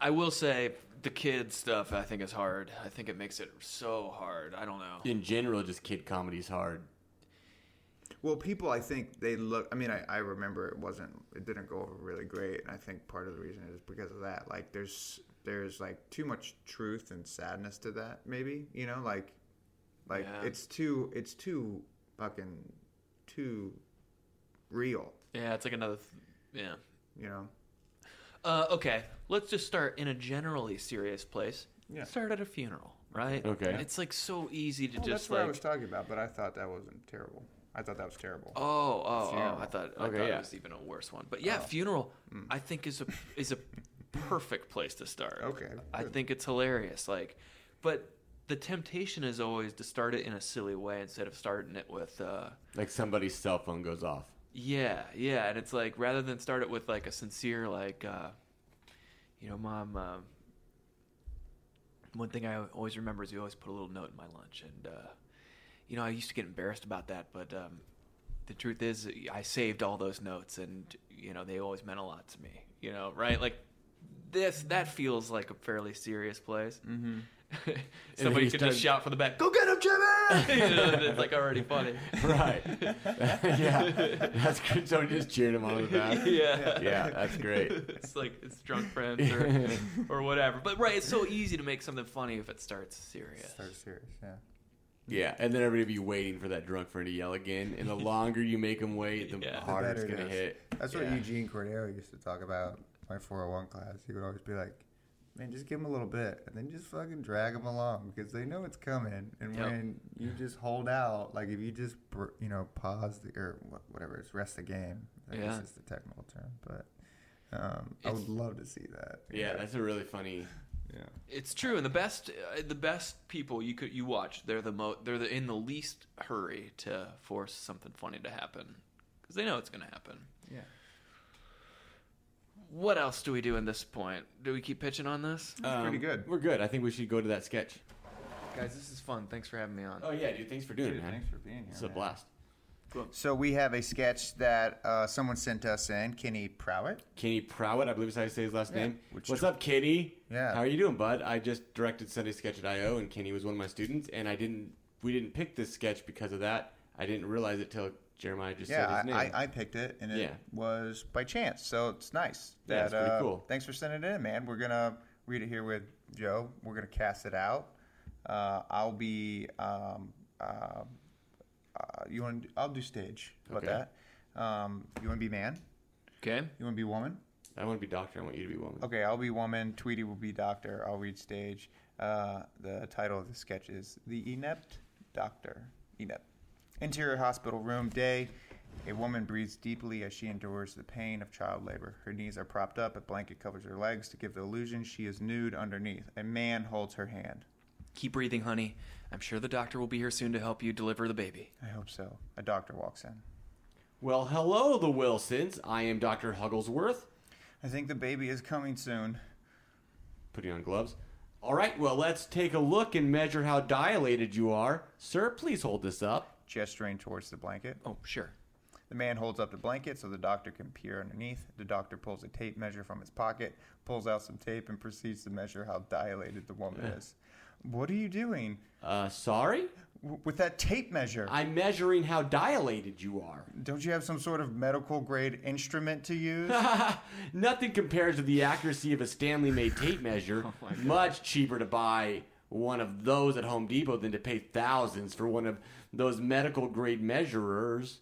Speaker 5: I will say the kid stuff. I think is hard. I think it makes it so hard. I don't know.
Speaker 2: In general, just kid comedy's hard.
Speaker 4: Well, people, I think they look. I mean, I, I remember it wasn't. It didn't go over really great, and I think part of the reason is because of that. Like, there's there's like too much truth and sadness to that. Maybe you know, like, like
Speaker 5: Yeah.
Speaker 4: it's too it's too fucking too real.
Speaker 5: Yeah, it's like another. Th- yeah.
Speaker 4: You know.
Speaker 5: Uh, okay, let's just start in a generally serious place.
Speaker 4: Yeah.
Speaker 5: Start at a funeral, right?
Speaker 2: Okay.
Speaker 5: It's like so easy to
Speaker 4: Well,
Speaker 5: just
Speaker 4: that's what I
Speaker 5: like.
Speaker 4: was talking about, but I thought that wasn't terrible. I thought that was terrible.
Speaker 5: Oh, oh, oh!
Speaker 4: Funeral. Oh.
Speaker 5: I thought, I
Speaker 2: Okay,
Speaker 5: thought
Speaker 2: yeah.
Speaker 5: it was even a worse one. But yeah, funeral.
Speaker 4: Hmm.
Speaker 5: I think is a is a perfect place to start.
Speaker 4: Okay,
Speaker 5: I
Speaker 4: good.
Speaker 5: think it's hilarious. Like, but the temptation is always to start it in a silly way instead of starting it with. Uh,
Speaker 2: Like somebody's cell phone goes off.
Speaker 5: Yeah, yeah, and it's like rather than start it with like a sincere like, uh, you know, mom. Um, one thing I always remember is we always put a little note in my lunch, and uh, you know I used to get embarrassed about that, but um, the truth is I saved all those notes, and you know they always meant a lot to me. You know, right? Like this that feels like a fairly serious place. Mm-hmm. Somebody
Speaker 2: you
Speaker 5: could
Speaker 2: start-
Speaker 5: just shout from the back, "Go get him, Jimmy!" you know, it's like already funny.
Speaker 2: Right. yeah. That's good. So just cheered him on the back.
Speaker 5: Yeah.
Speaker 2: Yeah, that's great.
Speaker 5: it's like it's drunk friends or, or whatever. But right, it's so easy to make something funny if it starts serious.
Speaker 4: Start serious, yeah.
Speaker 2: Yeah, and then everybody be waiting for that drunk friend to yell again. And the longer you make them wait, the
Speaker 5: Yeah. The
Speaker 2: harder it's
Speaker 4: better it
Speaker 2: gonna
Speaker 4: is.
Speaker 2: hit.
Speaker 4: That's
Speaker 5: Yeah.
Speaker 4: what Eugene Cordero used to talk about my 401 class. He would always be like, "Man, just give them a little bit, and then just fucking drag them along because they know it's coming. And
Speaker 5: Yep.
Speaker 4: when you just hold out, like if you just br- you know pause the, or wh- whatever, it's rest the game. I guess
Speaker 5: Yeah.
Speaker 4: is the technical term, but um, I would love to see that.
Speaker 2: Yeah, that's a really funny.
Speaker 4: yeah.
Speaker 5: It's true, and the best uh, the best people you could you watch they're the mo they're the, in the least hurry to force something funny to happen because they know it's going to happen.
Speaker 4: Yeah.
Speaker 5: What else do we do in this point? Do we keep pitching on this?
Speaker 4: pretty good.
Speaker 2: um, We're good. I think we should go to that sketch.
Speaker 5: Guys, this is fun. Thanks for having me on.
Speaker 2: Oh yeah, dude. Thanks for doing it, man.
Speaker 4: Thanks for being here.
Speaker 2: It's a blast.
Speaker 4: So we have a sketch that uh, someone sent us in, Kenny Prowitt.
Speaker 2: Kenny Prowitt, I believe is how you say his last name.
Speaker 4: Which-
Speaker 2: What's up, Kenny?
Speaker 4: Yeah.
Speaker 2: How are you doing, bud? I just directed Sunday Sketch at IO, and Kenny was one of my students, and I didn't. We didn't pick this sketch because of that. I didn't realize it till Jeremiah just said
Speaker 4: Yeah,
Speaker 2: his name.
Speaker 4: I, I, I picked it, and it
Speaker 2: Yeah.
Speaker 4: was by chance, so it's nice.
Speaker 2: Yeah, it's pretty
Speaker 4: uh,
Speaker 2: cool.
Speaker 4: Thanks for sending it in, man. We're gonna read it here with Joe. We're gonna cast it out. Uh, I'll be um, uh, uh, you want? I'll do stage. How about
Speaker 2: Okay.
Speaker 4: that? Um, you want to be man?
Speaker 5: Okay.
Speaker 4: You want to be woman?
Speaker 2: I want to be doctor. I want you to be woman.
Speaker 4: Okay, I'll be woman. Tweety will be doctor. I'll read stage. Uh, the title of the sketch is The Inept Doctor. Inept. Interior hospital room, day. A woman breathes deeply as she endures the pain of child labor. Her knees are propped up, a blanket covers her legs to give the illusion she is nude underneath. A man holds her hand.
Speaker 5: Keep breathing, honey. I'm sure the doctor will be here soon to help you deliver the baby.
Speaker 4: I hope so. A doctor walks in.
Speaker 2: Well, hello, the Wilsons. I am Doctor Hugglesworth.
Speaker 4: I think the baby is coming soon.
Speaker 2: Putting on gloves. All right. Well, let's take a look and measure how dilated you are, sir. Please hold this up.
Speaker 4: Gesturing towards the blanket.
Speaker 5: Oh, sure.
Speaker 4: The man holds up the blanket so the doctor can peer underneath. The doctor pulls a tape measure from his pocket, pulls out some tape, and proceeds to measure how dilated the woman is. What are you doing?
Speaker 2: Uh, sorry?
Speaker 4: W- with that tape measure.
Speaker 2: I'm measuring how dilated you are.
Speaker 4: Don't you have some sort of medical grade instrument to use?
Speaker 2: Nothing compares to the accuracy of a Stanley made tape measure. Much cheaper to buy one of those at Home Depot than to pay thousands for one of those medical grade measurers.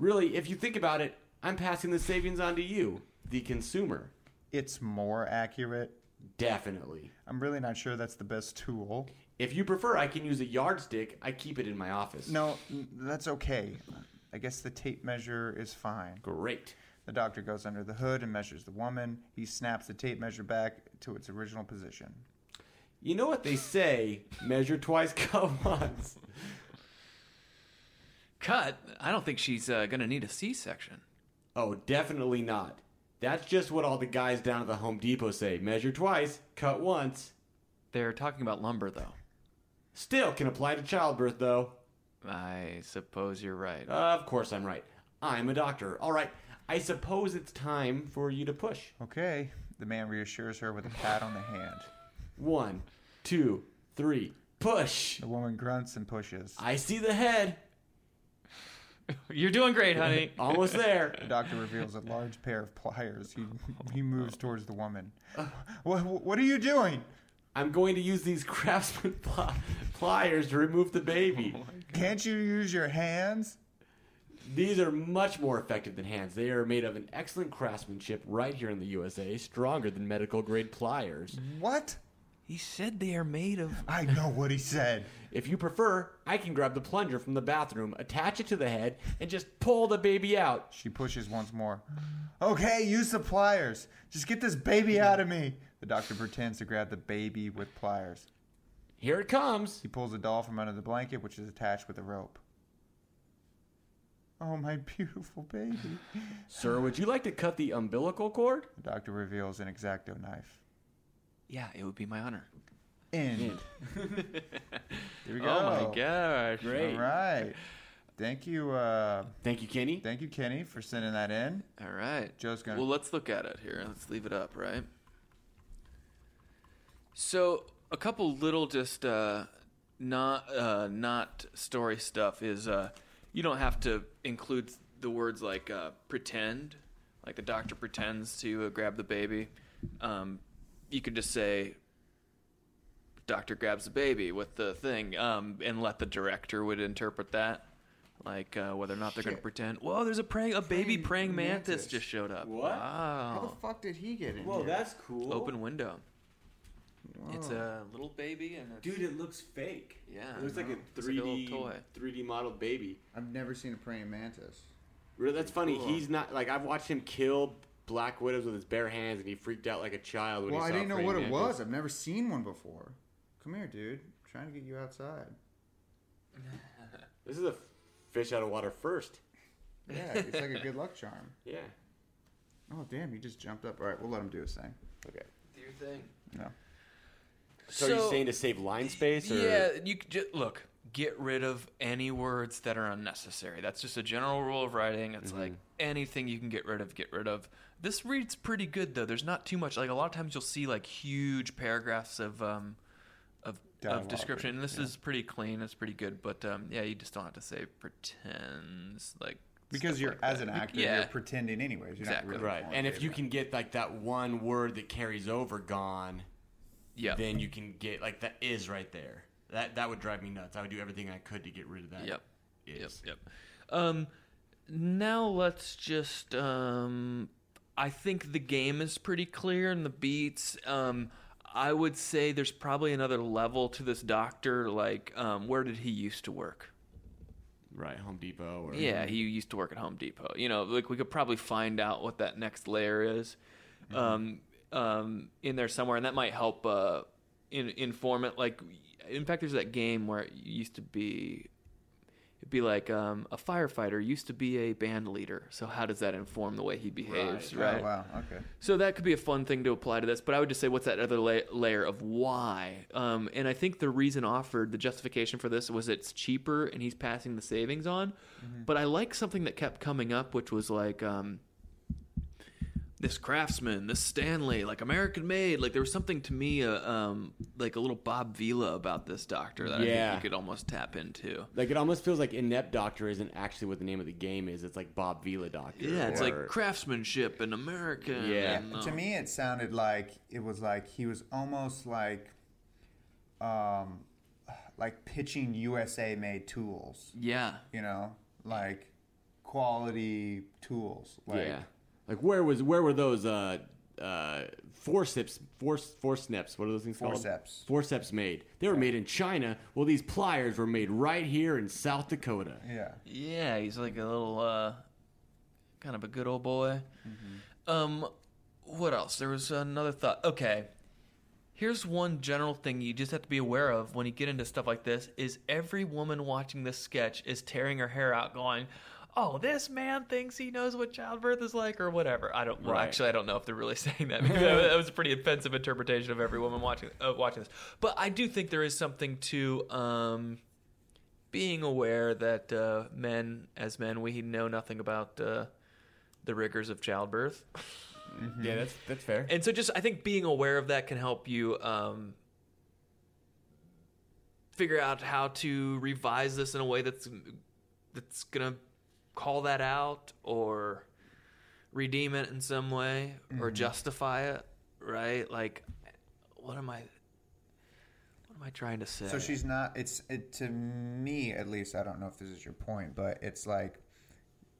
Speaker 2: Really, if you think about it, I'm passing the savings on to you, the consumer.
Speaker 4: it's more accurate.
Speaker 2: Definitely.
Speaker 4: I'm really not sure that's the best tool.
Speaker 2: If you prefer, I can use a yardstick. I keep it in my office.
Speaker 4: No, n- that's okay. I guess the tape measure is fine.
Speaker 2: Great.
Speaker 4: The doctor goes under the hood and measures the woman. He snaps the tape measure back to its original position.
Speaker 2: You know what they say measure twice, cut once.
Speaker 5: Cut. I don't think she's uh, gonna need a C-section.
Speaker 2: Oh, definitely not. That's just what all the guys down at the Home Depot say. Measure twice, cut once.
Speaker 5: They're talking about lumber, though.
Speaker 2: Still can apply to childbirth, though.
Speaker 5: I suppose you're right.
Speaker 2: Of course I'm right. I'm a doctor. All right, I suppose it's time for you to push.
Speaker 4: Okay. The man reassures her with a pat on the hand.
Speaker 2: One, two, three, push.
Speaker 4: The woman grunts and pushes.
Speaker 2: I see the head.
Speaker 5: You're doing great, honey.
Speaker 2: Almost there.
Speaker 4: The doctor reveals a large pair of pliers. He, he moves towards the woman. What, what are you doing?
Speaker 2: I'm going to use these craftsman pli- pliers to remove the baby.
Speaker 4: Can't you use your hands?
Speaker 2: These are much more effective than hands. They are made of an excellent craftsmanship right here in the USA, stronger than medical grade pliers.
Speaker 4: Mm-hmm. What?
Speaker 5: he said they are made of.
Speaker 4: I know what he said.
Speaker 2: If you prefer, I can grab the plunger from the bathroom, attach it to the head, and just pull the baby out.
Speaker 4: She pushes once more. Okay, use the pliers. Just get this baby out of me. The doctor pretends to grab the baby with pliers.
Speaker 2: Here it comes.
Speaker 4: He pulls a doll from under the blanket, which is attached with a rope. Oh, my beautiful baby.
Speaker 2: Sir, would you like to cut the umbilical cord?
Speaker 4: The doctor reveals an exacto knife.
Speaker 5: Yeah, it would be my honor.
Speaker 4: End.
Speaker 2: Hmm.
Speaker 4: Here we go.
Speaker 12: Oh my gosh.
Speaker 4: All right. Thank you. Uh,
Speaker 2: Thank you, Kenny.
Speaker 4: thank you, Kenny, for sending that in.
Speaker 5: All right.
Speaker 4: Joe's gonna-
Speaker 5: Well, let's look at it here. Let's leave it up, right? So, a couple little just uh, not uh, not story stuff is uh, you don't have to include the words like uh, pretend, like the doctor pretends to uh, grab the baby. Um, you could just say doctor grabs the baby with the thing um, and let the director would interpret that like uh, whether or not they're going to pretend whoa there's a praying a baby praying, mantis. just showed up
Speaker 2: What? Oh.
Speaker 13: How
Speaker 5: wow
Speaker 13: the fuck did he get in here?
Speaker 2: that's cool.
Speaker 5: open window it's a little baby and a
Speaker 2: Dude, it looks fake.
Speaker 5: Yeah,
Speaker 2: It looks like
Speaker 5: I know.
Speaker 2: a
Speaker 5: Looks like a
Speaker 2: 3D
Speaker 5: little toy.
Speaker 2: 3D modeled baby.
Speaker 13: I've never seen a praying mantis.
Speaker 2: Really, that's funny. He's not like I've watched him kill black widows with his bare hands, and he freaked out like a child when
Speaker 13: Well,
Speaker 2: he
Speaker 13: I
Speaker 2: saw
Speaker 13: didn't know
Speaker 2: praying
Speaker 13: what it
Speaker 2: mantis.
Speaker 13: was. I've never seen one before. Come here, dude. I'm trying to get you outside.
Speaker 2: This is a fish out of water first.
Speaker 13: Yeah, it's like a good luck charm.
Speaker 2: Yeah.
Speaker 13: Oh, damn, he just jumped up. All right, we'll let him do his thing.
Speaker 2: Okay.
Speaker 5: your thing
Speaker 13: No.
Speaker 2: So, are you saying to save line space? Or?
Speaker 5: yeah you could ju- look get rid of any words that are unnecessary that's just a general rule of writing it's
Speaker 2: Mm-hmm.
Speaker 5: like anything you can get rid of get rid of this reads pretty good though there's not too much like a lot of times you'll see like huge paragraphs of um of, of
Speaker 4: Dialogue,
Speaker 5: description and this is pretty clean it's pretty good but um yeah you just don't have to say pretends like
Speaker 4: Because
Speaker 5: stuff
Speaker 4: you're
Speaker 5: like
Speaker 4: as
Speaker 5: that.
Speaker 4: an
Speaker 5: Be-
Speaker 4: actor,
Speaker 5: yeah
Speaker 4: you're pretending anyways. You're
Speaker 5: Exactly.
Speaker 4: not really
Speaker 2: Right.
Speaker 4: going
Speaker 2: And
Speaker 4: to
Speaker 2: if you
Speaker 4: do
Speaker 2: can get like that one word that carries over gone,
Speaker 5: yeah
Speaker 2: then you can get like that is right there. That that would drive me nuts. I would do everything I could to get rid of that.
Speaker 5: Yep.
Speaker 2: Yes.
Speaker 5: Yep. Yep. Um, now let's just. Um, I think the game is pretty clear and the beats. Um, I would say there's probably another level to this doctor. Like, um, where did he used to work?
Speaker 2: Right. Home Depot. Or
Speaker 5: Yeah, he used to work at Home Depot. You know, like we could probably find out what that next layer is um, um, in there somewhere, and that might help uh, in, inform it. Like, in fact, there's that game where it used to be. It'd be like um, a firefighter used to be a band leader. So how does that inform the way he behaves, right?
Speaker 11: Oh, wow. Okay.
Speaker 5: So that could be a fun thing to apply to this, but I would just say, what's that other la- layer of why? Um, and I think the reason offered, the justification for this was it's cheaper and he's passing the savings on. But I like something that kept coming up, which was like um, this craftsman, this Stanley, like American made. Like there was something to me, uh, um, like a little Bob Vila about this doctor that I
Speaker 2: Yeah.
Speaker 5: think you could almost tap into.
Speaker 2: Like it almost feels like inept doctor isn't actually what the name of the game is. It's like Bob Vila doctor.
Speaker 5: Yeah, it's
Speaker 2: or-
Speaker 5: like craftsmanship and American.
Speaker 2: Yeah.
Speaker 5: and,
Speaker 4: Yeah,
Speaker 5: um,
Speaker 4: to me, it sounded like it was like he was almost like, um, like pitching USA made tools.
Speaker 5: yeah.
Speaker 4: You know, like quality tools. Like,
Speaker 2: yeah. Like where was where were those uh uh forceps force forceps what are those things
Speaker 4: Forceps.
Speaker 2: called forceps made they were made in China well these pliers were made right here in South Dakota
Speaker 4: Yeah.
Speaker 5: Yeah, he's like a little uh, kind of a good old boy. Um, what else? There was another thought. Okay, here's one general thing you just have to be aware of when you get into stuff like this: is every woman watching this sketch is tearing her hair out, going. Oh, this man thinks he knows what childbirth is like, or whatever. I don't. Well,
Speaker 2: Right.
Speaker 5: actually, I don't know if they're really saying that. Because that that was a pretty offensive interpretation of every woman watching uh, watching this. But I do think there is something to um, being aware that uh, men, as men, we know nothing about uh, the rigors of childbirth,
Speaker 4: Mm-hmm.
Speaker 2: yeah that's that's fair
Speaker 5: and so just I think being aware of that can help you um, figure out how to revise this in a way that's that's gonna call that out or redeem it in some way or justify it, right? Like, what am I? What am I trying to say?
Speaker 4: So she's not. It's it, to me at least. I don't know if this is your point, but it's like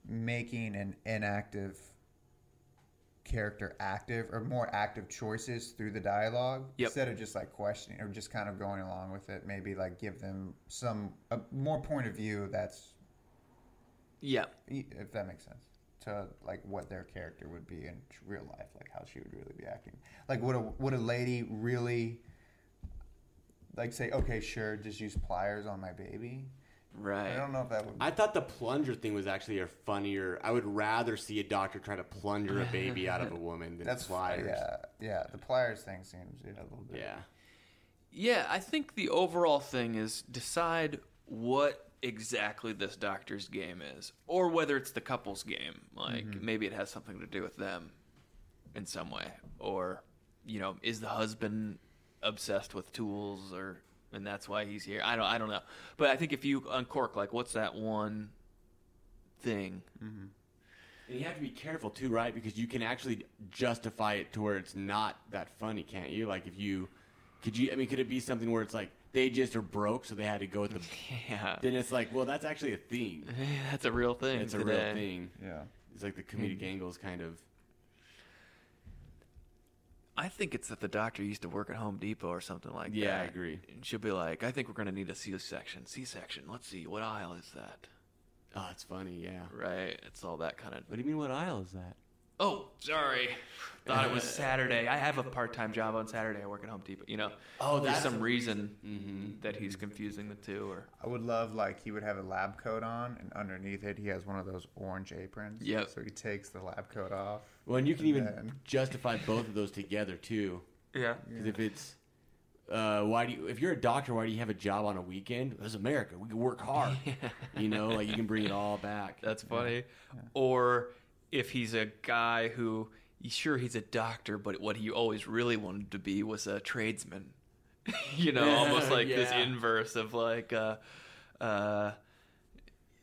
Speaker 4: making an inactive character active or more active choices through the dialogue
Speaker 5: Yep.
Speaker 4: instead of just like questioning or just kind of going along with it. Maybe like give them some a more point of view. That's
Speaker 5: yeah.
Speaker 4: if that makes sense to like what their character would be in tr- real life, like how she would really be acting. Like would a would a lady really like say, okay, sure, just use pliers on my baby?
Speaker 5: Right.
Speaker 4: I don't know if that would.
Speaker 2: I thought the plunger thing was actually a funnier I would rather see a doctor try to plunger a baby out of a woman than
Speaker 4: that's
Speaker 2: pliers
Speaker 4: Yeah, yeah. The pliers thing seems you know, a little bit.
Speaker 2: yeah
Speaker 5: Yeah, I think the overall thing is decide what exactly this doctor's game is, or whether it's the couple's game. Like
Speaker 2: Mm-hmm.
Speaker 5: maybe it has something to do with them in some way, or you know, is the husband obsessed with tools, or and that's why he's here. I don't, I don't know. But I think if you uncork, like, what's that one thing?
Speaker 2: Mm. And you have to be careful too, right? Because you can actually justify it to where it's not that funny, can't you? Like if you could you I mean could it be something where it's like they just are broke so they had to go with the
Speaker 5: Yeah,
Speaker 2: then it's like, well that's actually a thing.
Speaker 5: that's a real thing.
Speaker 2: It's a
Speaker 5: today.
Speaker 2: real thing.
Speaker 4: Yeah.
Speaker 2: It's like the comedic angles kind of
Speaker 5: I think it's that the doctor used to work at Home Depot or something like that.
Speaker 2: Yeah, I agree.
Speaker 5: And she'll be like, I think we're going to need a C section. C section. Let's see. What aisle is that?
Speaker 2: Oh, it's funny, yeah.
Speaker 5: Right? It's all that kind of.
Speaker 2: What do you mean what aisle is that?
Speaker 5: Oh, sorry. Thought it was Saturday. I have a part time job on Saturday. I work at Home Depot. You know,
Speaker 2: Oh,
Speaker 5: there's
Speaker 2: that's
Speaker 5: some
Speaker 2: the
Speaker 5: reason, that he's confusing the two. Or
Speaker 4: I would love like he would have a lab coat on, and underneath it he has one of those orange aprons.
Speaker 5: Yep.
Speaker 4: So he takes the lab coat off.
Speaker 2: Well and you can even
Speaker 4: then-
Speaker 2: justify both of those together too.
Speaker 5: Yeah.
Speaker 2: Because if it's uh, why do you, if you're a doctor, why do you have a job on a weekend? This is America. We can work hard. You know, like you can bring it all back.
Speaker 5: That's funny. Or if he's a guy who, sure, he's a doctor, but what he always really wanted to be was a tradesman. you know, almost like this
Speaker 2: Yeah.
Speaker 5: inverse of like, uh, uh,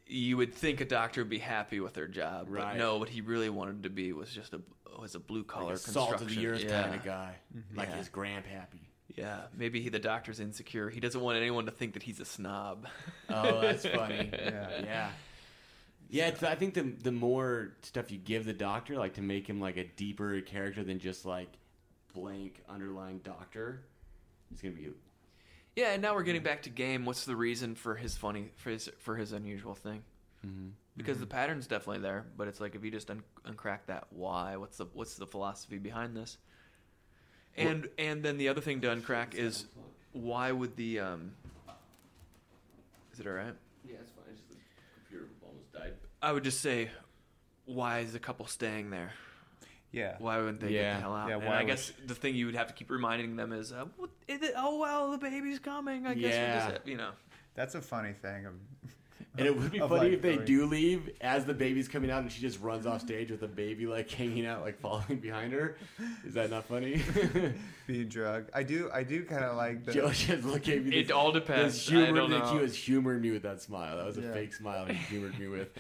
Speaker 5: you would think a doctor would be happy with their job,
Speaker 2: Right.
Speaker 5: but no, what he really wanted to be was just a was a blue collar
Speaker 2: Like a salt of the
Speaker 5: construction.
Speaker 2: earth
Speaker 5: Yeah.
Speaker 2: Mm-hmm. kind of guy, like his grandpappy.
Speaker 5: Yeah, maybe he, the doctor's insecure. He doesn't want anyone to think that he's a snob.
Speaker 2: Oh, that's funny.
Speaker 5: yeah.
Speaker 2: yeah. Yeah, it's, I think the the more stuff you give the doctor, like to make him like a deeper character than just like blank underlying doctor, it's gonna be.
Speaker 5: Yeah, and now we're getting back to game. What's the reason for his funny for his for his unusual thing?
Speaker 4: Mm-hmm.
Speaker 5: Because
Speaker 2: Mm-hmm.
Speaker 5: the pattern's definitely there, but it's like if you just un- uncrack that why, what's the what's the philosophy behind this? And and then the other thing to uncrack is why would the um is it all right?
Speaker 2: Yeah, it's fine. Just the computer almost died.
Speaker 5: I would just say why is the couple staying there?
Speaker 4: Yeah.
Speaker 5: Why wouldn't they get
Speaker 2: Yeah.
Speaker 5: the hell out?
Speaker 4: Yeah,
Speaker 5: and
Speaker 4: why
Speaker 5: I
Speaker 4: would-
Speaker 5: guess the thing you would have to keep reminding them is, uh, what, is it, oh well, the baby's coming. I guess
Speaker 2: Yeah.
Speaker 5: we'll just, you know.
Speaker 4: That's a funny thing. of-
Speaker 2: And it would be
Speaker 4: Of,
Speaker 2: funny
Speaker 4: like,
Speaker 2: if they
Speaker 4: going-
Speaker 2: do leave as the baby's coming out, and she just runs off stage with the baby like hanging out, like following behind her. Is that not funny?
Speaker 4: Being drugged. I do. I do kind of like the.
Speaker 2: Joe just looked at me.
Speaker 5: It all depends.
Speaker 2: This
Speaker 5: I
Speaker 2: humor
Speaker 5: don't
Speaker 2: that she
Speaker 5: know.
Speaker 2: was humoring me with that smile. That was a
Speaker 4: Yeah.
Speaker 2: fake smile he humored me with.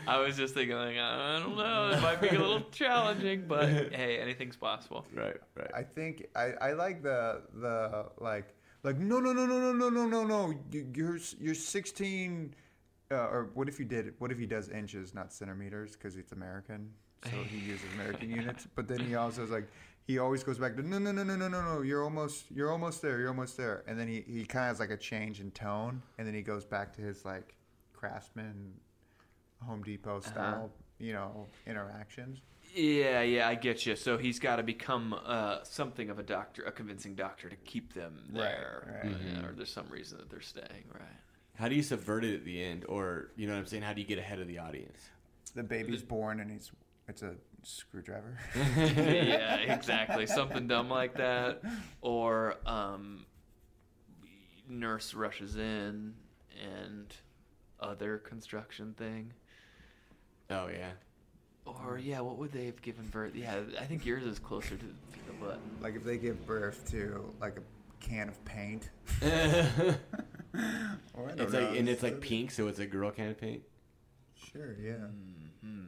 Speaker 5: I was just thinking, like, I don't know, it might be a little challenging, but hey, anything's possible.
Speaker 2: right, right.
Speaker 4: I think I, I like the the like like no no no no no no no no no you, you're s- you're 16 uh, or what if you did what if he does inches not centimeters because he's American so he uses American units but then he also is like he always goes back to no no no no no no no you're almost you're almost there you're almost there and then he he kind of has like a change in tone and then he goes back to his like craftsman Home Depot style you know interactions
Speaker 5: Yeah, yeah, I get you. So he's got to become uh, something of a doctor, a convincing doctor to keep them there. uh,
Speaker 4: right.
Speaker 5: Or there's some reason that they're staying, right?
Speaker 2: How do you subvert it at the end, or you know what I'm saying? How do you get ahead of the audience?
Speaker 4: the baby's born and he's it's a screwdriver.
Speaker 5: yeah, exactly. Something dumb like that. Or um, nurse rushes in and other construction thing.
Speaker 2: Oh yeah,
Speaker 5: Or yeah, what would they have given birth? Yeah, I think yours is closer to the button.
Speaker 4: like if they give birth to like a can of paint. or I don't
Speaker 2: it's
Speaker 4: know.
Speaker 2: like and it's like pink, so it's a girl can of paint.
Speaker 4: sure, yeah.
Speaker 2: Hmm,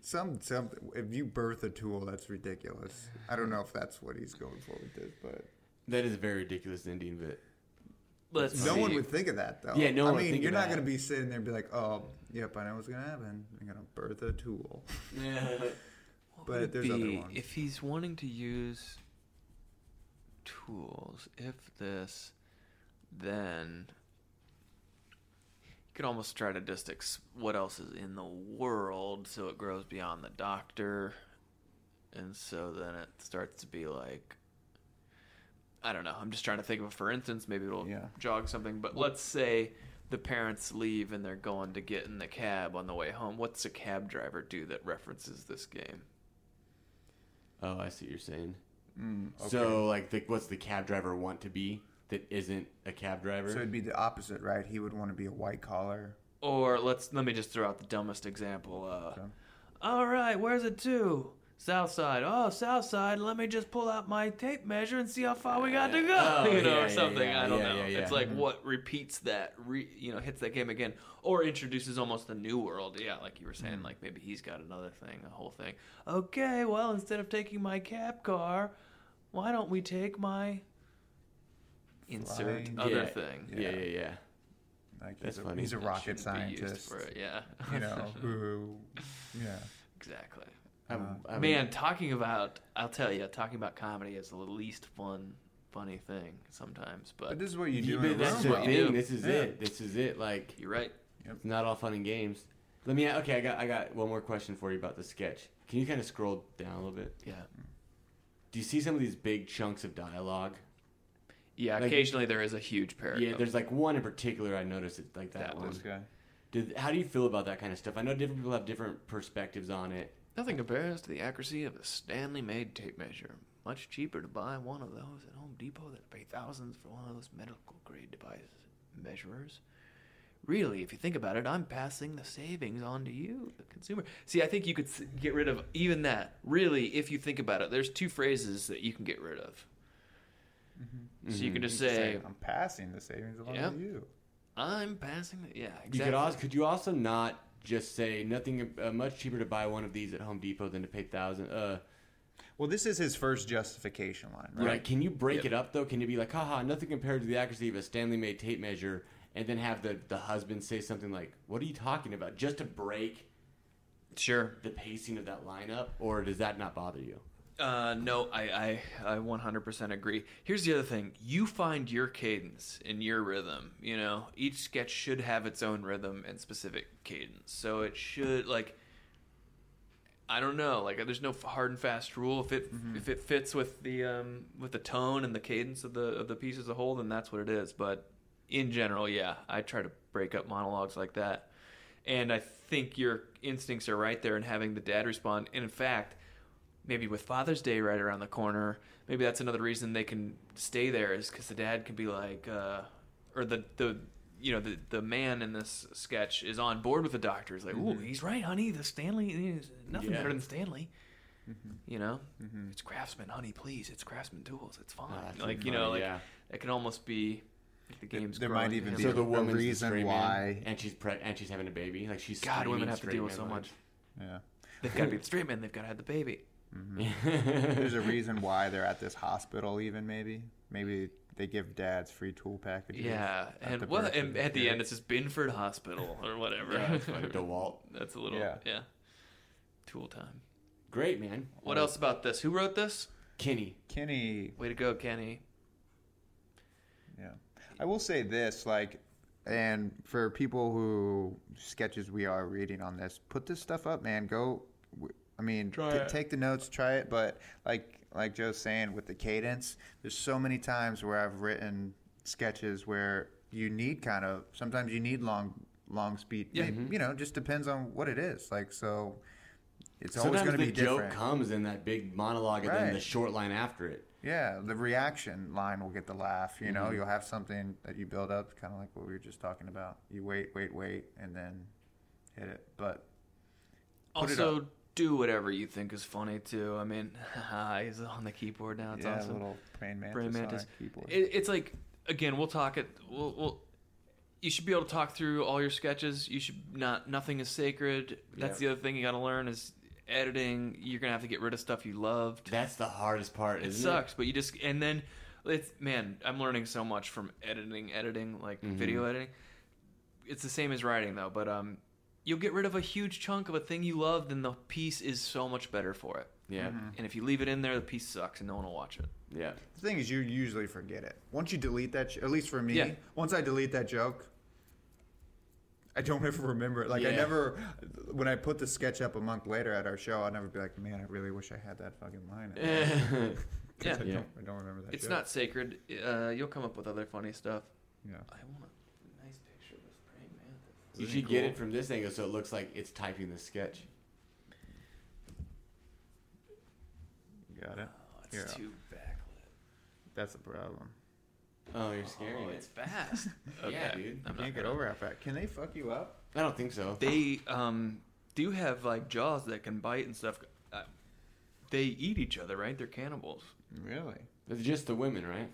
Speaker 4: Some some if you birth a tool, that's ridiculous. I don't know if that's what he's going for with this, but
Speaker 2: That is a very ridiculous Indian bit.
Speaker 5: Let's
Speaker 4: no
Speaker 5: see.
Speaker 4: one would think of that though.
Speaker 2: Yeah, no
Speaker 4: I
Speaker 2: one would
Speaker 4: mean,
Speaker 2: think of
Speaker 4: you're not
Speaker 2: that.
Speaker 4: gonna be sitting there and be like, oh, yep, I know what's gonna happen. I'm gonna birth a tool.
Speaker 5: What
Speaker 4: but
Speaker 5: would it
Speaker 4: there's other
Speaker 5: be
Speaker 4: ones.
Speaker 5: If he's wanting to use tools, if this, then you could almost try to just ex- what else is in the world, so it grows beyond the doctor, and so then it starts to be like. I don't know. I'm just trying to think of, a for instance, maybe it'll
Speaker 4: Yeah.
Speaker 5: jog something. But let's say the parents leave and they're going to get in the cab on the way home. What's a cab driver do that references this game?
Speaker 2: Oh, I see what you're saying.
Speaker 4: Mm,
Speaker 2: So like, the, what's the cab driver want to be that isn't a cab driver?
Speaker 4: So it'd be the opposite, right? He would want to be a white collar.
Speaker 5: Or let's let me just throw out the dumbest example. Uh, All right, where's it to? South side. Oh, south side. Let me just pull out my tape measure and see how far we got to go.
Speaker 2: Oh,
Speaker 5: you know,
Speaker 2: yeah,
Speaker 5: or
Speaker 2: yeah,
Speaker 5: something.
Speaker 2: yeah,
Speaker 5: I don't
Speaker 2: yeah,
Speaker 5: know.
Speaker 2: yeah, yeah.
Speaker 5: It's like what repeats that, re, you know, hits that game again, or introduces almost a new world. Yeah, like you were saying,
Speaker 2: Hmm.
Speaker 5: like maybe he's got another thing, a whole thing. Okay, well, instead of taking my cab car, why don't we take my insert
Speaker 4: Flying-
Speaker 5: other
Speaker 2: Yeah.
Speaker 5: thing?
Speaker 2: yeah, yeah, yeah.
Speaker 4: Like he's
Speaker 2: That's
Speaker 4: a,
Speaker 2: funny.
Speaker 4: He's a
Speaker 2: That
Speaker 4: rocket
Speaker 5: Shouldn't be used
Speaker 4: scientist.
Speaker 5: for it, Yeah,
Speaker 4: You know, who, yeah.
Speaker 5: exactly.
Speaker 2: I'm- I'm-
Speaker 5: Man, talking about, I'll tell you, talking about comedy is the least fun, funny thing sometimes. But
Speaker 4: But this is what you
Speaker 2: You-
Speaker 4: do. in a
Speaker 2: but that's
Speaker 4: room,
Speaker 2: the
Speaker 5: what
Speaker 4: though.
Speaker 5: you do.
Speaker 2: thing. This is it. This is it. Like,
Speaker 5: you're right.
Speaker 2: It's not all fun and games. Let me. Okay, I got. I got one more question for you about the sketch. Can you kind of scroll down a little bit?
Speaker 5: Yeah.
Speaker 2: Do you see some of these big chunks of dialogue?
Speaker 5: Yeah.
Speaker 2: Like-
Speaker 5: occasionally there is a huge pair.
Speaker 2: yeah, there's like one in particular I noticed. It's like that,
Speaker 5: That
Speaker 2: one.
Speaker 5: one's
Speaker 4: Okay.
Speaker 2: Did, how do you feel about that kind of stuff? I know different people have different perspectives on it.
Speaker 5: nothing compares to the accuracy of a Stanley made tape measure. Much cheaper to buy one of those at Home Depot than to pay thousands for one of those medical grade devices measurers. Really, if you think about it, I'm passing the savings on to you, the consumer. See, I think you could s- get rid of even that. Really, if you think about it, there's two phrases that you can get rid of. So you can just say,
Speaker 4: I'm passing the savings along
Speaker 5: Yeah.
Speaker 4: to you.
Speaker 5: I'm passing the yeah. Exactly.
Speaker 2: You could also. Could you also not just say nothing? Uh, much cheaper to buy one of these at Home Depot than to pay thousand. Uh,
Speaker 4: Well, this is his first justification line,
Speaker 2: Right.
Speaker 4: right?
Speaker 2: Can you break it up though? Can you be like, haha, nothing compared to the accuracy of a Stanley made tape measure, and then have the, the husband say something like, What are you talking about? Just to break
Speaker 5: Sure.
Speaker 2: the pacing of that lineup? Or does that not bother you?
Speaker 5: Uh, no, I, I, I 100% agree. Here's the other thing you find your cadence and your rhythm. You know, each sketch should have its own rhythm and specific cadence. So it should, like, I don't know. Like, there's no f- hard and fast rule. If it if it fits with the um with the tone and the cadence of the of the piece as a whole, then that's what it is. But in general, yeah, I try to break up monologues like that. And I think your instincts are right there in having the dad respond. And in fact, maybe with Father's Day right around the corner, maybe that's another reason they can stay there is because the dad can be like, uh, or the the you know the the man in this sketch is on board with the doctor. He's like, ooh,
Speaker 4: Mm-hmm.
Speaker 5: he's right, honey. The Stanley, is nothing
Speaker 2: Yeah.
Speaker 5: better than Stanley.
Speaker 4: Mm-hmm.
Speaker 5: You know, it's Craftsman, honey. Please, it's Craftsman tools. It's
Speaker 4: Ah,
Speaker 5: fine.
Speaker 2: that's
Speaker 5: like you
Speaker 2: funny,
Speaker 5: know, like
Speaker 2: yeah.
Speaker 5: it can almost be. Like the game's
Speaker 4: there might
Speaker 5: growing
Speaker 4: even
Speaker 5: to
Speaker 4: be
Speaker 5: him.
Speaker 4: So the woman's the reason
Speaker 2: straight
Speaker 4: why-
Speaker 2: man, and she's pre- and she's having a baby. Like she's
Speaker 5: God, women
Speaker 2: screaming
Speaker 5: have to
Speaker 2: straight
Speaker 5: deal with
Speaker 2: man
Speaker 5: so much.
Speaker 2: lines.
Speaker 4: Yeah.
Speaker 5: They've got to be the straight man. They've got to have the baby.
Speaker 4: There's a reason why they're at this hospital, even maybe. Maybe they give dads free tool packages.
Speaker 5: Yeah,
Speaker 4: at
Speaker 5: and
Speaker 4: the
Speaker 5: well,
Speaker 4: birth
Speaker 5: and
Speaker 4: of
Speaker 5: at the
Speaker 4: kid.
Speaker 5: end, it's just Binford Hospital or whatever.
Speaker 2: Yeah, it's funny. DeWalt.
Speaker 5: That's a little yeah.
Speaker 4: Yeah.
Speaker 5: Tool time.
Speaker 2: Great man.
Speaker 5: What else about this? Who wrote this?
Speaker 2: Kenny.
Speaker 4: Kenny
Speaker 5: Way to go, Kenny.
Speaker 4: Yeah. I will say this, like, and for people who sketches we are reading on this, put this stuff up, man. Go, w- I mean, t- take the notes, try it. But like, like Joe's saying with the cadence, there's so many times where I've written sketches where you need kind of sometimes you need long, long speed. Yeah.
Speaker 2: Mm-hmm.
Speaker 4: You know, just depends on what it is. Like, so it's always
Speaker 2: Sometimes
Speaker 4: going to
Speaker 2: the
Speaker 4: be
Speaker 2: joke
Speaker 4: different.
Speaker 2: comes in that big monologue and then
Speaker 4: Right.
Speaker 2: the short line after it.
Speaker 4: Yeah, the reaction line will get the laugh. You
Speaker 5: Mm-hmm.
Speaker 4: know, you'll have something that you build up, kind of like what we were just talking about. You wait, wait, wait, and then hit it. But Put it
Speaker 5: Also, do whatever you think is funny too. I mean, he's on the keyboard now. It's
Speaker 4: yeah,
Speaker 5: awesome.
Speaker 4: little brain mantis,
Speaker 5: Brain mantis.
Speaker 4: On our keyboard.
Speaker 5: It, it's like again, we'll talk it. We'll, we'll. You should be able to talk through all your sketches. You should not. Nothing is sacred. That's the other thing you got to learn is editing. You're gonna have to get rid of stuff you loved.
Speaker 2: That's the hardest part.
Speaker 5: it
Speaker 2: Isn't
Speaker 5: sucks but you just and then it's man i'm learning so much from editing editing like
Speaker 4: Mm-hmm.
Speaker 5: video editing it's the same as writing though but um you'll get rid of a huge chunk of a thing you loved and the piece is so much better for it
Speaker 2: Yeah.
Speaker 5: and if you leave it in there the piece sucks and no one will watch it
Speaker 2: Yeah.
Speaker 4: the thing is, you usually forget it once you delete that. sh- At least for me,
Speaker 5: Yeah.
Speaker 4: once I delete that joke, I don't ever remember it. Like I
Speaker 2: Yeah.
Speaker 4: never, when I put the sketch up a month later at our show, I'll never be like, man, I really wish I had that fucking line.
Speaker 5: Eh, yeah,
Speaker 4: I, don't, I don't remember that.
Speaker 5: it's
Speaker 4: joke.
Speaker 5: not sacred uh you'll come up with other funny stuff
Speaker 4: Yeah.
Speaker 5: i want a nice picture of this brain man
Speaker 2: You should get it from this angle so it looks like it's typing the sketch.
Speaker 4: Got it.
Speaker 5: it's
Speaker 4: Here,
Speaker 5: too backlit
Speaker 4: That's the problem.
Speaker 2: Oh, you're scaring
Speaker 5: oh
Speaker 2: it.
Speaker 5: it's fast okay
Speaker 2: Yeah, dude.
Speaker 5: I'm not
Speaker 4: Can't get over how fast. Can they fuck you up?
Speaker 2: I don't think so.
Speaker 5: they um do have like jaws that can bite and stuff. Uh, they eat each other, right? They're cannibals.
Speaker 4: Really?
Speaker 2: It's just the women, right?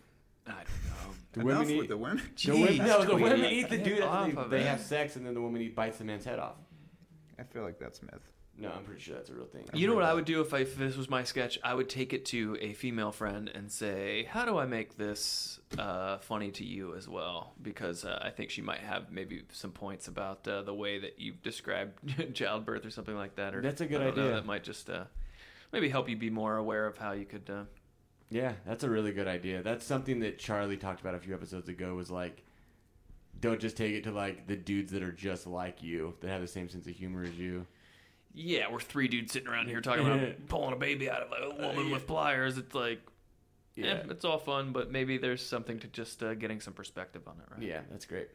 Speaker 5: I don't know.
Speaker 2: The
Speaker 4: Enough
Speaker 2: women
Speaker 4: with
Speaker 2: eat.
Speaker 4: the women.
Speaker 2: the women,
Speaker 5: Jeez,
Speaker 2: no, the
Speaker 5: Tweety.
Speaker 2: women eat the
Speaker 5: Get
Speaker 2: dude.
Speaker 5: off
Speaker 2: after
Speaker 5: of
Speaker 2: they, they
Speaker 5: it.
Speaker 2: have sex, and then the woman eat, bites the man's head off.
Speaker 4: I feel like that's myth.
Speaker 2: No, I'm pretty sure that's a real thing.
Speaker 5: You know what I would do if, I, if this was my sketch? I would take it to a female friend and say, "How do I make this uh, funny to you as well?" Because uh, I think she might have maybe some points about uh, the way that you've described childbirth or something like that. Or
Speaker 2: That's a good
Speaker 5: I don't know,
Speaker 2: idea.
Speaker 5: that might just uh, maybe help you be more aware of how you could. Uh,
Speaker 2: Yeah, that's a really good idea. That's something that Charlie talked about a few episodes ago. Was like, don't just take it to like the dudes that are just like you that have the same sense of humor as you.
Speaker 5: yeah, we're three dudes sitting around here talking about pulling a baby out of a woman with pliers. It's like, yeah,
Speaker 2: Yeah,
Speaker 5: it's all fun, but maybe there's something to just uh, getting some perspective on it, right?
Speaker 2: yeah, that's great.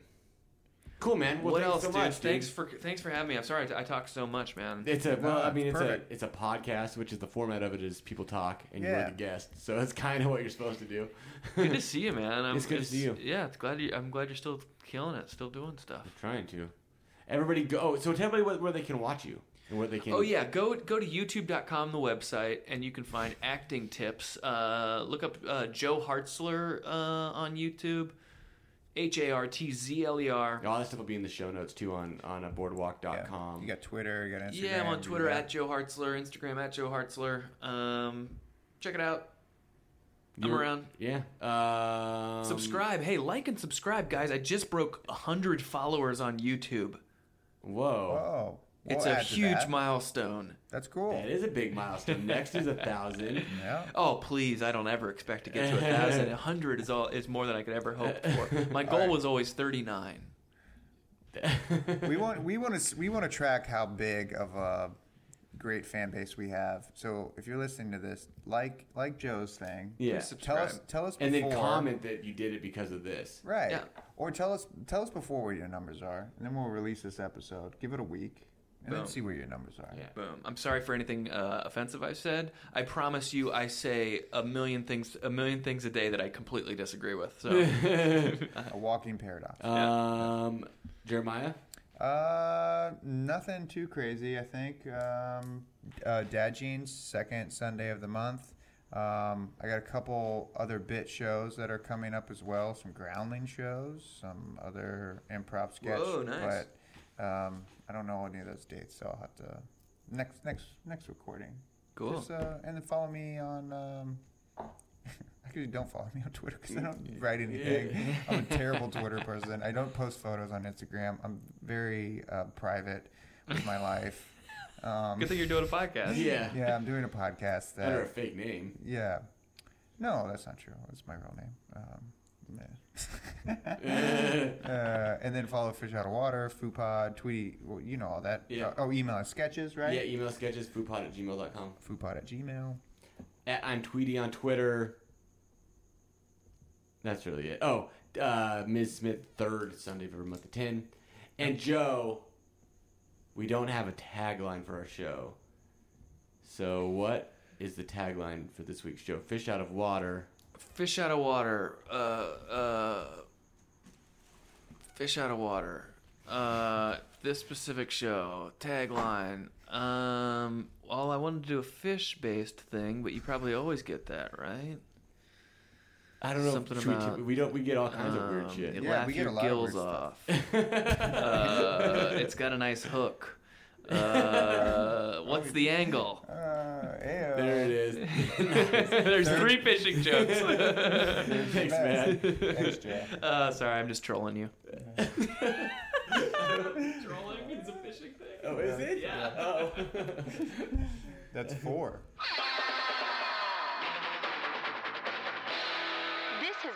Speaker 2: Cool, man. Well,
Speaker 5: what
Speaker 2: thanks
Speaker 5: else,
Speaker 2: so
Speaker 5: dude?
Speaker 2: much,
Speaker 5: Thanks for thanks for having me. I'm sorry I I talk so much, man.
Speaker 2: It's a well, I mean, it's
Speaker 4: perfect.
Speaker 2: a it's a podcast, which is the format of it is people talk and you're
Speaker 4: Yeah.
Speaker 2: the guest, so it's kind of what you're supposed to do.
Speaker 5: good to see you, man. I'm,
Speaker 2: It's good to see you.
Speaker 5: Yeah, it's glad you. I'm glad you're still killing it, still doing stuff.
Speaker 2: Trying to. Everybody go. Oh, so tell everybody where, where they can watch you and where they can.
Speaker 5: Oh yeah, go go to YouTube.com, the website, and you can find acting tips. Uh, look up uh, Joe Hartzler uh, on YouTube. H A R T Z L E R.
Speaker 2: All that stuff will be in the show notes too on on uh,
Speaker 4: Yeah.
Speaker 2: boardwalk.com.
Speaker 4: You got Twitter. You got Instagram.
Speaker 5: Yeah, I'm on
Speaker 4: you
Speaker 5: Twitter
Speaker 4: got-
Speaker 5: at Joe Hartzler, Instagram at Joe Hartzler. Um, Check it out. I'm
Speaker 2: You're-
Speaker 5: around.
Speaker 2: Yeah. Um,
Speaker 5: subscribe. Hey, like and subscribe, guys. I just broke 100 followers on YouTube.
Speaker 2: Whoa.
Speaker 4: Oh,
Speaker 5: it's
Speaker 4: we'll
Speaker 5: a
Speaker 4: add to
Speaker 5: huge
Speaker 4: that.
Speaker 5: milestone.
Speaker 4: That's cool.
Speaker 2: That is a big milestone. Next is a thousand.
Speaker 4: yeah.
Speaker 5: Oh please! I don't ever expect to get to a thousand. A hundred is all is more than I could ever hope for. My goal
Speaker 4: right.
Speaker 5: was always thirty nine.
Speaker 4: we want we want to we want to track how big of a great fan base we have. So if you're listening to this, like like Joe's thing.
Speaker 2: Yeah.
Speaker 4: Tell us
Speaker 5: subscribe.
Speaker 4: tell us
Speaker 2: And then
Speaker 4: before-
Speaker 2: comment that you did it because of this.
Speaker 4: Right.
Speaker 5: Yeah.
Speaker 4: Or tell us tell us before what your numbers are, and then we'll release this episode. Give it a week, and
Speaker 5: Boom.
Speaker 4: then see where your numbers are.
Speaker 2: Yeah.
Speaker 5: Boom. I'm sorry for anything uh, offensive I've said. I promise you, I say a million things, a million things a day that I completely disagree with. So
Speaker 4: A walking paradox.
Speaker 2: Um, Jeremiah.
Speaker 4: Uh, nothing too crazy, I think. Um, uh, Dad Jeans, second Sunday of the month. Um, I got a couple other bit shows that are coming up as well. Some groundling shows, some other improv sketch.
Speaker 5: Whoa, nice.
Speaker 4: But um, I don't know any of those dates, so I'll have to next next next recording.
Speaker 5: cool.
Speaker 4: Just, uh, and then follow me on. Um, actually, don't follow me on Twitter because I don't write anything. I'm a terrible Twitter person. I don't post photos on Instagram. I'm very uh, private with my life. Um,
Speaker 5: Good thing you're doing a podcast.
Speaker 2: Yeah.
Speaker 4: yeah, I'm doing a podcast.
Speaker 2: Under a
Speaker 4: That,
Speaker 2: fake name.
Speaker 4: yeah. No, that's not true. That's my real name. Um,
Speaker 2: Uh,
Speaker 4: uh, and then follow Fish Out of Water, Foopod, Tweety, well, you know all that.
Speaker 2: Yeah.
Speaker 4: Oh, email us sketches, right?
Speaker 2: yeah. Email sketches foodpod at gmail.com.
Speaker 4: Foopod at Gmail.
Speaker 2: At I'm Tweety on Twitter. That's really it. Oh, uh, Ms. Smith third Sunday of every month at ten, and Joe. We don't have a tagline for our show, so what is the tagline for this week's show? Fish out of water.
Speaker 5: Fish out of water. Uh, uh, fish out of water. Uh, this specific show tagline. Um, well, I wanted to do a fish-based thing, but you probably always get that, right?
Speaker 2: I don't know.
Speaker 5: Something
Speaker 2: should we-
Speaker 5: about-
Speaker 2: we don't. We get all kinds of
Speaker 5: Um,
Speaker 2: weird shit.
Speaker 5: you
Speaker 4: Yeah,
Speaker 5: laugh
Speaker 4: we get
Speaker 5: your
Speaker 4: a lot of
Speaker 5: gills
Speaker 4: weird
Speaker 5: off. uh, it's got a nice hook. Uh, what's the angle?
Speaker 4: Uh, ayo.
Speaker 2: There it is.
Speaker 5: There's three fishing jokes.
Speaker 2: Thanks, man.
Speaker 4: Thanks, Joe.
Speaker 5: uh, sorry, I'm just trolling you.
Speaker 2: Oh, is it? Yeah.
Speaker 4: That's four.
Speaker 1: This has